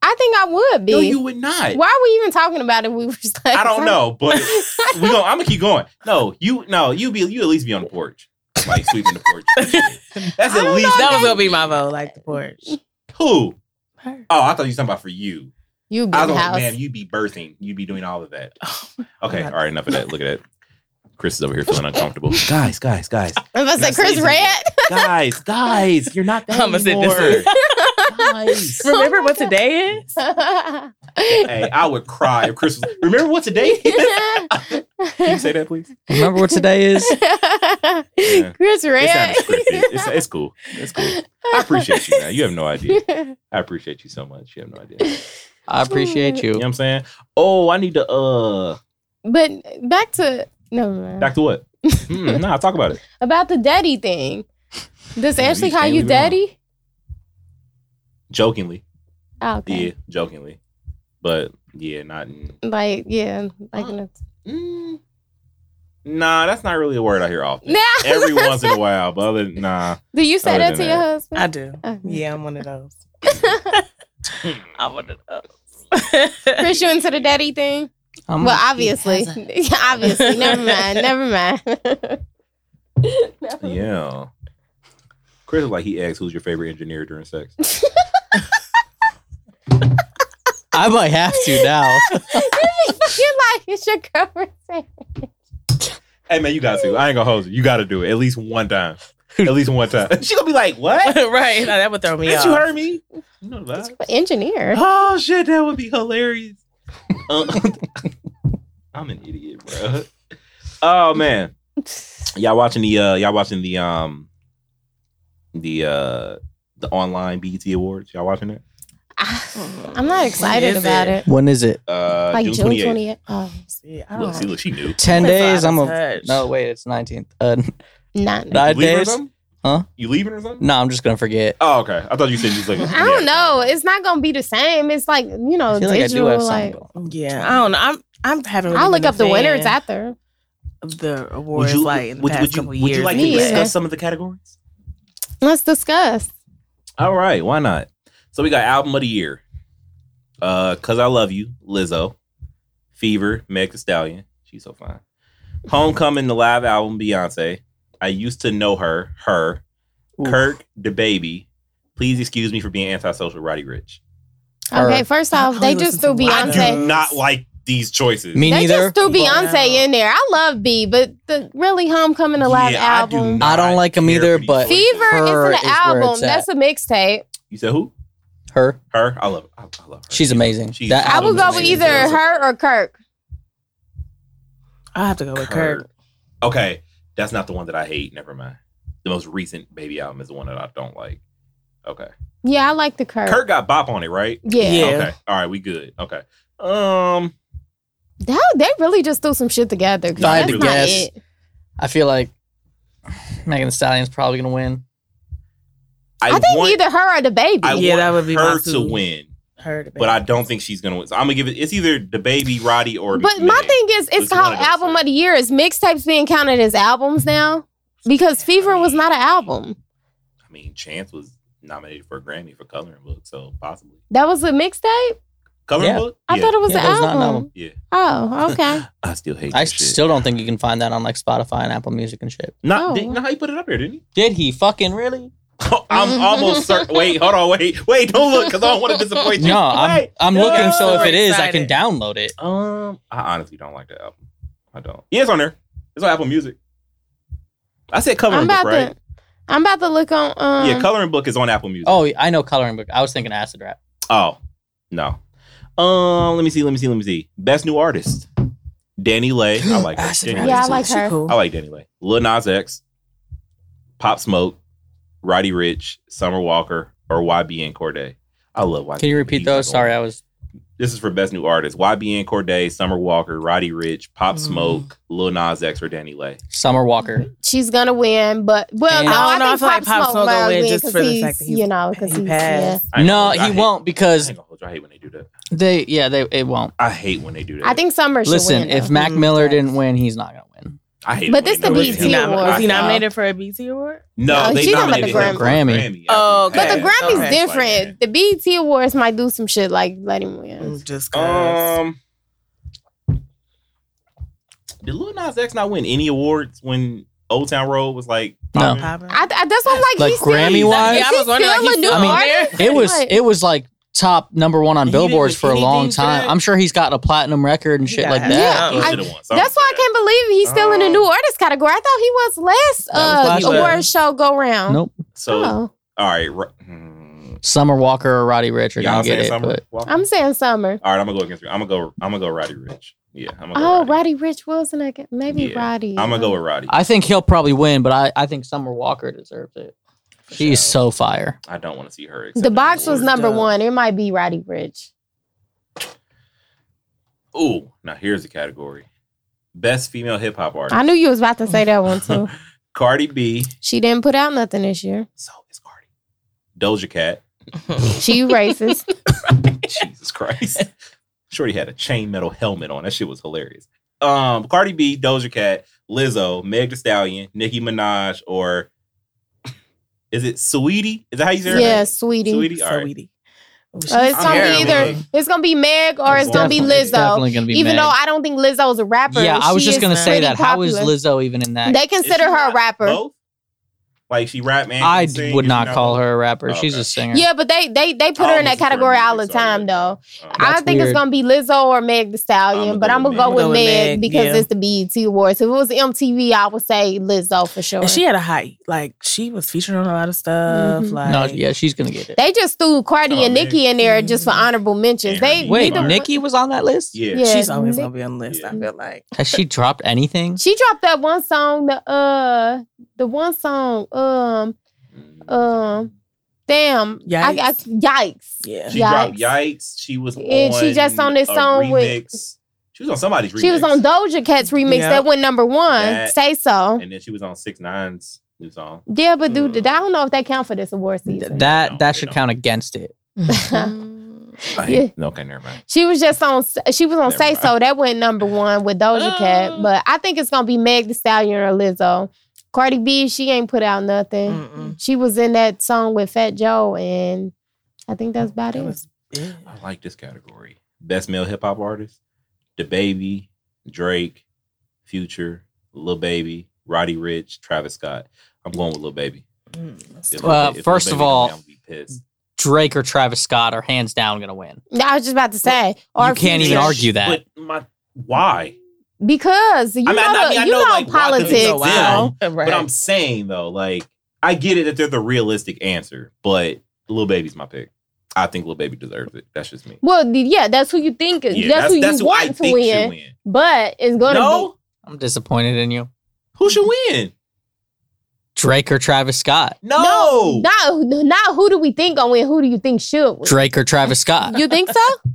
Speaker 2: I think I would be.
Speaker 1: No, you would not.
Speaker 2: Why are we even talking about it? We were just like,
Speaker 1: I don't know, but
Speaker 2: *laughs*
Speaker 1: we going I'm gonna keep going. No, you. No, you be. You at least be on the porch, like sweeping the porch. That's
Speaker 2: I
Speaker 1: at
Speaker 2: don't
Speaker 1: least
Speaker 4: That was gonna be my vote, like the porch.
Speaker 1: who.
Speaker 4: Her.
Speaker 1: Oh, I thought you were talking about for you.
Speaker 2: *laughs* You be
Speaker 1: I was
Speaker 2: in the
Speaker 1: like,
Speaker 2: house.
Speaker 1: man, you'd be birthing. You'd be doing all of that.
Speaker 4: Oh,
Speaker 1: Okay, all
Speaker 4: God.
Speaker 1: right, enough of that. Look at that. Chris is over here feeling uncomfortable. guys, guys, guys,
Speaker 2: If I said
Speaker 1: Can I say
Speaker 2: Chris
Speaker 1: something?
Speaker 2: Red,
Speaker 1: guys, guys, you're not that
Speaker 4: I'ma sit this
Speaker 1: anymore.
Speaker 4: way.
Speaker 1: guys.
Speaker 4: Remember what today is?
Speaker 1: *laughs* *laughs* Hey, I would cry if Chris was. Remember what today is? Can you say that, please?
Speaker 3: Remember what today is?
Speaker 1: Yeah.
Speaker 2: Chris
Speaker 1: It
Speaker 2: Red.
Speaker 1: sounded scripted. It's, it's cool. It's cool. I appreciate you, man. You have no idea. I appreciate you so much. You have no idea. You
Speaker 3: I appreciate
Speaker 1: know
Speaker 3: you.
Speaker 1: what I'm saying? Oh, I need to uh
Speaker 2: *laughs* but back to no mind.
Speaker 1: back to what? *laughs* Hmm, nah, talk about it.
Speaker 2: about the daddy thing. Does
Speaker 1: Yeah,
Speaker 2: Ashley
Speaker 1: you
Speaker 2: call
Speaker 1: can't
Speaker 2: you
Speaker 1: leave it alone.
Speaker 2: daddy?
Speaker 1: Jokingly.
Speaker 2: Oh, okay.
Speaker 1: Yeah, jokingly. But yeah, not in
Speaker 2: *laughs* Like yeah, like
Speaker 1: Huh?
Speaker 2: no.
Speaker 1: Mm, Nah, that's not really a word I hear often. *laughs*
Speaker 2: Nah.
Speaker 1: Every once
Speaker 2: *laughs*
Speaker 1: in a while, but other nah.
Speaker 2: Do you say
Speaker 1: Other
Speaker 2: that
Speaker 1: than
Speaker 2: to your
Speaker 1: that.
Speaker 2: husband?
Speaker 4: I do.
Speaker 2: Okay.
Speaker 4: Yeah, I'm one of those. *laughs* I'm one of
Speaker 2: Chris, you into the daddy thing?
Speaker 1: Mm-hmm.
Speaker 3: I'm
Speaker 2: well,
Speaker 3: like, he
Speaker 2: obviously,
Speaker 3: hasn't.
Speaker 2: *laughs* obviously. Never mind. *laughs* Never mind.
Speaker 1: Yeah. Chris is like he asks who's your favorite engineer during sex. *laughs*
Speaker 3: I might have to now.
Speaker 2: *laughs* You're like it's your girlfriend.
Speaker 1: Hey man, you got to. I ain't gonna hold you. You got to do it at least one time. At least one time. *laughs* she gonna be like, "What?
Speaker 4: those. *laughs* right. Now that would throw me
Speaker 1: Did
Speaker 4: off.
Speaker 1: you heard me?" No, that-
Speaker 2: Engineer.
Speaker 1: Oh shit, that would be hilarious. Uh, *laughs* I'm an idiot, bro. Oh man, y'all watching the uh, y'all watching the um, the uh, the online BET Awards. Y'all watching it?
Speaker 2: *sighs*
Speaker 4: Mm-hmm.
Speaker 2: I'm not excited
Speaker 4: Is
Speaker 2: about it.
Speaker 3: when is it?
Speaker 1: Uh,
Speaker 2: Like June
Speaker 1: 28th.
Speaker 2: 28th. Oh,
Speaker 4: See, I
Speaker 1: Look,
Speaker 4: don't
Speaker 1: see, look, she knew.
Speaker 3: Ten
Speaker 4: That's
Speaker 3: days.
Speaker 4: out
Speaker 3: I'm
Speaker 4: of
Speaker 3: a
Speaker 4: touch.
Speaker 3: no. Wait, it's nineteenth. Uh,
Speaker 2: not.
Speaker 1: You
Speaker 3: nine
Speaker 1: leaving or
Speaker 3: days.
Speaker 1: something?
Speaker 3: Huh?
Speaker 1: You leaving or something?
Speaker 3: No, I'm just gonna forget.
Speaker 1: Oh, okay. I thought you said you was like.
Speaker 2: I don't know. It's not gonna be the same. It's like you know,
Speaker 3: I feel like I
Speaker 2: Oh, digital.
Speaker 3: do have
Speaker 2: Like,
Speaker 3: something.
Speaker 4: Yeah, I don't know. I'm I'm having. Really
Speaker 2: I'll look
Speaker 4: been a
Speaker 2: up the
Speaker 4: fan
Speaker 2: winners after.
Speaker 4: of the awards
Speaker 1: Would you
Speaker 4: like in the
Speaker 1: would,
Speaker 4: past
Speaker 1: would you
Speaker 4: couple
Speaker 1: would you
Speaker 4: years.
Speaker 1: like to
Speaker 2: Me either.
Speaker 1: discuss some of the categories?
Speaker 2: Let's discuss.
Speaker 1: All right, why not? So we got album of the year. Uh, Cause I Love You, Lizzo. Fever, Meg Thee Stallion. She's so fine. Homecoming, the live album, Beyonce. I used to know her, her.
Speaker 3: Oof.
Speaker 1: Kirk, the baby. Please excuse me for being antisocial, Roddy Rich.
Speaker 3: Or-
Speaker 2: Okay, first
Speaker 4: I
Speaker 2: off,
Speaker 4: only
Speaker 2: they
Speaker 4: listen
Speaker 2: just
Speaker 4: to
Speaker 2: threw
Speaker 4: one. I
Speaker 1: I
Speaker 4: do
Speaker 2: Beyonce.
Speaker 1: do not like these choices.
Speaker 3: Me
Speaker 2: They
Speaker 3: neither.
Speaker 2: just threw
Speaker 4: Wow.
Speaker 2: Beyonce in there. I love B, but the really Homecoming to Live
Speaker 1: Yeah, I do
Speaker 2: album.
Speaker 1: not
Speaker 3: I don't like 'em
Speaker 1: care
Speaker 3: either,
Speaker 1: for these
Speaker 3: but-
Speaker 1: choices.
Speaker 2: Fever is
Speaker 3: Her is
Speaker 2: an
Speaker 3: where
Speaker 2: album.
Speaker 3: it's at.
Speaker 2: That's a mixtape.
Speaker 1: You said who?
Speaker 3: Her.
Speaker 1: Her? I love I, I love her.
Speaker 3: She's amazing.
Speaker 1: She's-
Speaker 3: That
Speaker 2: I
Speaker 1: Album
Speaker 2: would
Speaker 3: album's
Speaker 2: go with
Speaker 3: amazing.
Speaker 2: either her or Kirk.
Speaker 4: I have to go with Kirk.
Speaker 1: Curb. Okay, that's not the one that I hate. Never mind. The most recent baby album is the one that I don't like. Okay.
Speaker 2: Yeah, I like the Kirk.
Speaker 1: Kurt got bop on it, right?
Speaker 2: Yeah.
Speaker 4: Yeah.
Speaker 1: Okay. All right, we good. Okay. Um,
Speaker 2: That- they really just threw some shit together. 'cause
Speaker 1: I
Speaker 2: that's
Speaker 1: had to
Speaker 2: not
Speaker 3: guess.
Speaker 2: it.
Speaker 3: I feel like Megan Thee Stallion's probably gonna win.
Speaker 1: I,
Speaker 2: I, think
Speaker 1: want
Speaker 2: either her or the baby.
Speaker 1: I
Speaker 4: Yeah,
Speaker 1: want
Speaker 4: that would be
Speaker 1: her
Speaker 4: my
Speaker 1: to
Speaker 4: two.
Speaker 1: win,
Speaker 4: Heard
Speaker 1: but I don't think she's gonna win. So I'm gonna give it. It's either the baby Roddy or.
Speaker 2: But
Speaker 1: Meg.
Speaker 2: my thing is, it's
Speaker 1: It's one
Speaker 2: called
Speaker 1: of those
Speaker 2: album
Speaker 1: things.
Speaker 2: of the year. Is mixtapes being counted as albums now? Because Fever was not an album.
Speaker 1: I mean, Chance was nominated for a Grammy for coloring book, so possibly
Speaker 2: That was a mixtape.
Speaker 1: coloring
Speaker 3: Yeah.
Speaker 1: book.
Speaker 2: I
Speaker 1: yeah.
Speaker 2: thought it was
Speaker 3: Yeah,
Speaker 2: an
Speaker 3: that was not an
Speaker 2: album.
Speaker 1: Yeah.
Speaker 2: Oh,
Speaker 1: *laughs*
Speaker 2: okay.
Speaker 1: I still hate.
Speaker 3: I
Speaker 1: that shit.
Speaker 3: still don't think you can find that on like Spotify and Apple Music and shit.
Speaker 1: Not,
Speaker 2: Oh.
Speaker 1: did, not how you put it up there, didn't you?
Speaker 3: Did he fucking really?
Speaker 1: *laughs* I'm almost certain. Wait, hold on, wait, wait. Don't look, cause I don't
Speaker 2: *laughs*
Speaker 1: want to disappoint you.
Speaker 3: No, I'm,
Speaker 1: Wait.
Speaker 3: I'm
Speaker 4: No,
Speaker 3: looking. So if
Speaker 4: I'm
Speaker 3: it is, I can
Speaker 4: excited.
Speaker 3: download it.
Speaker 1: Um, I honestly don't like that album. I don't. Yeah, it's on there. It's on Apple Music. I said
Speaker 2: I'm
Speaker 1: coloring
Speaker 2: about
Speaker 1: book, right?
Speaker 2: to. I'm about to look on. Um,
Speaker 1: yeah, coloring book is on Apple Music.
Speaker 3: Oh, I know coloring book. I was thinking acid rap.
Speaker 1: Oh, no. Um, let me see, let me see, let me see. Best new artist, Danny Lay.
Speaker 2: *gasps*
Speaker 1: I like her.
Speaker 3: Acid
Speaker 1: Danny
Speaker 3: Rap.
Speaker 1: Lay
Speaker 2: Yeah,
Speaker 1: is
Speaker 2: I like
Speaker 4: She
Speaker 2: her.
Speaker 4: Cool.
Speaker 1: I like Danny Lay. Lil Nas X, Pop Smoke, Roddy Rich, Summer Walker, or YBN Corday. I love YBN.
Speaker 3: Can you repeat
Speaker 1: He's like
Speaker 3: those? Sorry,
Speaker 1: one-
Speaker 3: I was.
Speaker 1: This is for best new artist: YBN Corday, Summer Walker, Roddy Rich, Pop
Speaker 4: Mm.
Speaker 1: Smoke, Lil Nas X, or Danny Lay.
Speaker 3: Summer Walker.
Speaker 2: she's gonna win, but well,
Speaker 3: Damn.
Speaker 2: no,
Speaker 4: I
Speaker 2: I,
Speaker 4: don't know.
Speaker 2: think
Speaker 4: I
Speaker 2: Pop
Speaker 4: feel like
Speaker 2: Smoke
Speaker 4: Pop Smoke gonna
Speaker 2: might
Speaker 4: win
Speaker 2: win
Speaker 4: just
Speaker 2: because
Speaker 4: for the
Speaker 2: he's,
Speaker 4: fact that he's-
Speaker 2: you know, because
Speaker 4: he
Speaker 2: he's yeah.
Speaker 4: passed.
Speaker 1: I ain't
Speaker 3: no,
Speaker 1: gonna hold you. I
Speaker 3: he
Speaker 1: hate-
Speaker 3: won't because
Speaker 1: I ain't gonna hold you. I hate when they do that.
Speaker 3: they. Yeah, they. It won't.
Speaker 1: I hate when they do that.
Speaker 2: I think Summer should
Speaker 3: Listen,
Speaker 2: win.
Speaker 3: if
Speaker 2: though.
Speaker 3: Mac
Speaker 4: Mm,
Speaker 3: Miller
Speaker 4: yes.
Speaker 3: didn't win, he's not gonna win.
Speaker 1: I hate. when
Speaker 2: But this
Speaker 1: they
Speaker 2: the
Speaker 1: nominate
Speaker 4: Was
Speaker 2: BET
Speaker 4: he,
Speaker 1: him.
Speaker 4: nom- was he
Speaker 2: Awards,
Speaker 4: nominated for a BT award?
Speaker 1: No,
Speaker 2: No,
Speaker 1: they
Speaker 2: she's on the
Speaker 1: nominated him for a
Speaker 3: Grammy.
Speaker 1: Grammy.
Speaker 4: Oh, okay.
Speaker 2: but the
Speaker 4: Yeah,
Speaker 2: Grammy's
Speaker 4: okay.
Speaker 2: different. The BET Awards might do some shit like let him win.
Speaker 4: Just cause.
Speaker 1: Um, did Lil Nas X not win any awards when Old Town Road was like?
Speaker 3: No.
Speaker 1: popping?
Speaker 4: Poppin'.
Speaker 2: I, I that's what I'm like.
Speaker 3: Like
Speaker 2: he's still-
Speaker 3: Grammy-wise?
Speaker 2: he's
Speaker 4: Yeah, I was
Speaker 2: still
Speaker 4: wondering, like,
Speaker 2: a
Speaker 4: he's
Speaker 2: new
Speaker 4: still on there?
Speaker 2: artist.
Speaker 3: It was.
Speaker 2: Like,
Speaker 3: It was like top number one on
Speaker 4: And he didn't
Speaker 3: billboards
Speaker 4: win
Speaker 3: for a long
Speaker 4: anything for
Speaker 3: time.
Speaker 4: that?
Speaker 3: I'm sure he's got a platinum record and
Speaker 4: He
Speaker 3: shit
Speaker 4: got
Speaker 3: like
Speaker 4: half.
Speaker 3: that.
Speaker 1: He
Speaker 4: Yeah,
Speaker 1: should've won something
Speaker 2: that's why
Speaker 1: for
Speaker 2: I
Speaker 1: that.
Speaker 2: can't believe he's still in the new
Speaker 4: Oh.
Speaker 1: Um,
Speaker 2: artist category. I thought he was
Speaker 3: That
Speaker 2: last
Speaker 3: was
Speaker 2: uh,
Speaker 3: last
Speaker 2: award
Speaker 3: year.
Speaker 2: show go round.
Speaker 3: Nope.
Speaker 1: So
Speaker 2: Oh,
Speaker 1: all right, ru- hmm.
Speaker 3: Summer Walker or Roddy Rich are
Speaker 1: Y'all
Speaker 3: gonna get
Speaker 1: saying
Speaker 3: it.
Speaker 1: Summer
Speaker 3: But
Speaker 1: Walker?
Speaker 2: I'm saying Summer.
Speaker 1: all right, I'm gonna go against. I'm gonna go. I'm gonna go Roddy Rich. Yeah, I'm gonna go.
Speaker 2: Oh,
Speaker 1: Roddy.
Speaker 2: Roddy Rich Wilson. I guess. Maybe
Speaker 1: Yeah.
Speaker 2: Roddy.
Speaker 1: I'm gonna go with Roddy. I,
Speaker 3: I think he'll probably win. But I, I think Summer Walker deserves it. She's so fire.
Speaker 1: don't want to see her.
Speaker 2: The box was
Speaker 4: Lord,
Speaker 2: number
Speaker 4: duh.
Speaker 2: one. It might be Roddy Rich.
Speaker 1: Ooh, now here's the category: best female hip hop artist.
Speaker 2: I knew you was about to say that
Speaker 1: *laughs*
Speaker 2: one too.
Speaker 1: Cardi B.
Speaker 2: She didn't put out nothing this year.
Speaker 1: So is Cardi. Doja *laughs* Cat.
Speaker 2: She racist.
Speaker 1: Jesus Christ. Shorty had a chainmetal helmet on. That shit was hilarious. um, Cardi B, Doja Cat, Lizzo, Meg Thee Stallion, Nicki Minaj, or *laughs* is it Sweetie? Is that how you say her
Speaker 2: Yeah,
Speaker 1: name?
Speaker 2: sweetie.
Speaker 1: Sweetie. All right.
Speaker 4: Sweetie. Oh, she's
Speaker 2: Uh, it's gonna
Speaker 1: Yeah,
Speaker 2: be either
Speaker 1: man.
Speaker 2: it's gonna be Meg or it's gonna be
Speaker 3: Definitely- it's
Speaker 2: Lizzo.
Speaker 3: Definitely gonna be
Speaker 2: Even
Speaker 3: Meg.
Speaker 2: though I don't think Lizzo's a rapper.
Speaker 3: yeah, I was
Speaker 2: she
Speaker 3: just
Speaker 2: is
Speaker 3: gonna say
Speaker 2: pretty
Speaker 3: that. How is
Speaker 2: popular.
Speaker 3: Lizzo even in that?
Speaker 2: They
Speaker 1: Is she
Speaker 2: consider her
Speaker 1: not
Speaker 2: a rapper.
Speaker 1: Both? Like she rap man.
Speaker 3: I d- would not call her a rapper.
Speaker 1: Oh,
Speaker 3: She's
Speaker 1: okay.
Speaker 3: a singer.
Speaker 2: Yeah, but they they they put her in that category all the time though.
Speaker 1: Oh,
Speaker 2: I
Speaker 3: That's
Speaker 2: don't think it's
Speaker 3: weird.
Speaker 2: gonna be Lizzo or Meg The Stallion,
Speaker 1: I'ma
Speaker 2: but
Speaker 1: go
Speaker 2: I'm gonna
Speaker 1: with
Speaker 2: go
Speaker 1: Meg.
Speaker 2: with
Speaker 4: I'ma go with
Speaker 2: Meg
Speaker 4: Meg,
Speaker 2: because
Speaker 4: yeah.
Speaker 2: it's the BET Awards. If it was MTV, I would say Lizzo for sure.
Speaker 4: And she had a hype. Like she was featured on a lot of stuff.
Speaker 2: Mhm.
Speaker 4: Like
Speaker 3: No, yeah, she's gonna get it.
Speaker 2: they just threw Cardi
Speaker 1: Oh,
Speaker 2: and
Speaker 1: Meg.
Speaker 2: Nicki in there just for honorable mentions.
Speaker 1: And
Speaker 2: They
Speaker 1: Nicki.
Speaker 3: Wait,
Speaker 1: neither-
Speaker 3: Nikki was on that list.
Speaker 1: Yeah.
Speaker 2: Yeah.
Speaker 4: she's always
Speaker 2: Nick-
Speaker 4: gonna be on the list. I feel like
Speaker 3: Has she dropped anything?
Speaker 2: She dropped that one song, the uh, the one song, um, um, damn, I, I,
Speaker 4: Yikes.
Speaker 2: yikes,
Speaker 4: yeah.
Speaker 1: She *laughs*
Speaker 2: *laughs* Yikes.
Speaker 1: dropped Yikes. She was
Speaker 2: And
Speaker 1: on
Speaker 2: she just on this
Speaker 1: a
Speaker 2: song with-
Speaker 1: remix. She was on somebody's remix.
Speaker 2: She was on Doja Cat's remix
Speaker 4: Yeah.
Speaker 2: that went number one.
Speaker 1: That-
Speaker 2: Say so,
Speaker 1: And then she was on Six Nine's new song.
Speaker 2: yeah, but dude,
Speaker 1: Mm.
Speaker 2: I don't know if that count for this award season.
Speaker 1: No,
Speaker 3: That that
Speaker 1: they
Speaker 3: should
Speaker 1: don't.
Speaker 3: count against it.
Speaker 2: Yeah.
Speaker 1: No, okay, never mind.
Speaker 2: She was just on. She was on
Speaker 1: Never
Speaker 2: Say
Speaker 1: mind.
Speaker 2: So. That went number one with
Speaker 3: Oh.
Speaker 2: Doja Cat. But I think it's gonna be Meg Thee Stallion or Lizzo. Cardi B, she ain't put out nothing.
Speaker 4: Mm-mm.
Speaker 2: She was in that song with Fat Joe, and I think that's about
Speaker 4: That
Speaker 2: it.
Speaker 4: was big.
Speaker 1: I like this category. Best male hip hop artist: The Baby, Drake, Future, Lil Baby, Roddy Rich, Travis Scott. I'm going with Lil Baby.
Speaker 4: Mm.
Speaker 1: If
Speaker 3: Uh,
Speaker 1: Lil Ba- if Lil
Speaker 3: first of
Speaker 1: Baby don't
Speaker 3: all-
Speaker 1: win, I'm gonna be pissed.
Speaker 3: Drake or Travis Scott are hands down gonna win.
Speaker 2: I was just about to say.
Speaker 3: you can't even
Speaker 2: Future.
Speaker 3: argue that.
Speaker 1: But my why?
Speaker 2: because you
Speaker 1: I mean, I
Speaker 2: know,
Speaker 1: know- I mean,
Speaker 2: the-
Speaker 1: I
Speaker 2: you
Speaker 1: know,
Speaker 2: know,
Speaker 1: like, why the
Speaker 2: politics.
Speaker 1: Big
Speaker 4: So
Speaker 1: Wow.
Speaker 2: though.
Speaker 4: wild. Right.
Speaker 1: But I'm saying though, like I get it that they're the realistic answer, but Lil Baby's my pick. I think Lil Baby deserves it. That's just me.
Speaker 2: Well, th- yeah, that's who you think. is
Speaker 1: Yeah,
Speaker 2: that's, who you
Speaker 1: I
Speaker 2: want to
Speaker 1: think
Speaker 2: win,
Speaker 1: should win.
Speaker 2: But it's gonna
Speaker 1: No,
Speaker 3: I'm disappointed in you.
Speaker 1: who should win?
Speaker 3: Drake or Travis Scott.
Speaker 2: be
Speaker 1: No,
Speaker 2: not not who do we think gonna win? Who do you think should win?
Speaker 3: Drake or Travis Scott.
Speaker 2: You think so?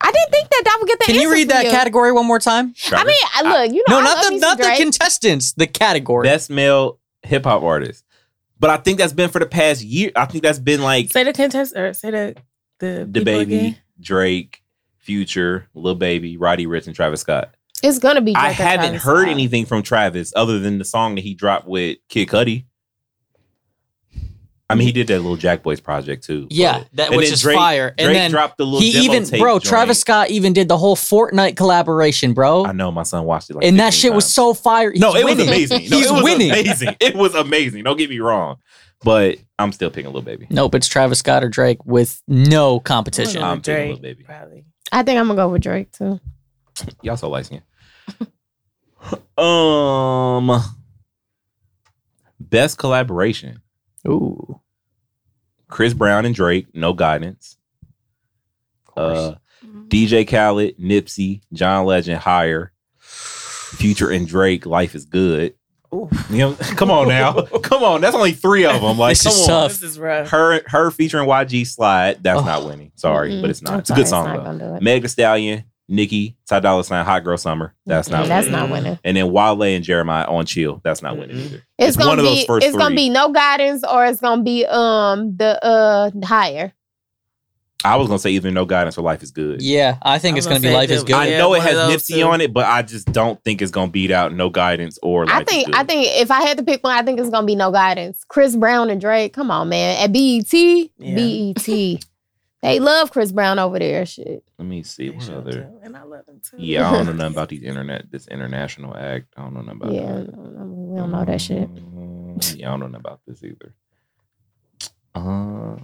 Speaker 2: I didn't think that that would get the
Speaker 3: Can you
Speaker 2: answer
Speaker 3: read
Speaker 2: for
Speaker 3: that
Speaker 2: you.
Speaker 3: category one more time?
Speaker 2: I mean, I, look, you know,
Speaker 3: No,
Speaker 2: I
Speaker 3: not
Speaker 2: love
Speaker 3: the
Speaker 2: me some
Speaker 3: not the
Speaker 2: Drake.
Speaker 3: contestants. The category.
Speaker 1: best male hip hop artist. But I think that's been for the past year. I think that's been like
Speaker 4: say the contest or say the the,
Speaker 1: the
Speaker 4: people
Speaker 1: baby,
Speaker 4: again.
Speaker 1: Drake, Future, Lil Baby, Roddy Rich, and Travis Scott.
Speaker 2: it's gonna be. Drake
Speaker 1: I
Speaker 2: or
Speaker 1: haven't
Speaker 2: Travis
Speaker 1: heard
Speaker 2: Scott.
Speaker 1: anything from Travis other than the song that he dropped with Kid Cudi. I mean, he did that little Jack Boys project too.
Speaker 3: yeah, that
Speaker 1: and
Speaker 3: which
Speaker 1: then
Speaker 3: is
Speaker 1: Drake-
Speaker 3: fire.
Speaker 1: but
Speaker 3: And
Speaker 1: Drake
Speaker 3: then
Speaker 1: dropped the little
Speaker 3: he
Speaker 1: demo
Speaker 3: even
Speaker 1: tape
Speaker 3: bro,
Speaker 1: joint.
Speaker 3: Travis Scott even did the whole Fortnite collaboration, bro.
Speaker 1: I know my son watched it like,
Speaker 3: and that
Speaker 1: 15
Speaker 3: shit was
Speaker 1: times.
Speaker 3: so fire. He's
Speaker 1: no, it was
Speaker 3: winning.
Speaker 1: amazing. No,
Speaker 3: He's
Speaker 1: it was
Speaker 3: winning.
Speaker 1: amazing. It was amazing. Don't get me wrong, but I'm still picking Lil Baby.
Speaker 3: Nope, it's Travis Scott or Drake with no
Speaker 4: I'm
Speaker 3: competition.
Speaker 4: gonna
Speaker 1: I'm
Speaker 4: go with
Speaker 1: picking Lil
Speaker 4: Drake,
Speaker 1: Baby.
Speaker 4: Probably.
Speaker 2: I think I'm gonna go with Drake too.
Speaker 1: Y'all so
Speaker 3: *laughs*
Speaker 1: light skinned. um, best collaboration:
Speaker 3: Ooh,
Speaker 1: Chris Brown and Drake, No Guidance. Uh,
Speaker 2: Mm-hmm.
Speaker 1: DJ Khaled, Nipsey, John Legend, Higher, Future and Drake, Life is Good.
Speaker 4: Ooh.
Speaker 1: You know, *laughs* come on
Speaker 3: *laughs*
Speaker 1: now, come on. That's only three of them. Like,
Speaker 3: This
Speaker 1: come
Speaker 3: is
Speaker 1: on.
Speaker 3: tough.
Speaker 4: This is rough.
Speaker 1: Her, her featuring YG Slide. That's
Speaker 3: Oh.
Speaker 1: not winning. Sorry,
Speaker 2: Mm-mm.
Speaker 1: but it's not.
Speaker 2: I'm
Speaker 1: it's a good song
Speaker 2: sorry, not
Speaker 1: though.
Speaker 2: gonna do it.
Speaker 1: Meg Thee Stallion, Nicki, Ty Dolla Sign, Hot Girl Summer. That's not.
Speaker 2: Yeah, that's
Speaker 1: winning.
Speaker 2: not winning.
Speaker 1: And then Wale and Jeremiah on Chill. That's not winning
Speaker 4: Mm-mm.
Speaker 1: either.
Speaker 2: It's,
Speaker 1: It's
Speaker 2: gonna
Speaker 1: one of
Speaker 2: be
Speaker 1: those first
Speaker 2: it's gonna
Speaker 1: three.
Speaker 2: be no guidance or it's gonna be um the uh higher.
Speaker 1: I was gonna say either No Guidance or Life is Good.
Speaker 3: yeah, I think
Speaker 4: I
Speaker 3: it's
Speaker 4: was
Speaker 3: gonna be
Speaker 4: gonna
Speaker 3: Life
Speaker 4: say
Speaker 3: is
Speaker 4: that-
Speaker 3: Good.
Speaker 1: I
Speaker 4: Yeah,
Speaker 1: know it
Speaker 4: one
Speaker 1: has
Speaker 4: of those
Speaker 1: Nipsey
Speaker 4: two.
Speaker 1: on it, but I just don't think it's gonna beat out No Guidance or Life
Speaker 2: I think
Speaker 1: is Good.
Speaker 2: I think if I had to pick one, I think it's gonna be no guidance. Chris Brown and Drake, come on, man. At E BET,
Speaker 4: Yeah.
Speaker 2: BET. E They love Chris Brown over there. Shit.
Speaker 1: Let me see what
Speaker 4: Sure
Speaker 1: other.
Speaker 4: do, And I love them too.
Speaker 1: Yeah, I don't know nothing *laughs* about these internet this international act. I don't know nothing about.
Speaker 2: Yeah,
Speaker 1: that.
Speaker 2: we don't know that shit.
Speaker 1: Um, Yeah, I don't know nothing about this either. Uh,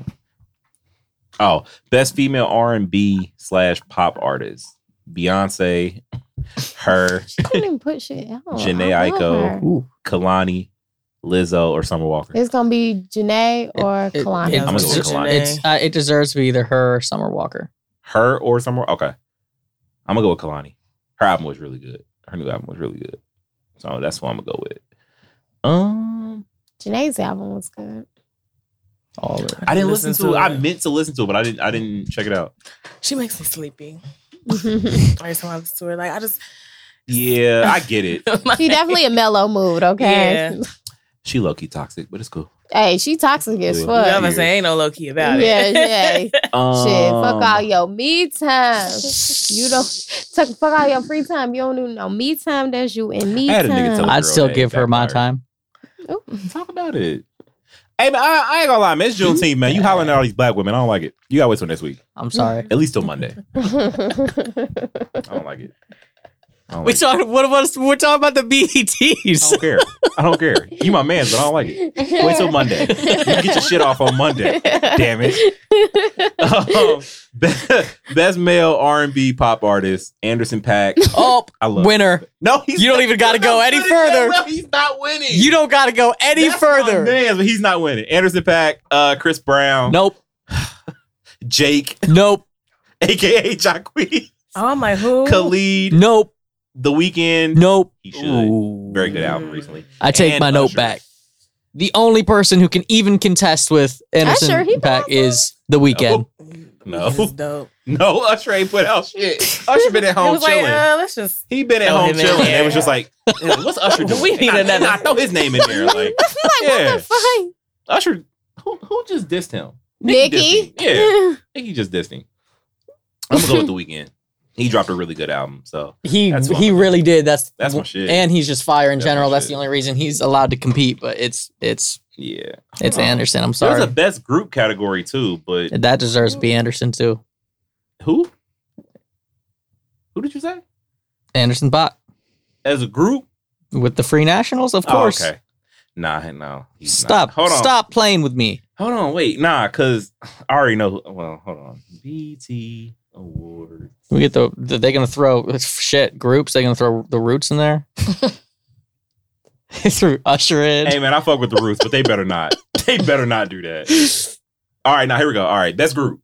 Speaker 1: oh, best female R and B slash pop artist: Beyonce, her, *laughs*
Speaker 2: She couldn't even put shit out.
Speaker 1: Jhené
Speaker 2: Oh, I love
Speaker 1: Aiko.
Speaker 2: her.
Speaker 3: Ooh,
Speaker 1: Kalani, Lizzo, or Summer Walker.
Speaker 2: It's gonna be Janae or
Speaker 3: it,
Speaker 2: Kalani.
Speaker 3: it-
Speaker 1: I'm gonna go with Kalani.
Speaker 3: it's, uh, it deserves to be either her or Summer Walker.
Speaker 1: her or Summer. Okay, I'm gonna go with Kalani. Her album was really good. Her new album was really good. So that's what I'm gonna go with. Um,
Speaker 2: Janae's album was good. *laughs*
Speaker 3: All of it.
Speaker 1: I didn't listen, to. it. I meant to listen to it, but I didn't. I didn't check it out.
Speaker 4: She makes me sleepy. Every time I listen to her, like I just
Speaker 1: Yeah, I get it.
Speaker 4: *laughs*
Speaker 2: she definitely a mellow mood, okay?
Speaker 4: Yeah.
Speaker 1: She low key toxic, but it's cool.
Speaker 2: Hey, she toxic as
Speaker 1: Yeah.
Speaker 4: You know what
Speaker 2: fuck.
Speaker 4: I'm saying? Ain't no low key about it.
Speaker 2: Yeah, yeah. Shit,
Speaker 3: Um,
Speaker 2: fuck
Speaker 1: Um,
Speaker 2: all your me time. You don't tuck, fuck all your free time. You don't do no me time. That's you and me
Speaker 1: I had a nigga tell
Speaker 2: time.
Speaker 1: me-
Speaker 3: I'd still
Speaker 1: that
Speaker 3: give her my
Speaker 1: backfired.
Speaker 3: time.
Speaker 1: Talk about it. Hey, man, I, I ain't gonna lie, man. It's Juneteenth, man. You hollering at all these black women. I don't like it. You gotta wait till next week. *laughs*
Speaker 3: I'm sorry.
Speaker 1: At least till Monday.
Speaker 3: *laughs*
Speaker 1: I don't like it. I don't, like it.
Speaker 3: talking. What was we're talking about the
Speaker 1: E I
Speaker 3: BETs?
Speaker 1: don't care. I don't care. You my man, but I don't like it. Wait till Monday. You can get your shit off on Monday. Damn
Speaker 4: *laughs*
Speaker 1: it. Um, be- best male R and B pop artist Anderson Pack.
Speaker 3: Oh,
Speaker 1: I love.
Speaker 3: winner!
Speaker 1: No, he's
Speaker 3: You don't even got to go any further.
Speaker 1: No, he's not winning.
Speaker 3: You don't got to go any
Speaker 1: That's my
Speaker 3: further.
Speaker 1: Man, but he's not winning. Anderson Pack, uh, Chris Brown,
Speaker 3: Nope.
Speaker 1: Jake, *laughs*
Speaker 3: Nope.
Speaker 1: aka Jacquees,
Speaker 4: Oh, *laughs* I'm like, who?
Speaker 1: Khalid,
Speaker 3: Nope.
Speaker 1: The Weeknd.
Speaker 3: Nope.
Speaker 1: He should.
Speaker 3: Ooh.
Speaker 1: Very good album recently.
Speaker 3: I take
Speaker 1: And
Speaker 3: my note
Speaker 1: Usher.
Speaker 3: back. The only person who can even contest with Anderson
Speaker 2: Usher, he been
Speaker 3: Pack
Speaker 2: out there?
Speaker 3: is The Weeknd.
Speaker 1: No.
Speaker 4: This is dope.
Speaker 1: *laughs* No, Usher ain't put out shit. Usher Oh, been at
Speaker 4: It
Speaker 1: home
Speaker 4: was like,
Speaker 1: chilling.
Speaker 4: uh, let's just.
Speaker 1: he been at
Speaker 4: throw
Speaker 1: home
Speaker 4: him in
Speaker 1: chilling.
Speaker 4: there.
Speaker 1: It was just like, "Yeah, what's Usher doing?
Speaker 4: *laughs* We need
Speaker 1: Nah,
Speaker 4: another-
Speaker 1: nah, throw his name in there.
Speaker 4: *laughs*
Speaker 1: Like, yeah,
Speaker 2: Fine.
Speaker 1: Usher. Who who just dissed him?
Speaker 2: Nikki.
Speaker 1: dissed him. Yeah, I think he just dissed him. I'm gonna go with the weekend. He dropped a really good album, so
Speaker 3: He
Speaker 1: That's
Speaker 3: he
Speaker 1: my-
Speaker 3: really did. That's
Speaker 1: that's my shit.
Speaker 3: And he's just fire in
Speaker 1: That's my
Speaker 3: general. That's
Speaker 1: shit.
Speaker 3: the only reason he's allowed to compete. But it's it's
Speaker 1: yeah,
Speaker 3: it's
Speaker 1: Oh.
Speaker 3: Anderson. I'm
Speaker 1: There's
Speaker 3: sorry.
Speaker 1: a best group category too, but
Speaker 3: that deserves to be Anderson too.
Speaker 1: who? Who did you say?
Speaker 3: Anderson Bach
Speaker 1: As a group,
Speaker 3: with the Free Nationals, of
Speaker 1: Oh,
Speaker 3: course.
Speaker 1: okay. Nah, no. he's not.
Speaker 3: Stop.
Speaker 1: Hold on.
Speaker 3: Stop playing with me.
Speaker 1: Hold on. Wait. Nah, cause I already know. who- Well, hold on. BT Award.
Speaker 3: We get the, the they're gonna throw shit groups. They're gonna throw the roots
Speaker 2: *laughs*
Speaker 3: in there. *laughs* they threw Usher in.
Speaker 1: Hey man, I fuck with the Roots, but they better not. *laughs* They better not do that. All right, now here we go. All right, that's group.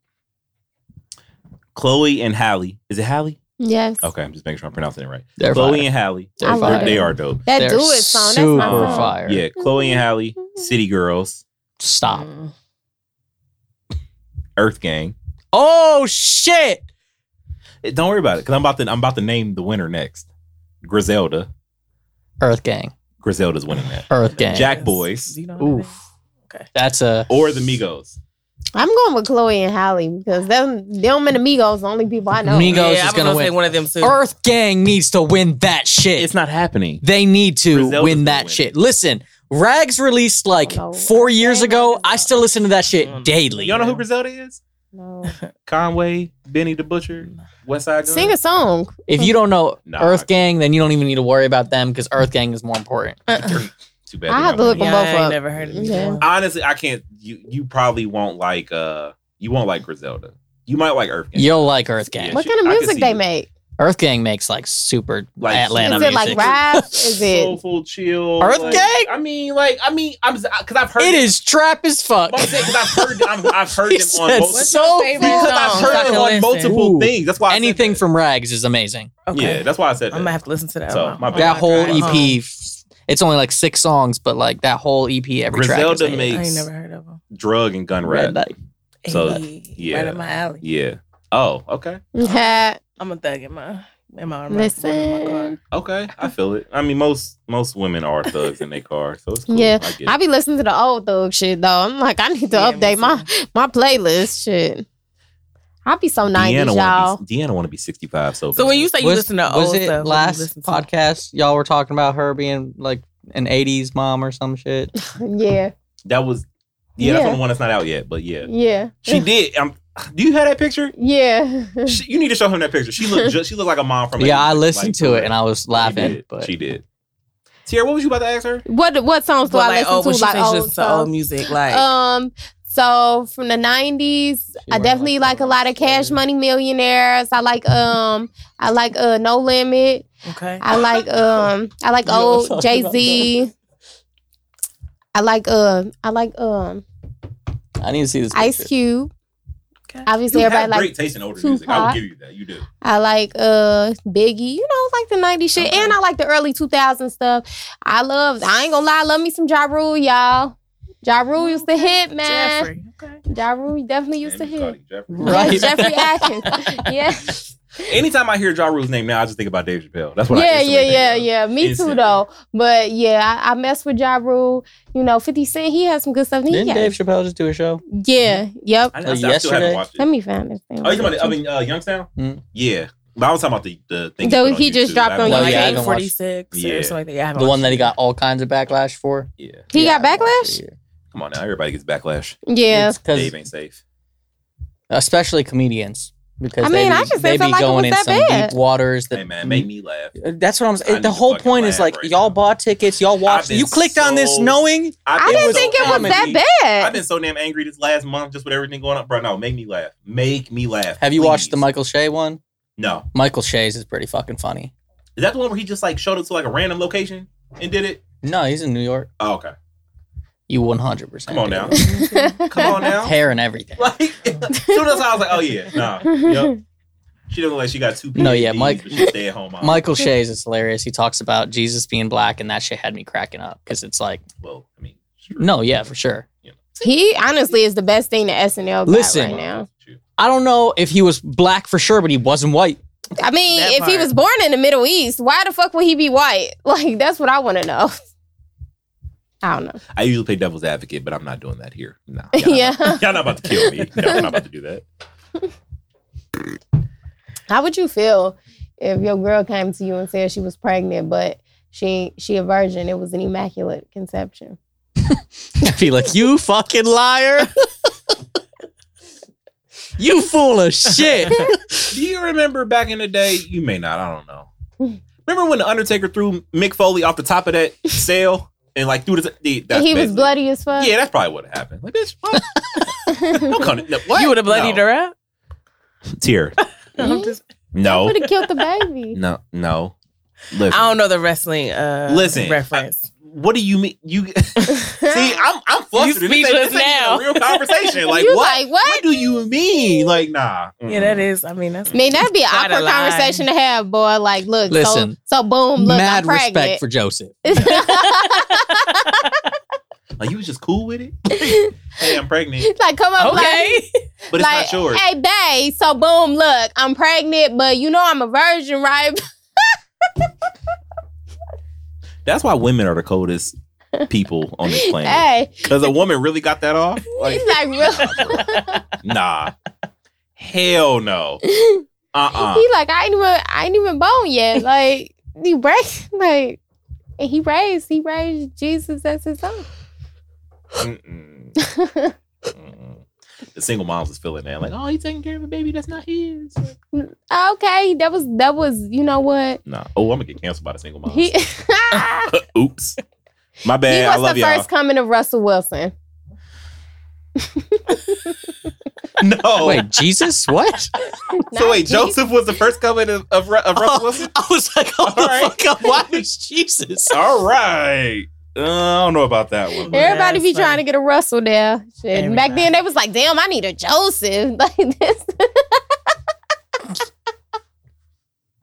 Speaker 1: Chloe and Hallie. Is it Hallie?
Speaker 2: *laughs* Yes.
Speaker 1: Okay, I'm just making sure I'm pronouncing it right.
Speaker 3: They're
Speaker 1: Chloe
Speaker 3: fire.
Speaker 1: and Hallie.
Speaker 3: They're
Speaker 2: I love
Speaker 1: They're-
Speaker 3: fire.
Speaker 2: it.
Speaker 1: They are dope.
Speaker 2: That
Speaker 3: They're
Speaker 2: do it song. That's
Speaker 3: super
Speaker 2: my song.
Speaker 3: fire.
Speaker 1: Yeah, Chloe and Hallie, City Girls, Mm.
Speaker 3: Stop.
Speaker 4: Mm.
Speaker 1: Earth Gang.
Speaker 3: Oh shit.
Speaker 1: Eh, Don't worry about it, cause I'm about to I'm about to name the winner next. Griselda.
Speaker 3: Earth Gang.
Speaker 1: Griselda's winning that.
Speaker 3: Earth Gang.
Speaker 1: Jack Boys.
Speaker 4: Do you know
Speaker 3: Oof. That's a
Speaker 1: Or the Migos.
Speaker 2: I'm going with Chloe and Holly because them, them and Amigos, the only people I know.
Speaker 3: Amigos.
Speaker 4: Migos
Speaker 3: is
Speaker 4: yeah, is
Speaker 3: gonna
Speaker 4: gonna say
Speaker 3: win.
Speaker 4: one of them too.
Speaker 3: Earth Gang needs to win that shit.
Speaker 1: It's not happening.
Speaker 3: They need to
Speaker 1: Griselda's
Speaker 3: win
Speaker 1: gonna
Speaker 3: that
Speaker 1: win.
Speaker 3: shit. Listen, Rags released like
Speaker 2: Oh, no.
Speaker 3: four years
Speaker 2: Dang,
Speaker 3: ago.
Speaker 2: Rags
Speaker 3: I
Speaker 2: is
Speaker 3: still listen to that
Speaker 4: Mm.
Speaker 3: shit daily.
Speaker 1: Y'all know who Griselda is?
Speaker 2: No.
Speaker 1: Conway, Benny the Butcher, West Side Gun.
Speaker 2: Sing a song.
Speaker 3: If you don't know
Speaker 1: Nah.
Speaker 3: Earth Gang, then you don't even need to worry about them because Earth Gang is more important.
Speaker 1: Too bad. they
Speaker 2: I have
Speaker 1: not
Speaker 2: to look
Speaker 1: winning.
Speaker 4: yeah,
Speaker 2: them both
Speaker 4: I ain't
Speaker 2: up.
Speaker 4: never heard of
Speaker 2: Yeah.
Speaker 4: yeah.
Speaker 1: Honestly, I can't. You you probably won't like. uh You won't like Griselda. You might like Earth. Gang.
Speaker 3: You'll like Earth Gang.
Speaker 1: Yeah,
Speaker 2: what
Speaker 1: shit,
Speaker 2: kind
Speaker 1: I
Speaker 2: of
Speaker 1: can
Speaker 2: music
Speaker 1: see
Speaker 2: they
Speaker 1: you.
Speaker 2: make?
Speaker 3: Earth Gang makes like super
Speaker 1: Like,
Speaker 3: Atlanta
Speaker 2: Is it like
Speaker 3: music.
Speaker 1: *laughs*
Speaker 2: rap? Is it?
Speaker 1: soulful, chill?
Speaker 3: Earth
Speaker 1: like-
Speaker 3: Gang?
Speaker 1: I mean, like, I mean, I'm because I've heard
Speaker 3: it is trap as fuck.
Speaker 1: Because I've heard, I'm, I've heard
Speaker 3: He
Speaker 1: them on
Speaker 3: said
Speaker 1: multiple.
Speaker 3: so
Speaker 4: favorite
Speaker 1: Because
Speaker 4: song?
Speaker 1: I've heard
Speaker 4: Fucking
Speaker 1: them on
Speaker 4: listen.
Speaker 1: multiple
Speaker 3: Ooh.
Speaker 1: things. That's why I said
Speaker 3: *laughs* anything
Speaker 1: that.
Speaker 3: from Rags is amazing.
Speaker 1: Yeah, that's why I said
Speaker 4: I'm gonna
Speaker 1: that.
Speaker 4: have to listen to that.
Speaker 1: So,
Speaker 4: one. Oh,
Speaker 1: my bad.
Speaker 3: that whole E
Speaker 4: God.
Speaker 3: EP, it's only like six songs, but like that whole EP, every track. Is
Speaker 1: Griselda
Speaker 3: a hit.
Speaker 4: I
Speaker 1: makes
Speaker 4: ain't never heard of them.
Speaker 1: drug and gun rap.
Speaker 3: Red Light.
Speaker 1: So,
Speaker 4: Hey,
Speaker 1: yeah.
Speaker 4: right in my alley.
Speaker 1: Yeah. Oh, okay,
Speaker 2: *laughs* Yeah.
Speaker 4: I'm a thug in my in my room.
Speaker 2: Listen.
Speaker 1: okay. I feel it. I mean, most most women are thugs in their car, so it's cool.
Speaker 2: Yeah,
Speaker 1: I get it.
Speaker 2: I be listening to the old thug shit though. I'm like, I need to
Speaker 4: Yeah, me
Speaker 2: update my my playlist. Shit, I be so nineties, y'all.
Speaker 1: Wanna be, Deanna want to be 65. So,
Speaker 4: So
Speaker 1: bad.
Speaker 4: when you say you
Speaker 3: Was-
Speaker 4: listen to
Speaker 3: was
Speaker 4: old
Speaker 3: it
Speaker 4: stuff, what do you
Speaker 3: last
Speaker 4: listen to?
Speaker 3: podcast y'all were talking about her being like an 80s mom or some shit
Speaker 2: *laughs* Yeah,
Speaker 1: that was yeah, that's
Speaker 2: Yeah.
Speaker 1: on the one that's not out yet. But yeah,
Speaker 2: yeah,
Speaker 1: she did. Um, do you have that picture?
Speaker 2: yeah. *laughs*
Speaker 1: She, you need to show him that picture. She looked just, she looked like a mom from
Speaker 3: yeah i listened to it and i was
Speaker 1: She
Speaker 3: laughing
Speaker 1: did.
Speaker 3: but
Speaker 1: She did. Tierra, what was you about to ask her?
Speaker 2: what what songs
Speaker 4: But
Speaker 2: do I
Speaker 4: like,
Speaker 2: listen
Speaker 4: oh, when
Speaker 2: to?
Speaker 4: she
Speaker 2: Like
Speaker 4: says
Speaker 2: old
Speaker 4: just to old
Speaker 2: songs.
Speaker 4: music, like
Speaker 2: Um, so from the nineties, I
Speaker 3: wearing,
Speaker 2: definitely like
Speaker 3: like,
Speaker 2: a lot of
Speaker 3: one of those
Speaker 2: Cash Money Millionaires. I like um, I like uh No Limit.
Speaker 4: okay.
Speaker 2: I like um I
Speaker 4: *laughs*
Speaker 2: like
Speaker 3: You know what
Speaker 2: old
Speaker 3: I'm talking
Speaker 2: Jay Z. I like uh I like um
Speaker 3: i need to see this
Speaker 2: Ice
Speaker 3: picture.
Speaker 2: Cube.
Speaker 4: Okay.
Speaker 2: Obviously
Speaker 1: You have
Speaker 2: everybody like
Speaker 1: great taste in older music. I will
Speaker 2: Tupac.
Speaker 1: give you that. You do.
Speaker 2: I like uh Biggie, you know, like the 90s shit.
Speaker 4: Okay.
Speaker 2: And I like the early 2000s stuff. I love, I ain't gonna lie, I love me some Ja Rule, y'all. Ja Rule used to hit, man.
Speaker 4: Jeffrey. Okay.
Speaker 2: *laughs* Ja Rule definitely used to hit.
Speaker 1: Cardi, Jeffrey.
Speaker 3: Right. *laughs*
Speaker 2: Yes, Jeffrey Atkins. yes.
Speaker 1: Anytime I hear Ja Rule's name now, I just think about Dave Chappelle. That's what.
Speaker 2: yeah,
Speaker 1: I
Speaker 2: yeah,
Speaker 1: instantly
Speaker 2: yeah,
Speaker 1: think
Speaker 2: yeah. Me
Speaker 1: Instantly.
Speaker 2: too, though. But yeah, I, I mess with Ja Rule. You know, 50 Cent, he has some good stuff. and He
Speaker 3: Didn't
Speaker 2: got-
Speaker 3: Dave Chappelle just do a show?
Speaker 2: Yeah, yep.
Speaker 1: of. I, I,
Speaker 3: Like
Speaker 1: still- I still haven't
Speaker 3: Oh, yesterday?
Speaker 1: watched it.
Speaker 2: Let me find this thing.
Speaker 1: Oh, you talking about? the- I mean, uh, Youngstown.
Speaker 3: Mm.
Speaker 1: Yeah, but I was talking about the the thing.
Speaker 2: Though
Speaker 1: put on
Speaker 2: he just
Speaker 1: YouTube.
Speaker 2: dropped
Speaker 1: Oh, I haven't
Speaker 2: on
Speaker 1: watched it.
Speaker 3: YouTube. yeah, I
Speaker 4: like
Speaker 3: haven't watched-
Speaker 4: 46
Speaker 1: Yeah.
Speaker 4: or something like that. Yeah, I haven't
Speaker 3: The one
Speaker 4: watched
Speaker 3: that he got all kinds of backlash for.
Speaker 1: Yeah,
Speaker 2: he
Speaker 3: Yeah, I
Speaker 2: got
Speaker 3: haven't watched
Speaker 2: backlash?
Speaker 3: it
Speaker 1: come on now, everybody gets backlash.
Speaker 2: Yeah.
Speaker 3: It's 'cause-
Speaker 1: Dave ain't safe.
Speaker 3: especially comedians because
Speaker 2: I
Speaker 3: they
Speaker 2: mean,
Speaker 3: be,
Speaker 2: I just
Speaker 3: they
Speaker 2: didn't feel
Speaker 3: be
Speaker 2: like it
Speaker 3: going
Speaker 2: was
Speaker 3: in
Speaker 2: that
Speaker 3: some
Speaker 2: bad.
Speaker 3: deep waters that
Speaker 1: Hey man, make me laugh.
Speaker 3: That's what I'm
Speaker 1: I
Speaker 3: saying.
Speaker 1: need
Speaker 3: The
Speaker 1: to
Speaker 3: whole
Speaker 1: fucking
Speaker 3: point is
Speaker 1: laugh
Speaker 3: like
Speaker 1: right
Speaker 3: y'all
Speaker 1: now.
Speaker 3: bought tickets, y'all watched.
Speaker 1: been
Speaker 3: You clicked on this
Speaker 1: so-
Speaker 3: knowing
Speaker 2: I
Speaker 1: It
Speaker 2: didn't
Speaker 1: was
Speaker 2: think it was
Speaker 1: comedy.
Speaker 2: that
Speaker 1: I've
Speaker 2: bad.
Speaker 1: been so damn angry this last month just with everything going up. Bro, no, make me laugh. Make me laugh.
Speaker 3: Have you watched the
Speaker 1: please.
Speaker 3: Michael Shea one?
Speaker 1: No.
Speaker 3: Michael Shea's is pretty fucking funny.
Speaker 1: Is that the one where he just like showed up to like a random location and did it?
Speaker 3: No, he's in New York.
Speaker 1: Oh, okay.
Speaker 3: You 100. percent
Speaker 1: Come on
Speaker 3: *laughs*
Speaker 1: now. Come on now.
Speaker 3: hair and everything.
Speaker 1: *laughs* Like, soon as I was like, oh yeah, nah. Yep. She doesn't like she got two.
Speaker 3: No, yeah,
Speaker 1: PhDs,
Speaker 3: Mike-
Speaker 1: but she stay at home. mom.
Speaker 3: Michael Shea's is hilarious. He talks about Jesus being black, and that shit had me cracking up because it's like,
Speaker 1: Well, I mean, sure.
Speaker 3: no, yeah, for sure.
Speaker 2: He honestly is the best thing to SNL got
Speaker 3: Listen.
Speaker 2: right now.
Speaker 3: I don't know if he was black for sure, but he wasn't white. *laughs*
Speaker 2: I mean,
Speaker 4: That
Speaker 2: if he
Speaker 4: part.
Speaker 2: was born in the Middle East, why the fuck would he be white? *laughs* Like, that's what I want to know. I don't know.
Speaker 1: I usually play devil's advocate, but I'm not doing that here.
Speaker 3: *laughs*
Speaker 1: No.
Speaker 2: *laughs* Yeah.
Speaker 1: Y'all not about to kill me. No, I'm not about to do that.
Speaker 2: How would you feel if your girl came to you and said she was pregnant, but she she a virgin? It was an immaculate conception.
Speaker 3: I'd be like, you fucking liar. *laughs* you fool of
Speaker 2: *laughs*
Speaker 3: shit.
Speaker 1: Do you remember back in the day? You may not. I don't know. Remember when the Undertaker threw Mick Foley off the top of
Speaker 2: *laughs*
Speaker 1: that sail and like threw the, the that's
Speaker 2: he was
Speaker 1: basically-
Speaker 2: bloody as fuck.
Speaker 1: Yeah, that's probably what happened. Like, bitch,
Speaker 2: *laughs*
Speaker 1: what? Don't come to, no,
Speaker 4: it.
Speaker 1: what?
Speaker 4: You would have bloodied
Speaker 1: no.
Speaker 4: her
Speaker 1: *laughs*
Speaker 4: up.
Speaker 1: Tear.
Speaker 4: I'm just-
Speaker 2: *laughs*
Speaker 1: No,
Speaker 2: would have killed the baby.
Speaker 1: no, no. Listen,
Speaker 4: I don't know the wrestling uh,
Speaker 1: Listen,
Speaker 4: reference.
Speaker 1: what do you mean? You *laughs* *laughs* see,
Speaker 2: *laughs*
Speaker 1: I'm I'm flustered. This ain't- this
Speaker 4: speechless
Speaker 1: ain't even
Speaker 4: now.
Speaker 1: A real
Speaker 4: *laughs*
Speaker 1: conversation. Like
Speaker 2: you
Speaker 1: what?
Speaker 2: like what?
Speaker 1: What do you mean? Like nah.
Speaker 4: yeah, that is. I mean, that's
Speaker 2: I mean, that'd be an
Speaker 4: Try to
Speaker 2: awkward
Speaker 4: lie.
Speaker 2: conversation to have, boy. Like, look,
Speaker 3: Listen,
Speaker 2: so, so boom, look, I'm
Speaker 3: Mad
Speaker 2: pregnant.
Speaker 3: respect for Joseph.
Speaker 1: Like you was just cool
Speaker 2: *laughs*
Speaker 1: with it. hey, I'm pregnant,
Speaker 2: *laughs* like, come up, like,
Speaker 4: okay.
Speaker 1: but it's
Speaker 2: like,
Speaker 1: not yours.
Speaker 2: hey, babe. So boom, look, I'm pregnant, but you know I'm a virgin, right? *laughs*
Speaker 1: That's why women are the coldest people on
Speaker 2: *laughs*
Speaker 1: this planet.
Speaker 2: hey,
Speaker 1: Does a woman really got that off?
Speaker 2: *laughs*
Speaker 1: Like,
Speaker 2: he's like
Speaker 1: *laughs*
Speaker 2: real.
Speaker 1: nah. Hell no. Uh uh
Speaker 2: *laughs* *laughs* He like I ain't even I ain't even born yet. Like he raised *laughs* like and he raised he raised Jesus as his own. *laughs*
Speaker 1: The single moms is feeling that. Like, oh, he's taking care of a baby that's not his.
Speaker 2: Okay, that was that was you know what
Speaker 1: Nah. Oh, I'm going to get canceled by the single moms.
Speaker 2: he *laughs* he
Speaker 1: Oops. My bad. I
Speaker 2: was
Speaker 1: love
Speaker 2: the
Speaker 1: y'all.
Speaker 2: first coming of Russell Wilson.
Speaker 1: No.
Speaker 3: Wait, Jesus?
Speaker 1: *laughs*
Speaker 3: What?
Speaker 1: *laughs* so,
Speaker 2: Not
Speaker 1: wait,
Speaker 2: Jesus.
Speaker 1: Joseph was the first coming of, of, Ru- of Russell Wilson?
Speaker 3: I was *laughs* like, oh the
Speaker 1: All right.
Speaker 3: fuck up. Why *laughs* was Jesus?
Speaker 1: All right. Uh, I don't know about that one.
Speaker 2: *laughs*
Speaker 1: but-
Speaker 2: Everybody be
Speaker 4: That's
Speaker 2: trying to get a Russell there. Shit. Back then
Speaker 4: Everybody.
Speaker 2: they was like, damn, I need a Joseph. *laughs* Like this.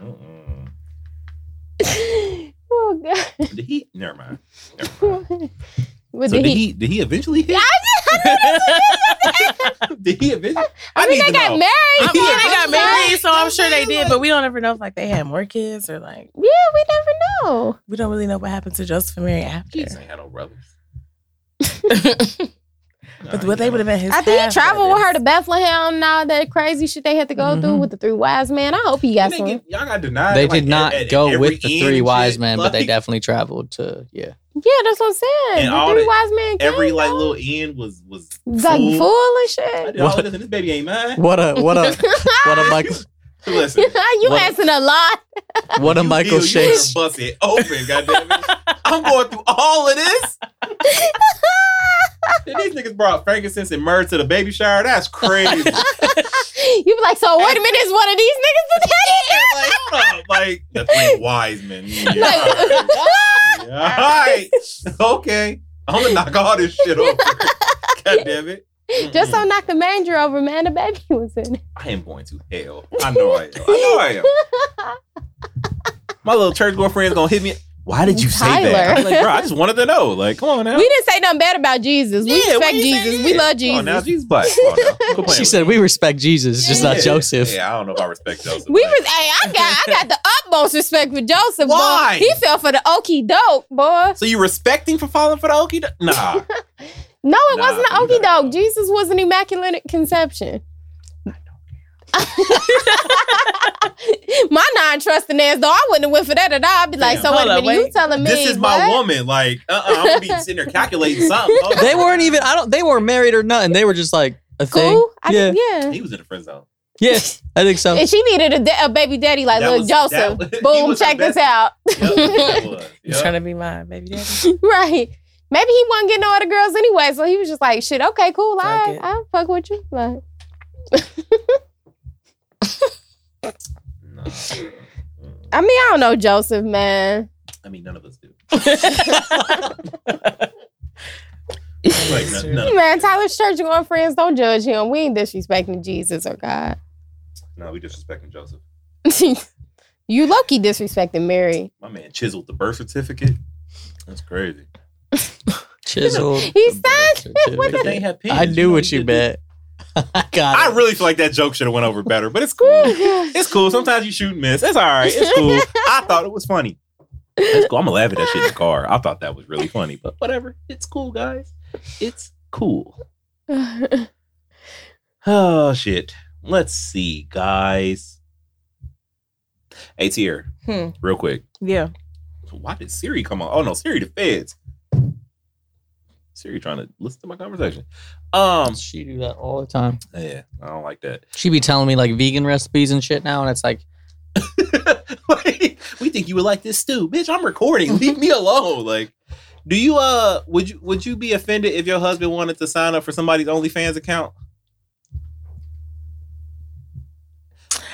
Speaker 1: Mm-mm.
Speaker 2: Oh, God.
Speaker 1: Did he? Never mind. Never
Speaker 2: *laughs*
Speaker 1: mind.
Speaker 2: But
Speaker 1: So
Speaker 2: did he,
Speaker 1: did he eventually hit? *laughs* did he eventually?
Speaker 2: I, mean,
Speaker 1: need
Speaker 2: they
Speaker 1: to
Speaker 2: got
Speaker 1: know.
Speaker 2: married.
Speaker 4: I'm sure they got
Speaker 2: I'm
Speaker 4: married,
Speaker 2: sorry.
Speaker 4: so I'm sure they
Speaker 2: saying,
Speaker 4: did,
Speaker 2: like-
Speaker 4: but we don't ever know if like they had more kids or like
Speaker 2: Yeah, we never know.
Speaker 4: we don't really know what happened to Joseph and Mary after.
Speaker 1: Jesus ain't had no brothers.
Speaker 2: *laughs*
Speaker 4: But what they would have been his.
Speaker 2: I think he
Speaker 4: half
Speaker 2: traveled with
Speaker 4: brothers.
Speaker 2: her to Bethlehem and all that crazy shit they had to go
Speaker 1: Mm-hmm.
Speaker 2: through
Speaker 4: Mhm.
Speaker 2: with the three wise men. I hope he got some.
Speaker 1: y'all got denied.
Speaker 3: They
Speaker 1: like,
Speaker 3: did not
Speaker 1: at- at
Speaker 3: go
Speaker 1: every
Speaker 3: with the
Speaker 1: end
Speaker 3: three
Speaker 1: and
Speaker 3: wise
Speaker 1: shit,
Speaker 3: men, but they
Speaker 1: like,
Speaker 3: definitely traveled to, yeah.
Speaker 2: Yeah, that's what I'm
Speaker 1: And
Speaker 2: saying. the
Speaker 1: all
Speaker 2: three
Speaker 1: that-
Speaker 2: wise men came.
Speaker 1: Every like little end was was
Speaker 2: like
Speaker 1: fool.
Speaker 2: full and
Speaker 1: I
Speaker 2: shit.
Speaker 1: did all of this, and this baby ain't mine.
Speaker 3: What a,
Speaker 1: *laughs*
Speaker 2: *laughs*
Speaker 3: what a, what a Michael,
Speaker 1: Listen,
Speaker 2: you
Speaker 3: What-
Speaker 2: asking a lot.
Speaker 3: what a
Speaker 1: you feel
Speaker 3: Michael
Speaker 1: you
Speaker 3: Shea.
Speaker 1: better Bust it open, goddamn it! I'm going through all of
Speaker 2: *laughs*
Speaker 1: this. Then These niggas brought frankincense and myrrh to the baby shower.
Speaker 2: *laughs*
Speaker 1: That's crazy.
Speaker 2: You be like, so wait a minute, is one of these niggas
Speaker 1: *laughs*
Speaker 2: the daddy?
Speaker 1: like, hold up. Like, the three wise men. Yeah, all right.
Speaker 2: *laughs* Like,
Speaker 1: Yeah, all right. Okay. I'm going to knock all this shit
Speaker 2: *laughs*
Speaker 1: over. God damn it.
Speaker 2: just
Speaker 1: Mm-mm.
Speaker 2: don't knock the manger over, man. The baby was in it.
Speaker 1: I am going to hell. I know I am. I know I am. My little church girlfriend's going to hit me. Why did you say that?
Speaker 2: Tyler.
Speaker 1: I was like, bro, I just wanted to know. Like, come on now.
Speaker 2: We didn't say nothing bad about Jesus. We
Speaker 1: Yeah, what
Speaker 2: respect
Speaker 1: you saying?
Speaker 2: Jesus. We love
Speaker 1: Come on now,
Speaker 2: Jesus.
Speaker 1: Jesus black. Come on now. Quit playing
Speaker 3: She
Speaker 1: with
Speaker 3: said,
Speaker 1: me.
Speaker 3: "We respect Jesus, just not
Speaker 1: Yeah.
Speaker 3: Joseph."
Speaker 1: Yeah, I don't know if I respect Joseph.
Speaker 2: We
Speaker 1: like-
Speaker 2: was hey, I got I got the utmost respect for Joseph. boy.
Speaker 1: Why?
Speaker 2: He fell for the okie doke, boy.
Speaker 1: so you respect him for falling for the okie doke? Nah.
Speaker 2: No, it
Speaker 1: Nah,
Speaker 2: wasn't the
Speaker 1: you
Speaker 2: okie
Speaker 1: gotta
Speaker 2: doke. Jesus was an immaculate conception. *laughs* my non-trusting ass though, I wouldn't have went for that at all. I'd be like,
Speaker 1: Damn.
Speaker 2: so wait a
Speaker 4: Hold up,
Speaker 2: minute, you
Speaker 4: wait.
Speaker 2: telling me
Speaker 1: this is my
Speaker 2: what?
Speaker 1: woman. Like, uh, uh-uh, I'm gonna be sitting there calculating
Speaker 3: *laughs*
Speaker 1: something. Hold
Speaker 3: They
Speaker 1: on.
Speaker 3: weren't even. I don't. They weren't married or nothing. They were just like a thing.
Speaker 2: Cool. I
Speaker 3: yeah,
Speaker 2: think, yeah.
Speaker 1: He was in the friend
Speaker 4: *laughs*
Speaker 1: zone.
Speaker 3: yeah. I think
Speaker 2: *laughs*
Speaker 3: so.
Speaker 2: And she needed a, da- a baby daddy like
Speaker 1: That
Speaker 2: little
Speaker 1: was-
Speaker 2: Joseph.
Speaker 1: that was- he
Speaker 2: Boom,
Speaker 1: was her
Speaker 2: check this
Speaker 1: bestie.
Speaker 2: out. *laughs*
Speaker 1: Yep, that was.
Speaker 4: You
Speaker 1: Yep.
Speaker 4: trying to be mine, baby daddy?
Speaker 2: right. Maybe he wasn't getting all the girls anyway, so he was just like, "Shit, okay, cool,
Speaker 4: Fuck
Speaker 2: I
Speaker 4: it.
Speaker 2: I'll fuck with you." Like,
Speaker 1: Nah.
Speaker 2: I mean, I don't know Joseph, man.
Speaker 1: I mean, none of us do.
Speaker 4: *laughs*
Speaker 1: Like,
Speaker 4: That's
Speaker 1: none,
Speaker 4: true.
Speaker 1: none of
Speaker 2: Man, Tyler Church, you on friends? Don't judge him. We ain't disrespecting Jesus or God. *laughs*
Speaker 1: No, we disrespecting Joseph.
Speaker 2: you Loki disrespecting Mary.
Speaker 1: My man chiseled the birth certificate. That's crazy.
Speaker 3: Chiseled.
Speaker 2: He said,
Speaker 3: What
Speaker 1: Because they ain't had
Speaker 3: I
Speaker 1: pens,
Speaker 3: knew
Speaker 1: know,
Speaker 3: what
Speaker 1: he
Speaker 3: you
Speaker 1: did this.
Speaker 3: meant. *laughs* I got
Speaker 1: I
Speaker 3: it.
Speaker 1: really feel like that joke should have went over better, but it's cool. It's cool. Sometimes you shoot and miss. It's all right. It's cool. I thought it was funny. That's cool. I'm gonna laugh at that shit in the car. I thought that was really funny, but whatever. It's cool, guys. It's cool. Oh shit. Let's see, guys. Hey tier,
Speaker 4: Hmm.
Speaker 1: real quick.
Speaker 4: Yeah.
Speaker 1: Why did Siri come on? Oh no, Siri the feds. Siri trying to listen to my conversation. Um,
Speaker 3: She do that all the time.
Speaker 1: yeah, I don't like that.
Speaker 3: She be telling me like vegan recipes and shit now, and it's like,
Speaker 1: *laughs* like, we think you would like this stew, bitch. I'm recording. Leave me alone. Like, do you uh would you would you be offended if your husband wanted to sign up for somebody's OnlyFans account?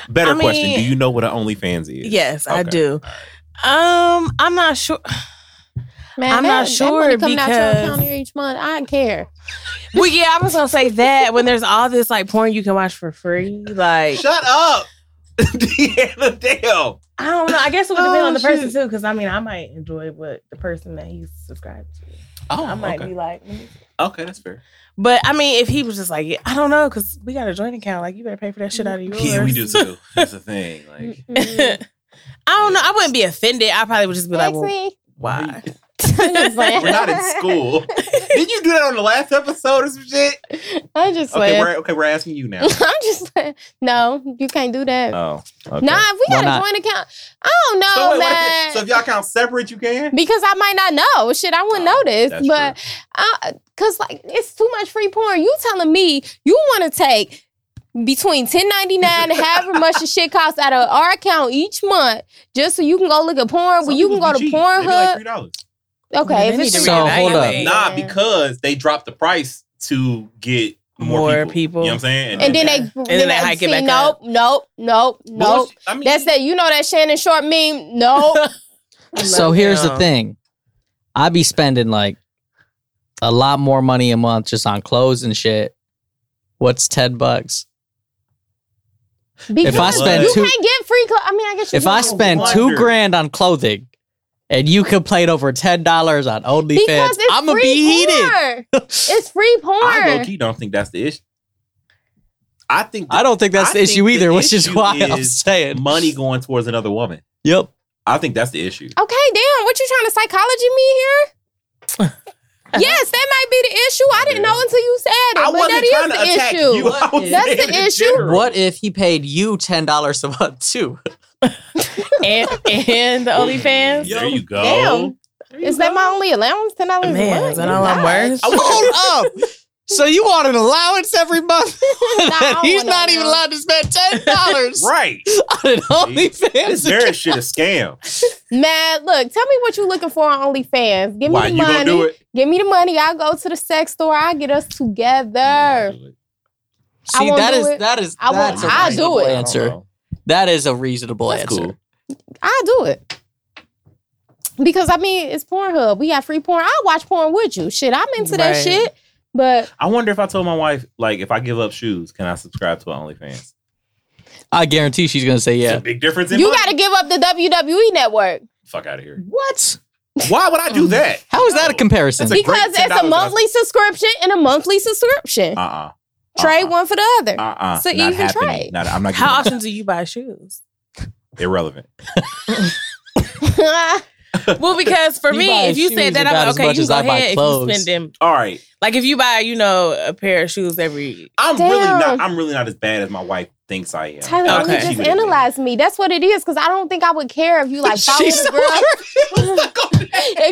Speaker 1: Better
Speaker 4: I mean-
Speaker 1: question. Do you know what an OnlyFans is?
Speaker 4: Yes, I
Speaker 1: Okay.
Speaker 4: do. Um, I'm not sure.
Speaker 2: *laughs* Man,
Speaker 4: I'm not sure
Speaker 2: money coming out your
Speaker 4: because-
Speaker 2: account here each month. I don't
Speaker 1: *laughs*
Speaker 2: care.
Speaker 4: Well, yeah, I was gonna say that when there's all this like porn you can watch for free, like
Speaker 1: Shut up, *laughs* Deanna Dale.
Speaker 4: I don't know. I guess it would depend
Speaker 1: Oh,
Speaker 4: on the person
Speaker 1: shit.
Speaker 4: too, because I mean, I might enjoy what the person that he's subscribed to.
Speaker 1: Oh,
Speaker 4: I might
Speaker 1: okay.
Speaker 4: be like, let me-
Speaker 1: okay, that's fair.
Speaker 4: but I mean, if he was just like, yeah, I don't know, because we got a joint account, like you better pay for that shit out of yours.
Speaker 1: Yeah, we do too. That's the thing. Like,
Speaker 4: I
Speaker 2: Mm-mm.
Speaker 4: don't know. *laughs* I wouldn't be offended. I probably would just be like, well,
Speaker 2: Actually,
Speaker 4: why?
Speaker 2: *laughs* I'm just playing.
Speaker 1: we're not in
Speaker 4: *laughs*
Speaker 1: school. Didn't you do that on the last episode or some shit?
Speaker 2: *laughs* I'm just
Speaker 1: Okay,
Speaker 2: playing.
Speaker 1: we're okay. We're asking you
Speaker 4: *laughs*
Speaker 1: now.
Speaker 2: *laughs* I'm just playing. No, you can't do that.
Speaker 1: Oh, okay.
Speaker 2: Nah, if we
Speaker 3: Why
Speaker 2: got
Speaker 3: not?
Speaker 2: a joint account, I don't know,
Speaker 1: So, wait, wait,
Speaker 2: Oh, man.
Speaker 1: so if y'all count separate, you can.
Speaker 2: because I might not know. Shit, I wouldn't
Speaker 1: Oh,
Speaker 2: know this,
Speaker 1: that's
Speaker 2: but I, cause like it's too much free porn. You telling me you want to take between ten ninety nine and however much the shit costs out of our account each month, just so you can go look at porn. Well,
Speaker 1: Some
Speaker 2: you can
Speaker 1: people
Speaker 2: go to
Speaker 1: be cheap. They be like
Speaker 2: Pornhub.
Speaker 1: three dollars.
Speaker 2: okay,
Speaker 4: Yeah,
Speaker 2: if
Speaker 4: they
Speaker 2: it's
Speaker 4: need to
Speaker 2: three-
Speaker 3: So, hold up.
Speaker 4: reevaluate.
Speaker 1: Nah,
Speaker 2: Yeah.
Speaker 1: because they dropped the price to get more,
Speaker 4: More
Speaker 1: people,
Speaker 4: people.
Speaker 1: You know what I'm saying?
Speaker 2: and then they
Speaker 4: And
Speaker 2: and
Speaker 4: then they hike it back
Speaker 2: nope,
Speaker 4: up.
Speaker 2: nope, nope,
Speaker 1: But once
Speaker 2: nope.
Speaker 1: you- I mean,
Speaker 2: That's that. You know that Shannon Sharp meme.
Speaker 1: *laughs*
Speaker 2: Nope.
Speaker 3: so here's the
Speaker 4: Yeah.
Speaker 3: thing. I be spending like a lot more money a month just on clothes and shit. What's ten bucks?
Speaker 2: Because
Speaker 3: If I spend
Speaker 2: you
Speaker 3: two-
Speaker 2: can't get free. Cl- I mean, I guess you
Speaker 3: If I
Speaker 2: can.
Speaker 3: spend
Speaker 1: wonder.
Speaker 3: two grand on clothing and you complain over ten dollars on OnlyFans,
Speaker 2: because it's
Speaker 3: I'm gonna
Speaker 2: free
Speaker 3: be heated.
Speaker 1: *laughs*
Speaker 2: porn. It's free porn.
Speaker 1: I low key don't think that's the issue. I think
Speaker 3: I don't think that's
Speaker 1: I
Speaker 3: the
Speaker 1: think
Speaker 3: issue
Speaker 1: the
Speaker 3: either, which is
Speaker 1: issue
Speaker 3: why I'm
Speaker 1: is
Speaker 3: saying
Speaker 1: money going towards another woman.
Speaker 3: Yep.
Speaker 1: I think that's the issue.
Speaker 2: Okay, damn. What you trying to psychology me
Speaker 1: *laughs*
Speaker 2: here? yes, that might be the issue. I didn't know until you said it,
Speaker 1: I
Speaker 2: but
Speaker 1: wasn't
Speaker 2: that
Speaker 1: trying to
Speaker 2: is
Speaker 1: attack
Speaker 2: the issue.
Speaker 1: you. *laughs* I was
Speaker 2: That's
Speaker 1: saying
Speaker 2: the
Speaker 1: in
Speaker 2: issue.
Speaker 1: general.
Speaker 3: What if he paid you ten dollars a month too?
Speaker 4: and, and the OnlyFans.
Speaker 1: There you go.
Speaker 2: Damn. Is that my only allowance? Ten dollars a
Speaker 4: Man,
Speaker 2: month?
Speaker 4: is that all I'm worth?
Speaker 3: *laughs* Hold up. So you want an allowance every *laughs* month?
Speaker 2: don't
Speaker 3: He's
Speaker 2: want
Speaker 3: not
Speaker 2: an allowance.
Speaker 3: even allowed to spend ten dollars
Speaker 1: Right. *laughs*
Speaker 3: on an
Speaker 1: This
Speaker 3: OnlyFans.
Speaker 1: marriage shit a scam.
Speaker 2: Man, look. Tell me what you looking for on OnlyFans. Give me
Speaker 1: Why
Speaker 2: the
Speaker 1: you gonna
Speaker 2: money.
Speaker 1: do it?
Speaker 2: Give me the money. I'll go to the sex store. I'll get us together. I
Speaker 3: See,
Speaker 2: won't
Speaker 3: that
Speaker 2: do
Speaker 3: is
Speaker 2: it.
Speaker 3: that is
Speaker 2: I won't-
Speaker 3: that's a
Speaker 2: I'll do
Speaker 3: reasonable
Speaker 2: it.
Speaker 1: I
Speaker 3: answer.
Speaker 1: don't know.
Speaker 3: That is a reasonable
Speaker 1: That's
Speaker 3: answer.
Speaker 1: cool.
Speaker 2: I'll do it. Because I mean, it's Pornhub. We got free porn. I'll watch porn with you. Shit, I'm into that
Speaker 4: Right.
Speaker 2: shit. But
Speaker 1: I wonder if I told my wife, like, if I give up shoes, can I subscribe to OnlyFans?
Speaker 3: I guarantee she's gonna say
Speaker 1: It's
Speaker 3: yeah.
Speaker 1: a big difference in
Speaker 2: you
Speaker 1: money.
Speaker 2: got to give up the WWE E network.
Speaker 1: Fuck out of here.
Speaker 3: What?
Speaker 6: *laughs* Why would I do
Speaker 2: *laughs*
Speaker 6: that?
Speaker 3: How is that a comparison?
Speaker 6: That's a- great
Speaker 2: because it's a
Speaker 6: $10
Speaker 2: monthly subscription and a monthly subscription.
Speaker 1: Uh uh-uh. uh.
Speaker 2: Trade one for the other.
Speaker 1: Uh uh.
Speaker 2: So you
Speaker 1: Not
Speaker 2: can
Speaker 1: happening.
Speaker 2: trade.
Speaker 1: Not, I'm not
Speaker 4: How
Speaker 1: getting
Speaker 4: often do you buy
Speaker 1: *laughs*
Speaker 4: shoes?
Speaker 1: it. irrelevant. uh.
Speaker 4: Well, because for
Speaker 3: You
Speaker 4: me,
Speaker 3: buy
Speaker 4: if you
Speaker 3: shoes
Speaker 4: said that,
Speaker 3: about
Speaker 4: I'm
Speaker 3: as
Speaker 4: okay.
Speaker 3: much
Speaker 4: you
Speaker 3: as
Speaker 4: go
Speaker 3: I buy
Speaker 4: ahead if you
Speaker 3: clothes.
Speaker 4: spend them.
Speaker 1: All right.
Speaker 4: Like if you buy, you know, a pair of shoes every.
Speaker 1: I'm really
Speaker 2: Damn.
Speaker 1: not. I'm really not as bad as my wife thinks I am.
Speaker 2: *laughs* Tyler, you
Speaker 4: Okay.
Speaker 1: She
Speaker 2: just
Speaker 1: would've been.
Speaker 2: analyze me. That's what it is. Because I don't think I would care if you like follow
Speaker 3: *laughs* She's
Speaker 2: the girl. if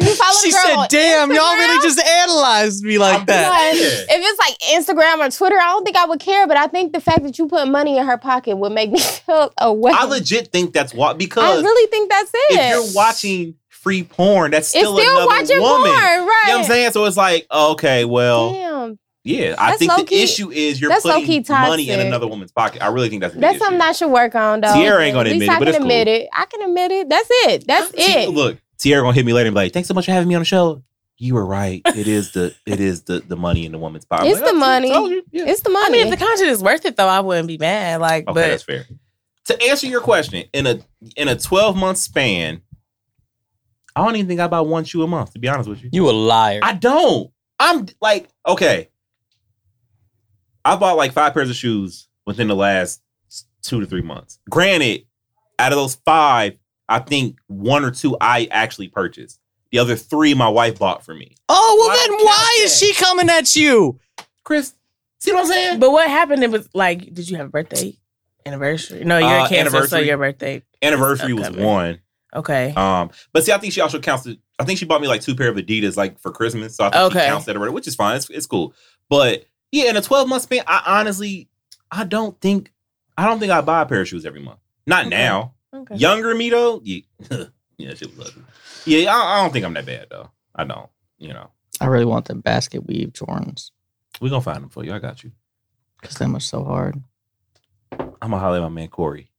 Speaker 2: you follow
Speaker 3: She
Speaker 2: the girl,
Speaker 3: said,
Speaker 2: on
Speaker 3: "Damn, y'all really
Speaker 2: Instagram,
Speaker 3: just analyzed me *laughs* like that."
Speaker 2: like,
Speaker 1: Yeah.
Speaker 2: If it's like Instagram or Twitter, I don't think I would care. But I think the fact that you put money in her pocket would make me *laughs* feel away.
Speaker 1: I legit think that's why.
Speaker 2: I
Speaker 1: Because
Speaker 2: really think that's it.
Speaker 1: if you're watching free porn, that's
Speaker 2: it's
Speaker 1: still,
Speaker 2: still
Speaker 1: another
Speaker 2: watching
Speaker 1: woman.
Speaker 2: porn,
Speaker 1: You
Speaker 2: right?
Speaker 1: know what I'm saying? So it's like, okay, well,
Speaker 2: Damn,
Speaker 1: yeah. I
Speaker 2: That's
Speaker 1: think the
Speaker 2: low-key-
Speaker 1: issue is you're
Speaker 2: that's low-key
Speaker 1: putting money in
Speaker 2: toxic.
Speaker 1: another woman's pocket. I really think that's a big
Speaker 2: that's
Speaker 1: issue.
Speaker 2: something I should work on though.
Speaker 1: Tierra ain't gonna
Speaker 2: At
Speaker 1: admit
Speaker 2: least
Speaker 1: it,
Speaker 2: I
Speaker 1: but
Speaker 2: can
Speaker 1: it's cool.
Speaker 2: admit it. I can admit it. That's it. That's
Speaker 1: Ti-
Speaker 2: it.
Speaker 1: Look, Tierra gonna hit me later and be like, "Thanks so much for having me on the show." You were right. It is the it is the the money in the woman's pocket. I'm
Speaker 2: It's the
Speaker 1: "Oh,
Speaker 2: money.
Speaker 1: told you." Yeah.
Speaker 2: It's the money.
Speaker 4: I mean, if the content is worth it, though, I wouldn't be mad. Like,
Speaker 1: Okay,
Speaker 4: but
Speaker 1: that's fair. To answer your question, in a in a twelve month span, I don't even think I buy one shoe a month. To be honest with you,
Speaker 3: You a liar.
Speaker 1: I don't. I'm like okay. I bought like five pairs of shoes within the last two to three months. Granted, out of those five, I think one or two I actually purchased. The other three my wife bought for me.
Speaker 3: oh well,
Speaker 1: Why
Speaker 3: then
Speaker 1: count
Speaker 3: why is
Speaker 1: that?
Speaker 3: she coming at you?
Speaker 1: Chris, see what I'm saying?
Speaker 4: but what happened? It was like, did you have a birthday anniversary? No, you're
Speaker 1: Uh,
Speaker 4: a cancer, so
Speaker 1: anniversary.
Speaker 4: your birthday.
Speaker 1: Anniversary was
Speaker 4: Upcoming.
Speaker 1: one.
Speaker 4: Okay.
Speaker 1: Um, but see, I think she also counts. It, I think she bought me like two pair of Adidas like for Christmas, so I think
Speaker 4: Okay.
Speaker 1: she counts that already, which is fine. It's, it's cool. But yeah, in a 12 month span, I honestly, I don't think, I don't think I buy a pair of shoes every month. Not
Speaker 4: Okay.
Speaker 1: now.
Speaker 4: okay.
Speaker 1: Younger me though, yeah, *laughs* yeah, shit was ugly. Yeah, I, I don't think I'm that bad though. I don't. You know,
Speaker 3: I really want the basket weave Jordans
Speaker 1: we gonna find them for you. I got you.
Speaker 3: because them are so hard.
Speaker 1: I'm gonna holler at my man Corey.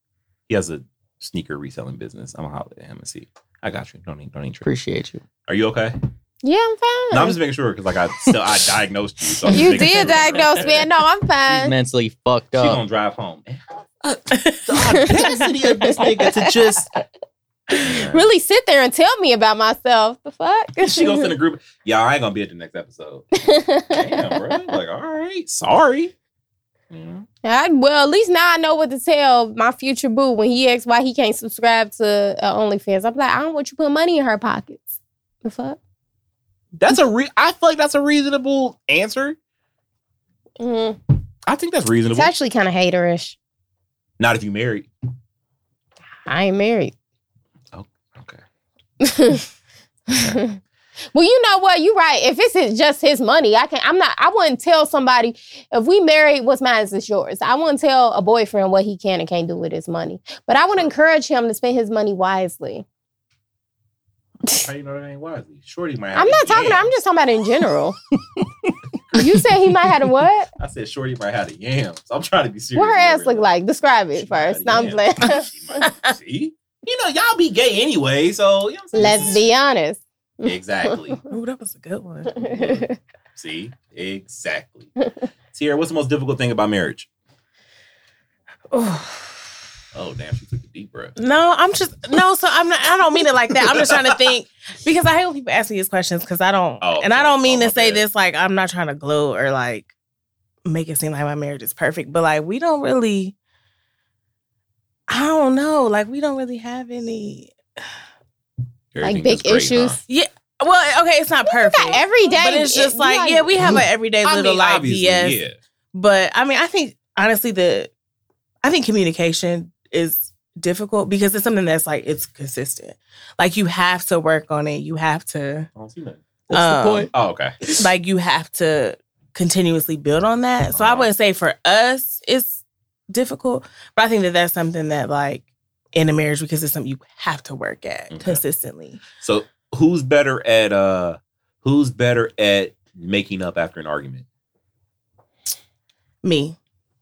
Speaker 1: He has a sneaker reselling business. I'm gonna holler at him and see. I got you. Don't need, don't need. Trip.
Speaker 3: Appreciate you.
Speaker 1: Are you okay?
Speaker 2: yeah, I'm fine.
Speaker 1: No, I'm just making sure because like I still I diagnosed you. So I'm just
Speaker 2: *laughs* you
Speaker 1: making sure
Speaker 2: did
Speaker 1: that you're
Speaker 2: diagnose me.
Speaker 1: okay.
Speaker 2: and No,
Speaker 4: *laughs*
Speaker 2: I'm
Speaker 3: She's
Speaker 2: fine.
Speaker 3: mentally fucked
Speaker 1: She
Speaker 3: up.
Speaker 1: gonna drive home. the audacity of this nigga to
Speaker 3: *laughs*
Speaker 1: just
Speaker 3: Uh,
Speaker 2: Really sit there and tell me about myself. The fuck?
Speaker 1: *laughs* she goes in the group. Y'all I ain't gonna be at the next episode. Damn, bro. Like, all right, sorry. Yeah.
Speaker 2: *laughs* I, well, at least now I know what to tell my future boo when he asks why he can't subscribe to uh, OnlyFans. I'm like, I don't want you putting money in her pockets. The fuck?
Speaker 1: That's a re- I feel like that's a reasonable answer.
Speaker 2: Mm.
Speaker 1: I think that's
Speaker 2: It's
Speaker 1: reasonable.
Speaker 2: actually kind of haterish.
Speaker 1: Not if you married.
Speaker 2: I ain't married.
Speaker 1: Okay.
Speaker 2: *laughs* Well, you know what? You're right. If it's his, just his money, I can. I'm not. I wouldn't tell somebody if we married. What's mine is just yours. I wouldn't tell a boyfriend what he can and can't do with his money. But I would encourage him to spend his money wisely.
Speaker 1: How you know that ain't wisely? Shorty might have
Speaker 2: I'm
Speaker 1: a
Speaker 2: not talking.
Speaker 1: yam.
Speaker 2: I'm just talking about
Speaker 1: *laughs*
Speaker 2: in general. you said he might have a what?
Speaker 1: I said Shorty might have a yam. So I'm trying to be serious.
Speaker 2: What her ass look
Speaker 1: Really.
Speaker 2: like? Describe
Speaker 1: She
Speaker 2: it
Speaker 1: might
Speaker 2: first. No,
Speaker 1: have
Speaker 2: I'm
Speaker 1: a
Speaker 2: playing.
Speaker 1: *laughs*
Speaker 2: *laughs*
Speaker 1: yam. She might- See? You know, y'all be gay anyway, so you know what I'm saying?
Speaker 2: Let's be honest.
Speaker 1: Exactly.
Speaker 4: Ooh, that was a
Speaker 2: *laughs*
Speaker 4: good one.
Speaker 1: See? Exactly. *laughs* Sierra, what's the most difficult thing about marriage?
Speaker 4: Ooh.
Speaker 1: Oh, damn, she took a deep breath.
Speaker 4: No, I'm just no. So I'm not. I don't mean it like that. I'm just trying to think because I hate when people ask me these questions because I don't,
Speaker 1: Oh,
Speaker 4: and I don't mean
Speaker 1: oh,
Speaker 4: to
Speaker 1: my
Speaker 4: say
Speaker 1: bad.
Speaker 4: this like I'm not trying to gloat or like make it seem like my marriage is perfect, but like we don't really. I don't know. Like we don't really have any.
Speaker 1: Everything
Speaker 2: like big
Speaker 1: is great,
Speaker 2: issues.
Speaker 1: huh?
Speaker 4: Well, okay, it's not
Speaker 2: We
Speaker 4: perfect,
Speaker 2: got every day,
Speaker 4: but it's just
Speaker 2: you
Speaker 4: like yeah, we have an everyday
Speaker 1: I
Speaker 4: little
Speaker 1: mean,
Speaker 4: like
Speaker 1: obviously,
Speaker 4: BS.
Speaker 1: yeah.
Speaker 4: But I mean, I think honestly, the I think communication is difficult because it's something that's like it's consistent. Like you have to work on it. You have to
Speaker 1: I don't see nothing.
Speaker 4: That's the um, point.
Speaker 1: Oh, okay.
Speaker 4: like you have to continuously build on that. So I wouldn't say for us it's difficult, but I think that that's something that like in a marriage because it's something you have to work at
Speaker 1: Okay.
Speaker 4: consistently.
Speaker 1: So who's better at uh who's better at making up after an argument?
Speaker 4: Me.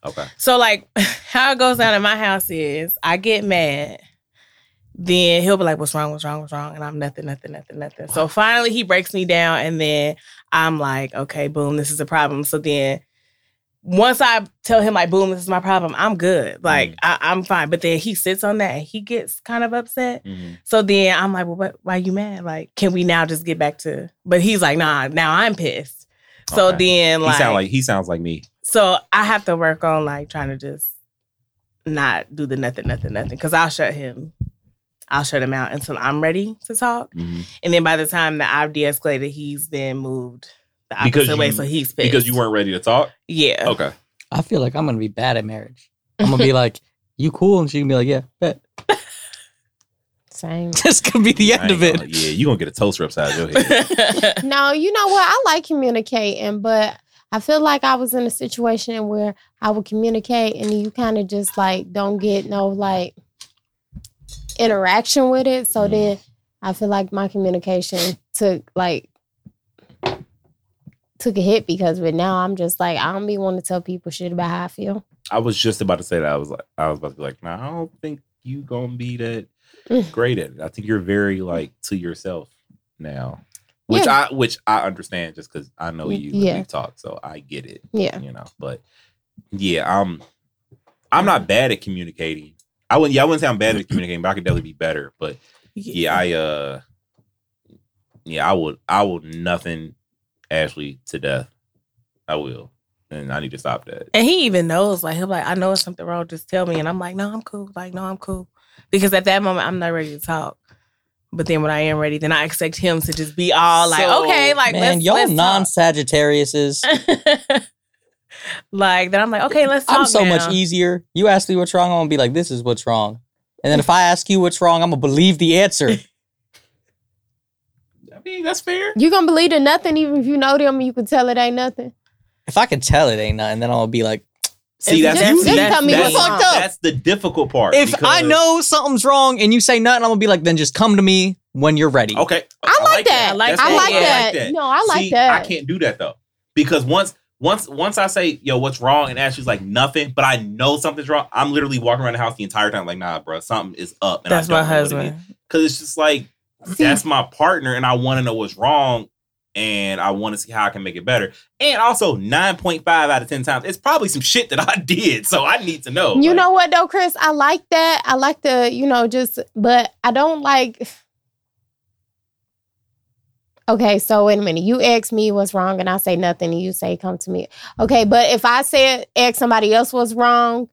Speaker 1: Okay.
Speaker 4: So like *laughs* how it goes down in my house is I get mad. Then he'll be like, What's wrong? What's wrong? What's wrong? And I'm nothing, nothing, nothing, nothing. So finally he breaks me down and then I'm like, okay, boom, this is a problem. So then once I tell him like, boom, this is my problem, I'm good. Like
Speaker 1: Mm.
Speaker 4: I, I'm fine. But then he sits on that and he gets kind of upset.
Speaker 1: Mhm.
Speaker 4: So then I'm like, well, what, why you mad? Like, can we now just get back to? But he's like, nah, now I'm pissed. So
Speaker 1: Okay.
Speaker 4: then,
Speaker 1: He
Speaker 4: like,
Speaker 1: sound like he sounds like me.
Speaker 4: so I have to work on like trying to just not do the nothing, nothing, nothing. Cause I'll shut him, I'll shut him out until I'm ready to talk.
Speaker 1: Mhm.
Speaker 4: And then by the time that I've de-escalated, he's been moved the opposite
Speaker 1: Because
Speaker 4: way,
Speaker 1: you-
Speaker 4: so he's pissed
Speaker 1: Because you weren't ready to talk.
Speaker 4: Yeah.
Speaker 1: Okay.
Speaker 3: I feel like I'm gonna be bad at
Speaker 4: *laughs*
Speaker 3: marriage. I'm gonna be like, "You cool?" and she can be like, "Yeah, bet." *laughs*
Speaker 2: Same.
Speaker 3: This could be
Speaker 1: I
Speaker 3: the end
Speaker 1: ain't
Speaker 3: of
Speaker 1: gonna-
Speaker 3: it.
Speaker 1: yeah, you gonna get a toaster upside your head.
Speaker 4: *laughs*
Speaker 2: No, you know what? I like communicating, but I feel like I was in a situation where I would communicate and you kind of just like don't get no like interaction with it. So
Speaker 1: Mm.
Speaker 2: then I feel like my communication took like took a hit because but now I'm just like I don't be want to tell people shit about how I feel.
Speaker 1: I was just about to say that. I was like, I was about to be like, nah, I don't think you gonna be that
Speaker 2: Mm.
Speaker 1: great at it. I think you're very like to yourself now, which I which I understand just because I know
Speaker 2: Y-
Speaker 1: you.
Speaker 2: yeah.
Speaker 1: We talk, so I get it.
Speaker 2: Yeah.
Speaker 1: You know, but yeah, I'm I'm not bad at communicating. I wouldn't. Yeah, I wouldn't say I'm bad at communicating, but I could definitely be better. But yeah, I uh, yeah, I would. I will nothing Ashley to death. I will, and I need to stop that.
Speaker 4: And he even knows, like, he'll be like, I know it's something wrong, just tell me. And I'm like, no, I'm cool. Like, no, I'm cool. Because at that moment, I'm not ready to talk. But then when I am ready, then I expect him to just be all like,
Speaker 1: So,
Speaker 4: okay, like,
Speaker 3: Man,
Speaker 4: let's,
Speaker 3: y'all
Speaker 4: let's
Speaker 3: non
Speaker 4: talk. *laughs*
Speaker 3: Sagittariuses.
Speaker 4: like, then I'm like, okay, let's talk.
Speaker 3: I'm so
Speaker 4: now.
Speaker 3: much easier. You ask me what's wrong, I'm gonna be like, "This is what's wrong," and then if I ask you what's wrong, I'm gonna believe the answer.
Speaker 4: *laughs*
Speaker 1: I mean, that's fair.
Speaker 2: You gonna believe in nothing even if you know them you can tell it ain't nothing.
Speaker 3: if I can tell it ain't nothing, then I'll be like,
Speaker 1: See,
Speaker 4: It's
Speaker 1: that's
Speaker 4: just-
Speaker 1: usually-
Speaker 4: just tell me
Speaker 1: that's,
Speaker 2: what's
Speaker 1: that's,
Speaker 2: fucked
Speaker 4: up.
Speaker 1: the difficult part.
Speaker 3: if I
Speaker 1: because-
Speaker 3: know something's wrong and you say nothing, I'm gonna be like, then just come to me when you're ready.
Speaker 1: okay,
Speaker 2: I like that.
Speaker 4: I like
Speaker 1: That's
Speaker 2: I
Speaker 1: cool.
Speaker 2: like that. No, I like
Speaker 1: See,
Speaker 2: that.
Speaker 1: I can't do that though because once. Once, once I say, yo, what's wrong? And Ashley's like, nothing, but I know something's wrong. I'm literally walking around the house the entire time, like, nah, bro, something is up. And
Speaker 4: That's my husband.
Speaker 1: Because it's just like,
Speaker 2: See-
Speaker 1: that's my partner, and I want to know what's wrong, and I want to see how I can make it better. And also, 9.5 out of 10 times, it's probably some shit that I *laughs* did. So I need to know.
Speaker 2: You
Speaker 1: Like,
Speaker 2: know what though, Chris? I like that. I like the, you know, just but I don't like Okay, so wait a minute. You ask me what's wrong and I say nothing and you say come to me. Okay, but if I said ask somebody else what's wrong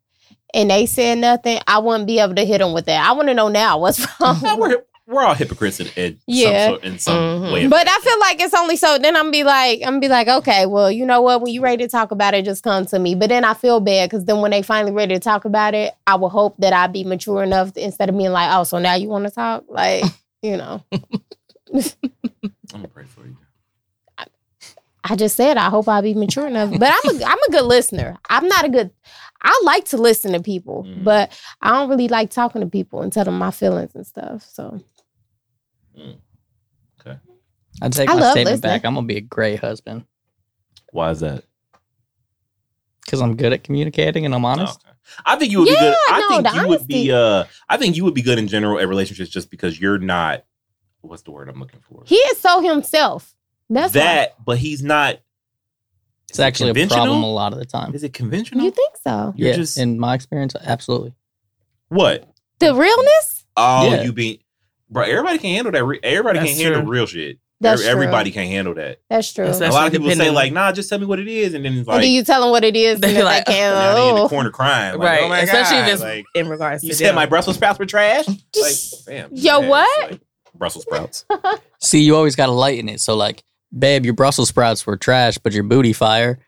Speaker 2: and they said nothing, I wouldn't be able to hit them with that. I want to know now what's *laughs* wrong.
Speaker 1: Yeah, we're we're all hypocrites in, in some
Speaker 2: Yeah. Mm-hmm.
Speaker 1: sort in some
Speaker 4: Mhm.
Speaker 1: way. of
Speaker 2: But I
Speaker 1: fashion.
Speaker 2: feel like it's only so. Then I'm be like, I'm be like, okay, well, you know what? When you ready to talk about it, just come to me. But then I feel bad because then when they finally ready to talk about it, I would hope that I'd be mature enough to- instead of being like, oh, so now you want to talk?
Speaker 1: *laughs*
Speaker 2: Like, you know,
Speaker 1: I'm gonna pray for you.
Speaker 2: I just said I hope I'll be mature enough. But I'm
Speaker 1: *laughs*
Speaker 2: a I'm a good listener. I'm not a good. I like to listen to people,
Speaker 1: Mm.
Speaker 2: but I don't really like talking to people and tell them my feelings and stuff. So
Speaker 3: I take
Speaker 2: I
Speaker 3: my
Speaker 2: love
Speaker 3: statement
Speaker 2: listening.
Speaker 3: back. I'm gonna be a great husband
Speaker 1: Why is that?
Speaker 3: because I'm good at communicating and I'm honest.
Speaker 1: Okay. I think you would
Speaker 2: Yeah,
Speaker 1: be good. I
Speaker 2: no,
Speaker 1: think
Speaker 2: the
Speaker 1: you would be.
Speaker 2: honesty.
Speaker 1: Uh, I think you would be good in general at relationships just because you're not. What's the word I'm looking for?
Speaker 2: he is so himself. That's why.
Speaker 1: that, but he's not.
Speaker 3: It's actually a
Speaker 1: Conventional?
Speaker 3: problem a lot of the time.
Speaker 1: Is it conventional?
Speaker 2: You think so?
Speaker 1: You're
Speaker 3: yeah,
Speaker 1: just
Speaker 3: in my experience, absolutely.
Speaker 1: what?
Speaker 2: The realness.
Speaker 1: Oh,
Speaker 3: Yeah.
Speaker 1: you be, bro. Everybody can handle that. Re- everybody
Speaker 4: That's
Speaker 1: can handle
Speaker 4: true.
Speaker 1: real shit.
Speaker 2: That's
Speaker 1: Every-
Speaker 2: true.
Speaker 1: everybody can handle that.
Speaker 2: That's true.
Speaker 4: That's
Speaker 1: a
Speaker 4: Especially
Speaker 1: lot of people say
Speaker 4: depending-
Speaker 1: like, nah, just tell me what it is, and then it's
Speaker 2: and
Speaker 1: like,
Speaker 2: then you tell them what
Speaker 1: *laughs*
Speaker 2: it is,
Speaker 4: They
Speaker 2: and then
Speaker 4: like,
Speaker 2: they can't.
Speaker 1: now they in the
Speaker 2: Oh.
Speaker 1: corner crying, like,
Speaker 4: right.
Speaker 1: Oh my
Speaker 4: Especially
Speaker 1: God.
Speaker 4: if it's
Speaker 1: like,
Speaker 4: in regards to
Speaker 1: You said
Speaker 4: them.
Speaker 1: my Brussels sprouts were
Speaker 2: *laughs*
Speaker 1: trash. Like, fam,
Speaker 2: Yo,
Speaker 1: yeah,
Speaker 2: what?
Speaker 1: like, Brussels
Speaker 2: *laughs*
Speaker 1: sprouts.
Speaker 3: See, you always gotta lighten it. So like, babe, your Brussels sprouts were trash, but your booty fire.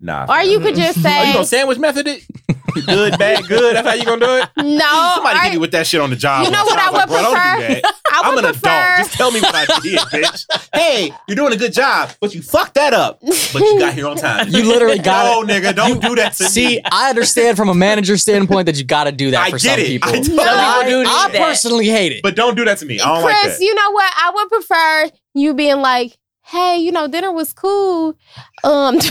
Speaker 1: Nah.
Speaker 2: Or
Speaker 1: fam.
Speaker 2: you could
Speaker 1: *laughs*
Speaker 2: just
Speaker 1: Oh, you
Speaker 2: say
Speaker 1: gonna sandwich method it? *laughs* good, bad, good. That's how you gonna do it.
Speaker 2: no.
Speaker 1: *laughs* Somebody
Speaker 2: or-
Speaker 1: hit me with that shit on the job.
Speaker 2: Oh, You know
Speaker 1: once.
Speaker 2: what I
Speaker 1: was
Speaker 2: would
Speaker 1: "Bro, don't
Speaker 2: prefer?
Speaker 1: do that.
Speaker 2: I
Speaker 1: I'm
Speaker 2: would
Speaker 1: an adult.
Speaker 2: prefer.
Speaker 1: Just tell me what I
Speaker 2: *laughs*
Speaker 1: did, bitch. hey, you're doing a good job, but you fucked that up. But you got here on time.
Speaker 3: You literally
Speaker 1: *laughs*
Speaker 3: got
Speaker 1: no, nigga, don't do that to
Speaker 3: See,
Speaker 1: me.
Speaker 3: I understand from a manager standpoint that you gotta do that
Speaker 1: I
Speaker 3: for
Speaker 1: get
Speaker 3: some
Speaker 1: it.
Speaker 3: people.
Speaker 1: I
Speaker 3: Some
Speaker 1: totally
Speaker 3: people do
Speaker 4: do
Speaker 3: I
Speaker 4: that.
Speaker 3: personally hate it.
Speaker 1: But don't do that to me. I don't
Speaker 2: Chris,
Speaker 1: like that.
Speaker 2: you know what? I would prefer you being like, "Hey, you know, dinner was cool." Um, *laughs*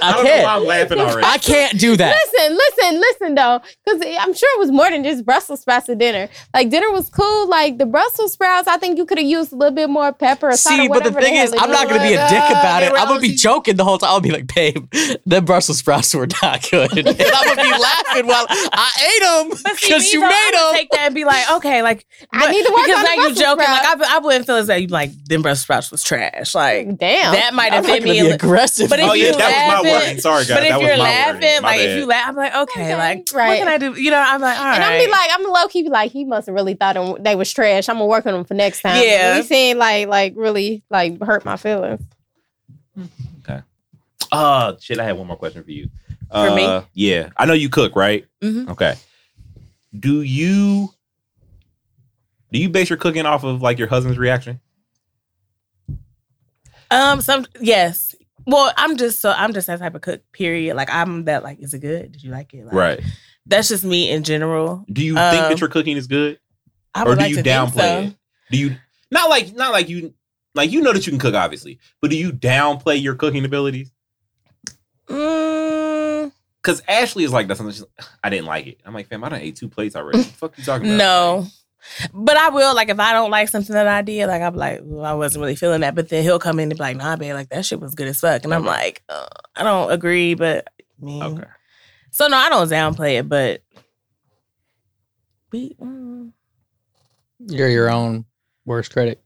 Speaker 3: I
Speaker 6: don't know why
Speaker 3: can't.
Speaker 6: I'm laughing already.
Speaker 3: I can't do that.
Speaker 2: Listen, listen, listen though, because I'm sure it was more than just Brussels sprouts at dinner. Like dinner was cool. Like the Brussels sprouts, I think you could have used a little bit more pepper. Or salt,
Speaker 3: See,
Speaker 2: or
Speaker 3: but the
Speaker 2: whatever
Speaker 3: thing
Speaker 2: hell
Speaker 3: is,
Speaker 2: it
Speaker 3: I'm not gonna be a
Speaker 2: was.
Speaker 3: dick about it.
Speaker 6: Uh,
Speaker 3: I'm gonna be
Speaker 6: Rousey.
Speaker 3: joking the whole time. I'll be like, babe, the Brussels sprouts were not good. *laughs* And I'm gonna be laughing while I ate them
Speaker 4: But see,
Speaker 3: because
Speaker 4: me,
Speaker 3: you
Speaker 4: though, I would
Speaker 3: made
Speaker 4: Take that and be like, okay, like
Speaker 2: I
Speaker 4: but-
Speaker 2: need to work
Speaker 4: because
Speaker 2: on
Speaker 4: now
Speaker 2: the
Speaker 4: you
Speaker 2: Brussels
Speaker 4: joking.
Speaker 2: sprouts.
Speaker 4: Like I, I wouldn't feel as that you like them Brussels sprouts was trash. Like
Speaker 2: Damn.
Speaker 4: that might
Speaker 3: them. I'm
Speaker 4: have
Speaker 3: not
Speaker 4: been
Speaker 3: gonna
Speaker 4: me.
Speaker 3: be
Speaker 4: a li-
Speaker 3: aggressive.
Speaker 4: But if
Speaker 6: oh
Speaker 4: you
Speaker 6: yeah, that was my
Speaker 4: laughing-
Speaker 6: wording. Sorry, guys.
Speaker 4: But if
Speaker 6: that
Speaker 4: you're
Speaker 6: was my
Speaker 4: laughing,
Speaker 6: wording. My
Speaker 4: like if
Speaker 6: bad.
Speaker 4: you laugh, I'm like, okay,
Speaker 2: Okay,
Speaker 4: like
Speaker 2: right.
Speaker 4: what can I do? You know, I'm like, all right.
Speaker 2: and I'm be like, I'm low key be like, he must have really thought them, they was trash. I'm gonna work on them for next time.
Speaker 4: Yeah.
Speaker 2: he seemed like like really like hurt my feelings.
Speaker 1: Oh shit! I had one more question for you.
Speaker 4: For me?
Speaker 1: Uh, yeah, I know you cook, right?
Speaker 4: Mhm.
Speaker 1: Okay. Do you do you base your cooking off of like your husband's reaction?
Speaker 4: um, some yes. Well, I'm just so I'm just that type of cook. Period. Like I'm that. Like, is it good? Did you like it? Like, That's just me in general.
Speaker 1: Do you
Speaker 4: Um,
Speaker 1: think that your cooking is good,
Speaker 4: I
Speaker 1: or
Speaker 4: would
Speaker 1: do
Speaker 4: like
Speaker 1: you
Speaker 4: to
Speaker 1: downplay
Speaker 4: think
Speaker 1: it? Do you not like not like you like you know that you can cook obviously, but do you downplay your cooking abilities?
Speaker 4: so. Mm,
Speaker 1: Because Ashley is like that. Sometimes she's like, I didn't like it. I'm like, fam, I done ate two plates already. What the fuck you talking about?
Speaker 4: no. But I will like if I don't like something that I did, like I'm like "Ooh, I wasn't really feeling that. But then he'll come in and be like, "Nah, babe, like that shit was good as fuck," and I'm
Speaker 1: Okay.
Speaker 4: like, uh, "I don't agree," but I mean,
Speaker 1: Okay.
Speaker 4: So no, I don't downplay it, but we mm,
Speaker 3: You're your own worst critic.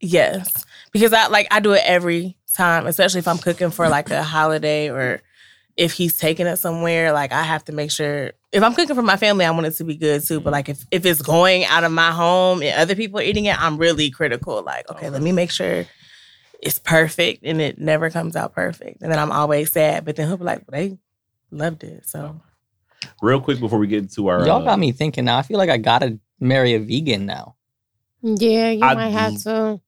Speaker 4: yes, because I like I do it every time, especially if I'm cooking for like a holiday or if he's taking it somewhere. Like I have to make sure if I'm cooking for my family, I want it to be good too. But like if if it's going out of my home and other people are eating it, I'm really critical. Like okay, let me make sure. It's perfect and it never comes out perfect. And then I'm always sad. But then he'll be like, well, they loved it. So
Speaker 1: Real quick before we get into our
Speaker 3: Y'all
Speaker 1: uh,
Speaker 3: got me thinking now. I feel like I gotta marry a vegan now.
Speaker 2: Yeah, you
Speaker 1: I
Speaker 2: might have to.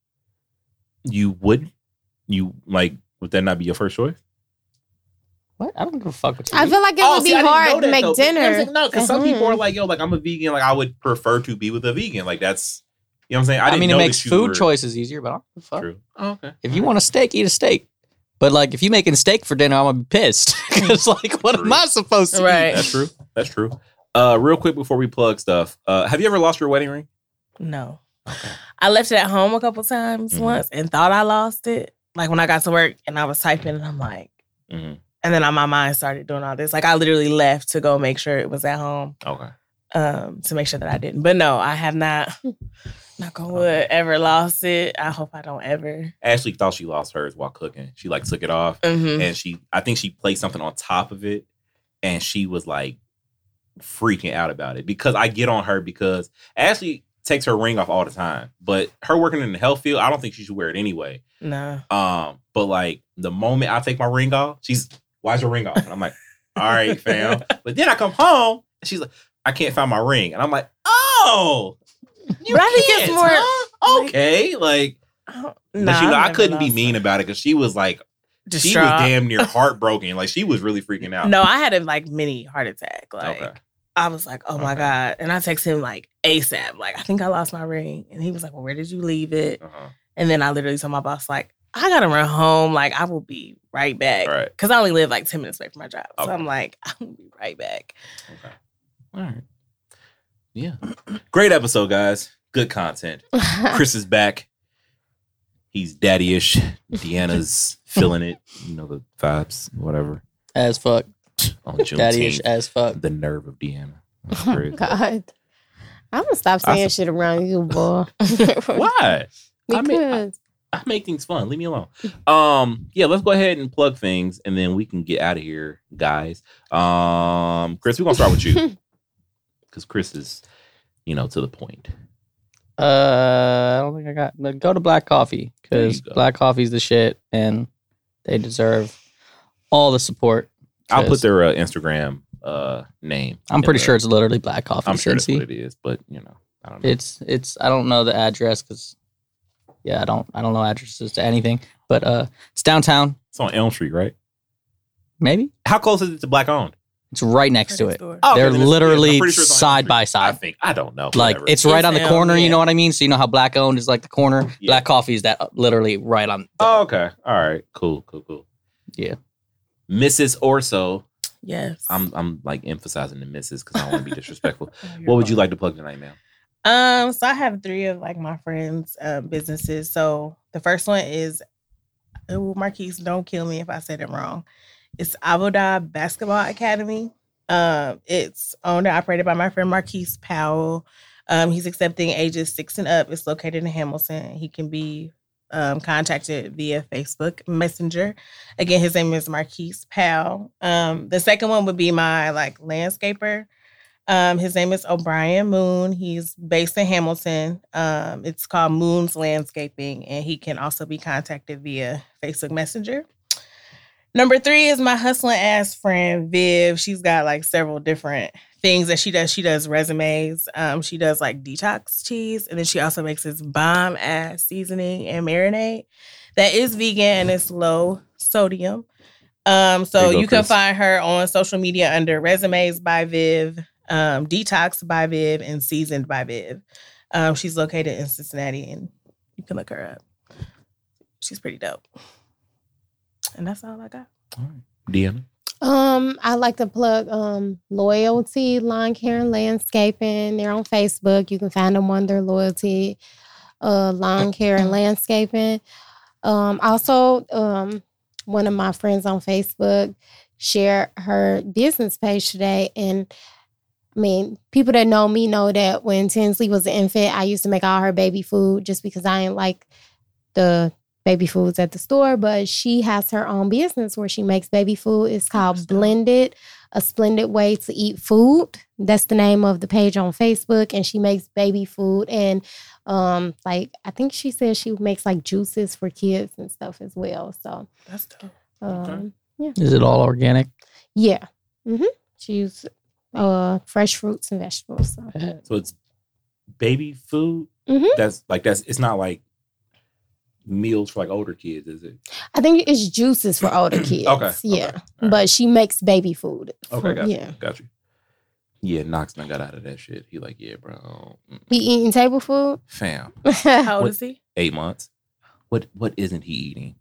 Speaker 1: you would you like would that not be your first choice?
Speaker 3: What? I don't give a fuck what you
Speaker 2: I
Speaker 3: eat.
Speaker 2: feel like
Speaker 1: Oh,
Speaker 2: it would be hard to make dinner. Uh-huh.
Speaker 1: no, because some
Speaker 2: at
Speaker 1: people are
Speaker 2: home.
Speaker 1: like, yo, like I'm a vegan. Like I would prefer to be with a vegan. Like that's you know what I'm saying. I,
Speaker 3: I,
Speaker 1: didn't
Speaker 3: mean,
Speaker 1: know
Speaker 3: it makes
Speaker 1: that you
Speaker 3: food
Speaker 1: were-
Speaker 3: choices easier, but I don't give a fuck.
Speaker 1: True. Oh, okay.
Speaker 3: If you want a steak, eat a steak. But like, if you making steak for dinner, I'm gonna be pissed *laughs* because like, what am I supposed to
Speaker 4: Right.
Speaker 1: that's true. That's true. Uh, real quick before we plug stuff, uh, have you ever lost your wedding ring?
Speaker 4: no.
Speaker 1: Okay.
Speaker 4: I left it at home a couple times
Speaker 1: Mhm.
Speaker 4: once and thought I lost it. Like when I got to work and I was typing and I'm like,
Speaker 3: Mm-hmm.
Speaker 4: and then on my mind started doing all this. Like I literally left to go make sure it was at home
Speaker 1: Okay.
Speaker 4: um, to make sure that I didn't. But no, I
Speaker 1: *laughs*
Speaker 4: have not, knock on wood, ever lost it. I hope I don't ever.
Speaker 1: Ashley thought she lost hers while cooking. She like took it off,
Speaker 3: Mm-hmm.
Speaker 4: Mhm.
Speaker 1: and she I think she placed something on top of it, and she was like freaking out about it because I get on her because Ashley takes her ring off all the time, but her working in the health field, I don't think she should wear it anyway.
Speaker 4: No.
Speaker 1: Um, but like the moment I take my ring off, she's why's your ring off? And I'm like, all
Speaker 4: *laughs*
Speaker 1: right, fam. But then I come home and she's like, I can't find my ring. And I'm like, oh, you
Speaker 4: But I think
Speaker 1: can't,
Speaker 4: it's more-
Speaker 1: huh? okay. Like,
Speaker 4: I don't-
Speaker 1: but you
Speaker 4: I've
Speaker 1: know, I
Speaker 4: never
Speaker 1: couldn't be
Speaker 4: lost
Speaker 1: mean
Speaker 4: it.
Speaker 1: about it because she was like, she was
Speaker 4: Distraught.
Speaker 1: damn
Speaker 4: *laughs*
Speaker 1: near heartbroken. like she was really freaking out.
Speaker 4: No, I had a like mini heart attack. Like
Speaker 1: Okay.
Speaker 4: I was like, oh my
Speaker 1: Okay.
Speaker 4: God. And I text him like ASAP, like, I think I lost my ring. And he was like, Well, where did you leave it?
Speaker 1: Uh-huh.
Speaker 4: And then I literally told my boss, like, I gotta run home. Like, I will be right back.
Speaker 1: All right.
Speaker 4: Cause I only live like 10 minutes away from my job.
Speaker 1: Okay.
Speaker 4: So I'm like, *laughs* I'll be right back.
Speaker 1: Okay. All right. Yeah. *clears throat* Great episode, guys. Good content.
Speaker 2: *laughs*
Speaker 1: Chris is back. He's daddy-ish.
Speaker 2: *laughs*
Speaker 1: Deanna's feeling it. You know the vibes, whatever.
Speaker 3: As fuck,
Speaker 1: On
Speaker 3: daddy-ish
Speaker 1: Juneteenth,
Speaker 3: as fuck.
Speaker 1: the nerve of Deanna. That's
Speaker 2: Oh,
Speaker 1: crazy.
Speaker 2: God, I'm gonna stop
Speaker 1: I
Speaker 2: saying shit around you, boy. *laughs*
Speaker 1: Why? I
Speaker 2: Because
Speaker 1: mean, I- I make things fun. Leave me alone. Um, yeah, let's go ahead and plug things, and then we can get out of here, guys. Um, Chris, we're gonna start with
Speaker 2: *laughs*
Speaker 1: you because Chris is, you know, to the point.
Speaker 3: Uh, I don't think I got. no, Go to Black Coffee
Speaker 1: There you
Speaker 3: because
Speaker 1: go.
Speaker 3: Black Coffee's the shit, and they deserve all the support.
Speaker 1: I'll put
Speaker 3: Yes.
Speaker 1: their uh, Instagram uh name.
Speaker 3: I'm
Speaker 1: in
Speaker 3: pretty
Speaker 1: the-
Speaker 3: sure it's literally Black Coffee.
Speaker 1: I'm sure that's
Speaker 3: Cincy.
Speaker 1: what it is, but you know, I don't know.
Speaker 3: It's it's I don't know the address because yeah I don't I don't know addresses to anything but uh it's downtown
Speaker 1: It's on Elm Street, right?
Speaker 3: maybe
Speaker 1: How close is it to Black owned?
Speaker 3: it's right next to it
Speaker 1: Oh,
Speaker 3: They're
Speaker 1: then it's-
Speaker 3: literally
Speaker 1: I'm pretty sure it's on Elm
Speaker 3: side
Speaker 1: Street.
Speaker 3: by side.
Speaker 1: I think I don't know.
Speaker 3: like
Speaker 1: Whatever.
Speaker 3: it's right on the
Speaker 4: It's, um,
Speaker 3: corner you
Speaker 4: yeah.
Speaker 3: know what I mean so you know how black owned is like the corner
Speaker 1: Yeah.
Speaker 3: Black Coffee is that literally right on
Speaker 1: oh, okay. All right. Cool. Cool. Cool.
Speaker 3: Yeah.
Speaker 1: Mrs. Orso.
Speaker 4: Yes.
Speaker 1: I'm I'm like emphasizing the Mrs. because I don't want
Speaker 3: *laughs*
Speaker 1: to be disrespectful. what would you like to plug tonight, ma'am?
Speaker 4: Um, so I have three of like my friends' um, businesses. So the first one is, oh, Marquise, don't kill me if I said it wrong. It's Avoda Basketball Academy. Um, it's owned and operated by my friend Marquise Powell. Um, he's accepting ages six and up. It's located in Hamilton. He can be um, contacted via Facebook Messenger. Again, his name is Marquise Powell. Um, the second one would be my like landscaper. Um, his name is O'Brien Moon. He's based in Hamilton. Um, it's called Moon's Landscaping, and he can also be contacted via Facebook Messenger. Number three is my hustling ass friend Viv. She's got like several different things that she does. She does resumes. Um, she does like detox cheese, and then she also makes this bomb ass seasoning and marinade that is vegan and it's low sodium. Um, so
Speaker 1: There you go,
Speaker 4: you can
Speaker 1: Chris.
Speaker 4: find her on social media under Resumes by Viv, um, Detox by Viv, and Seasoned by Viv. Um, she's located in Cincinnati, and you can look her up. She's pretty dope. And that's all I got.
Speaker 1: Deanna.
Speaker 2: Um, I like to plug um loyalty lawn care and landscaping. They're on Facebook. You can find them under loyalty uh lawn care and landscaping. Um, also um one of my friends on Facebook shared her business page today and I mean, people that know me know that when Tinsley was an infant, I used to make all her baby food just because I didn't like the baby foods at the store, but she has her own business where she makes baby food. It's called
Speaker 4: Interesting.
Speaker 2: Blended, a splendid way to eat food. That's the name of the page on Facebook, and she makes baby food and um like I think she says she makes like juices for kids and stuff as well. So
Speaker 4: That's dope.
Speaker 2: um
Speaker 3: Is it all organic?
Speaker 2: yeah. Mm-hmm. She uses uh fresh fruits and vegetables. So.
Speaker 1: So it's baby food.
Speaker 2: Mhm.
Speaker 1: That's like that's it's not like meals for like older kids, is it?
Speaker 2: I think it's juices for
Speaker 1: *clears throat*
Speaker 2: older kids.
Speaker 1: Okay,
Speaker 2: Yeah.
Speaker 1: okay, alright.
Speaker 2: But she makes baby food.
Speaker 1: Okay, got
Speaker 2: yeah.
Speaker 1: you. Got you. Yeah, Knox done got out of that shit. He like, yeah, bro. mm,
Speaker 2: Be eating table food.
Speaker 1: Fam.
Speaker 2: oh
Speaker 4: How old
Speaker 1: What-
Speaker 4: is he?
Speaker 1: Eight months. What what isn't he eating?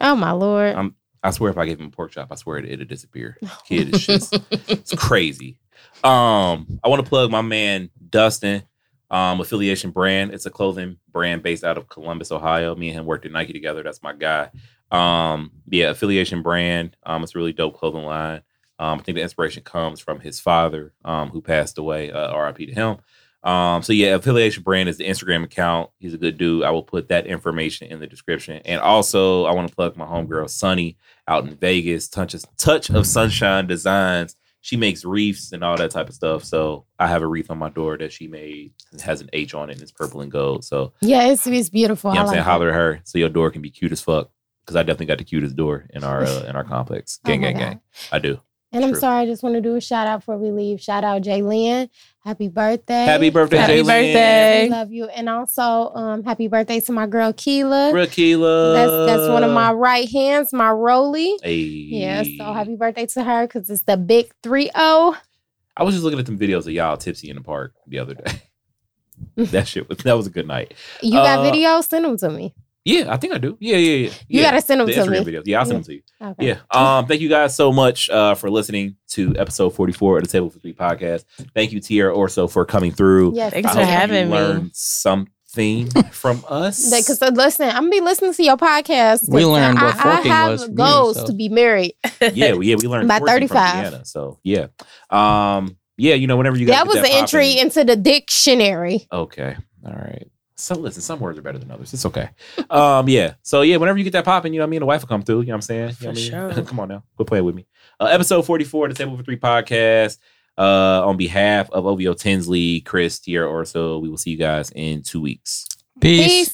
Speaker 2: Oh, my lord.
Speaker 1: I'm- I swear if I gave him a pork chop, I swear it, it'd disappear. Kid is just it's crazy. Um, I want to plug my man Dustin, um, affiliation brand. It's a clothing brand based out of Columbus, Ohio. Me and him worked at Nike together. That's my guy. Um, yeah, affiliation brand. Um, it's a really dope clothing line. Um, I think the inspiration comes from his father, um, who passed away. Uh, R.I.P. to him. Um, so yeah, affiliation brand is the Instagram account. He's a good dude. I will put that information in the description. And also, I want to plug my homegirl Sunny out in Vegas. Touch touch of sunshine designs she makes wreaths and all that type of stuff. So I have a wreath on my door that she made. It has an H on it and it's purple and gold. So
Speaker 2: Yeah, it's, it's beautiful.
Speaker 1: you know what I'm saying?
Speaker 2: like
Speaker 1: Holler
Speaker 2: it.
Speaker 1: at her so your door can be cute as fuck. Cause I definitely got the cutest door in our uh, in our complex.
Speaker 2: *laughs* Oh
Speaker 1: Gang,
Speaker 2: my
Speaker 1: gang, gang.
Speaker 2: God.
Speaker 1: I do.
Speaker 2: And I'm
Speaker 1: True.
Speaker 2: sorry, I just want to do a shout out before we leave. Shout out Jaylen. Happy birthday.
Speaker 1: Happy birthday,
Speaker 4: Happy
Speaker 1: Jalen.
Speaker 4: birthday.
Speaker 2: We love you. And also, um, happy birthday to my girl Keela.
Speaker 1: Rakila.
Speaker 2: That's that's one of my right hands, my Roly.
Speaker 1: Hey.
Speaker 2: Yeah, so happy birthday to her because it's the big oh. 3 0.
Speaker 1: I was just looking at some videos of y'all tipsy in the park the other
Speaker 2: *laughs*
Speaker 1: day. that shit was that was a good night.
Speaker 2: You got
Speaker 1: Uh,
Speaker 2: videos? Send them to me.
Speaker 1: Yeah, I think I do. Yeah, yeah, yeah.
Speaker 2: You
Speaker 1: yeah.
Speaker 2: got to send them
Speaker 1: the
Speaker 2: to
Speaker 1: Instagram
Speaker 2: me.
Speaker 1: videos. Yeah, I'll send
Speaker 2: Yeah.
Speaker 1: them to you.
Speaker 2: Okay.
Speaker 1: Yeah. Um, thank you guys so much uh, for listening to episode 44 of the Table for Three podcast. Thank you, Tierra Orso, for coming through.
Speaker 2: Yes,
Speaker 4: Thanks
Speaker 1: I
Speaker 4: for
Speaker 1: hope
Speaker 2: definitely.
Speaker 4: having
Speaker 1: you
Speaker 4: me.
Speaker 1: learned something from us.
Speaker 2: Because uh, listen, I'm gonna be listening to your podcast.
Speaker 3: We learned
Speaker 2: I,
Speaker 3: what
Speaker 2: I
Speaker 3: forking
Speaker 2: have
Speaker 3: was from you,
Speaker 2: goals
Speaker 3: so.
Speaker 2: to be married.
Speaker 1: yeah, we- yeah, we learned
Speaker 2: By
Speaker 1: forking from
Speaker 2: 35.
Speaker 1: Deanna, so yeah. Um, yeah, you know, whenever you guys
Speaker 2: That
Speaker 1: get
Speaker 2: was the
Speaker 1: pop
Speaker 2: entry
Speaker 1: in-
Speaker 2: into the dictionary.
Speaker 1: Okay. All right. So listen, some words are better than others. It's okay. Um, yeah. So yeah, whenever you get that popping, you know what I mean? The wife will come through. You know what I'm saying? You know what I
Speaker 4: For
Speaker 1: mean?
Speaker 4: sure.
Speaker 1: *laughs* come on now. Quit playing with me. Uh, episode 44 of the Table for Three podcast. Uh, on behalf of OVO Tinsley, Chris, Tierra Orso, we will see you guys in two weeks.
Speaker 3: Peace.
Speaker 2: Peace.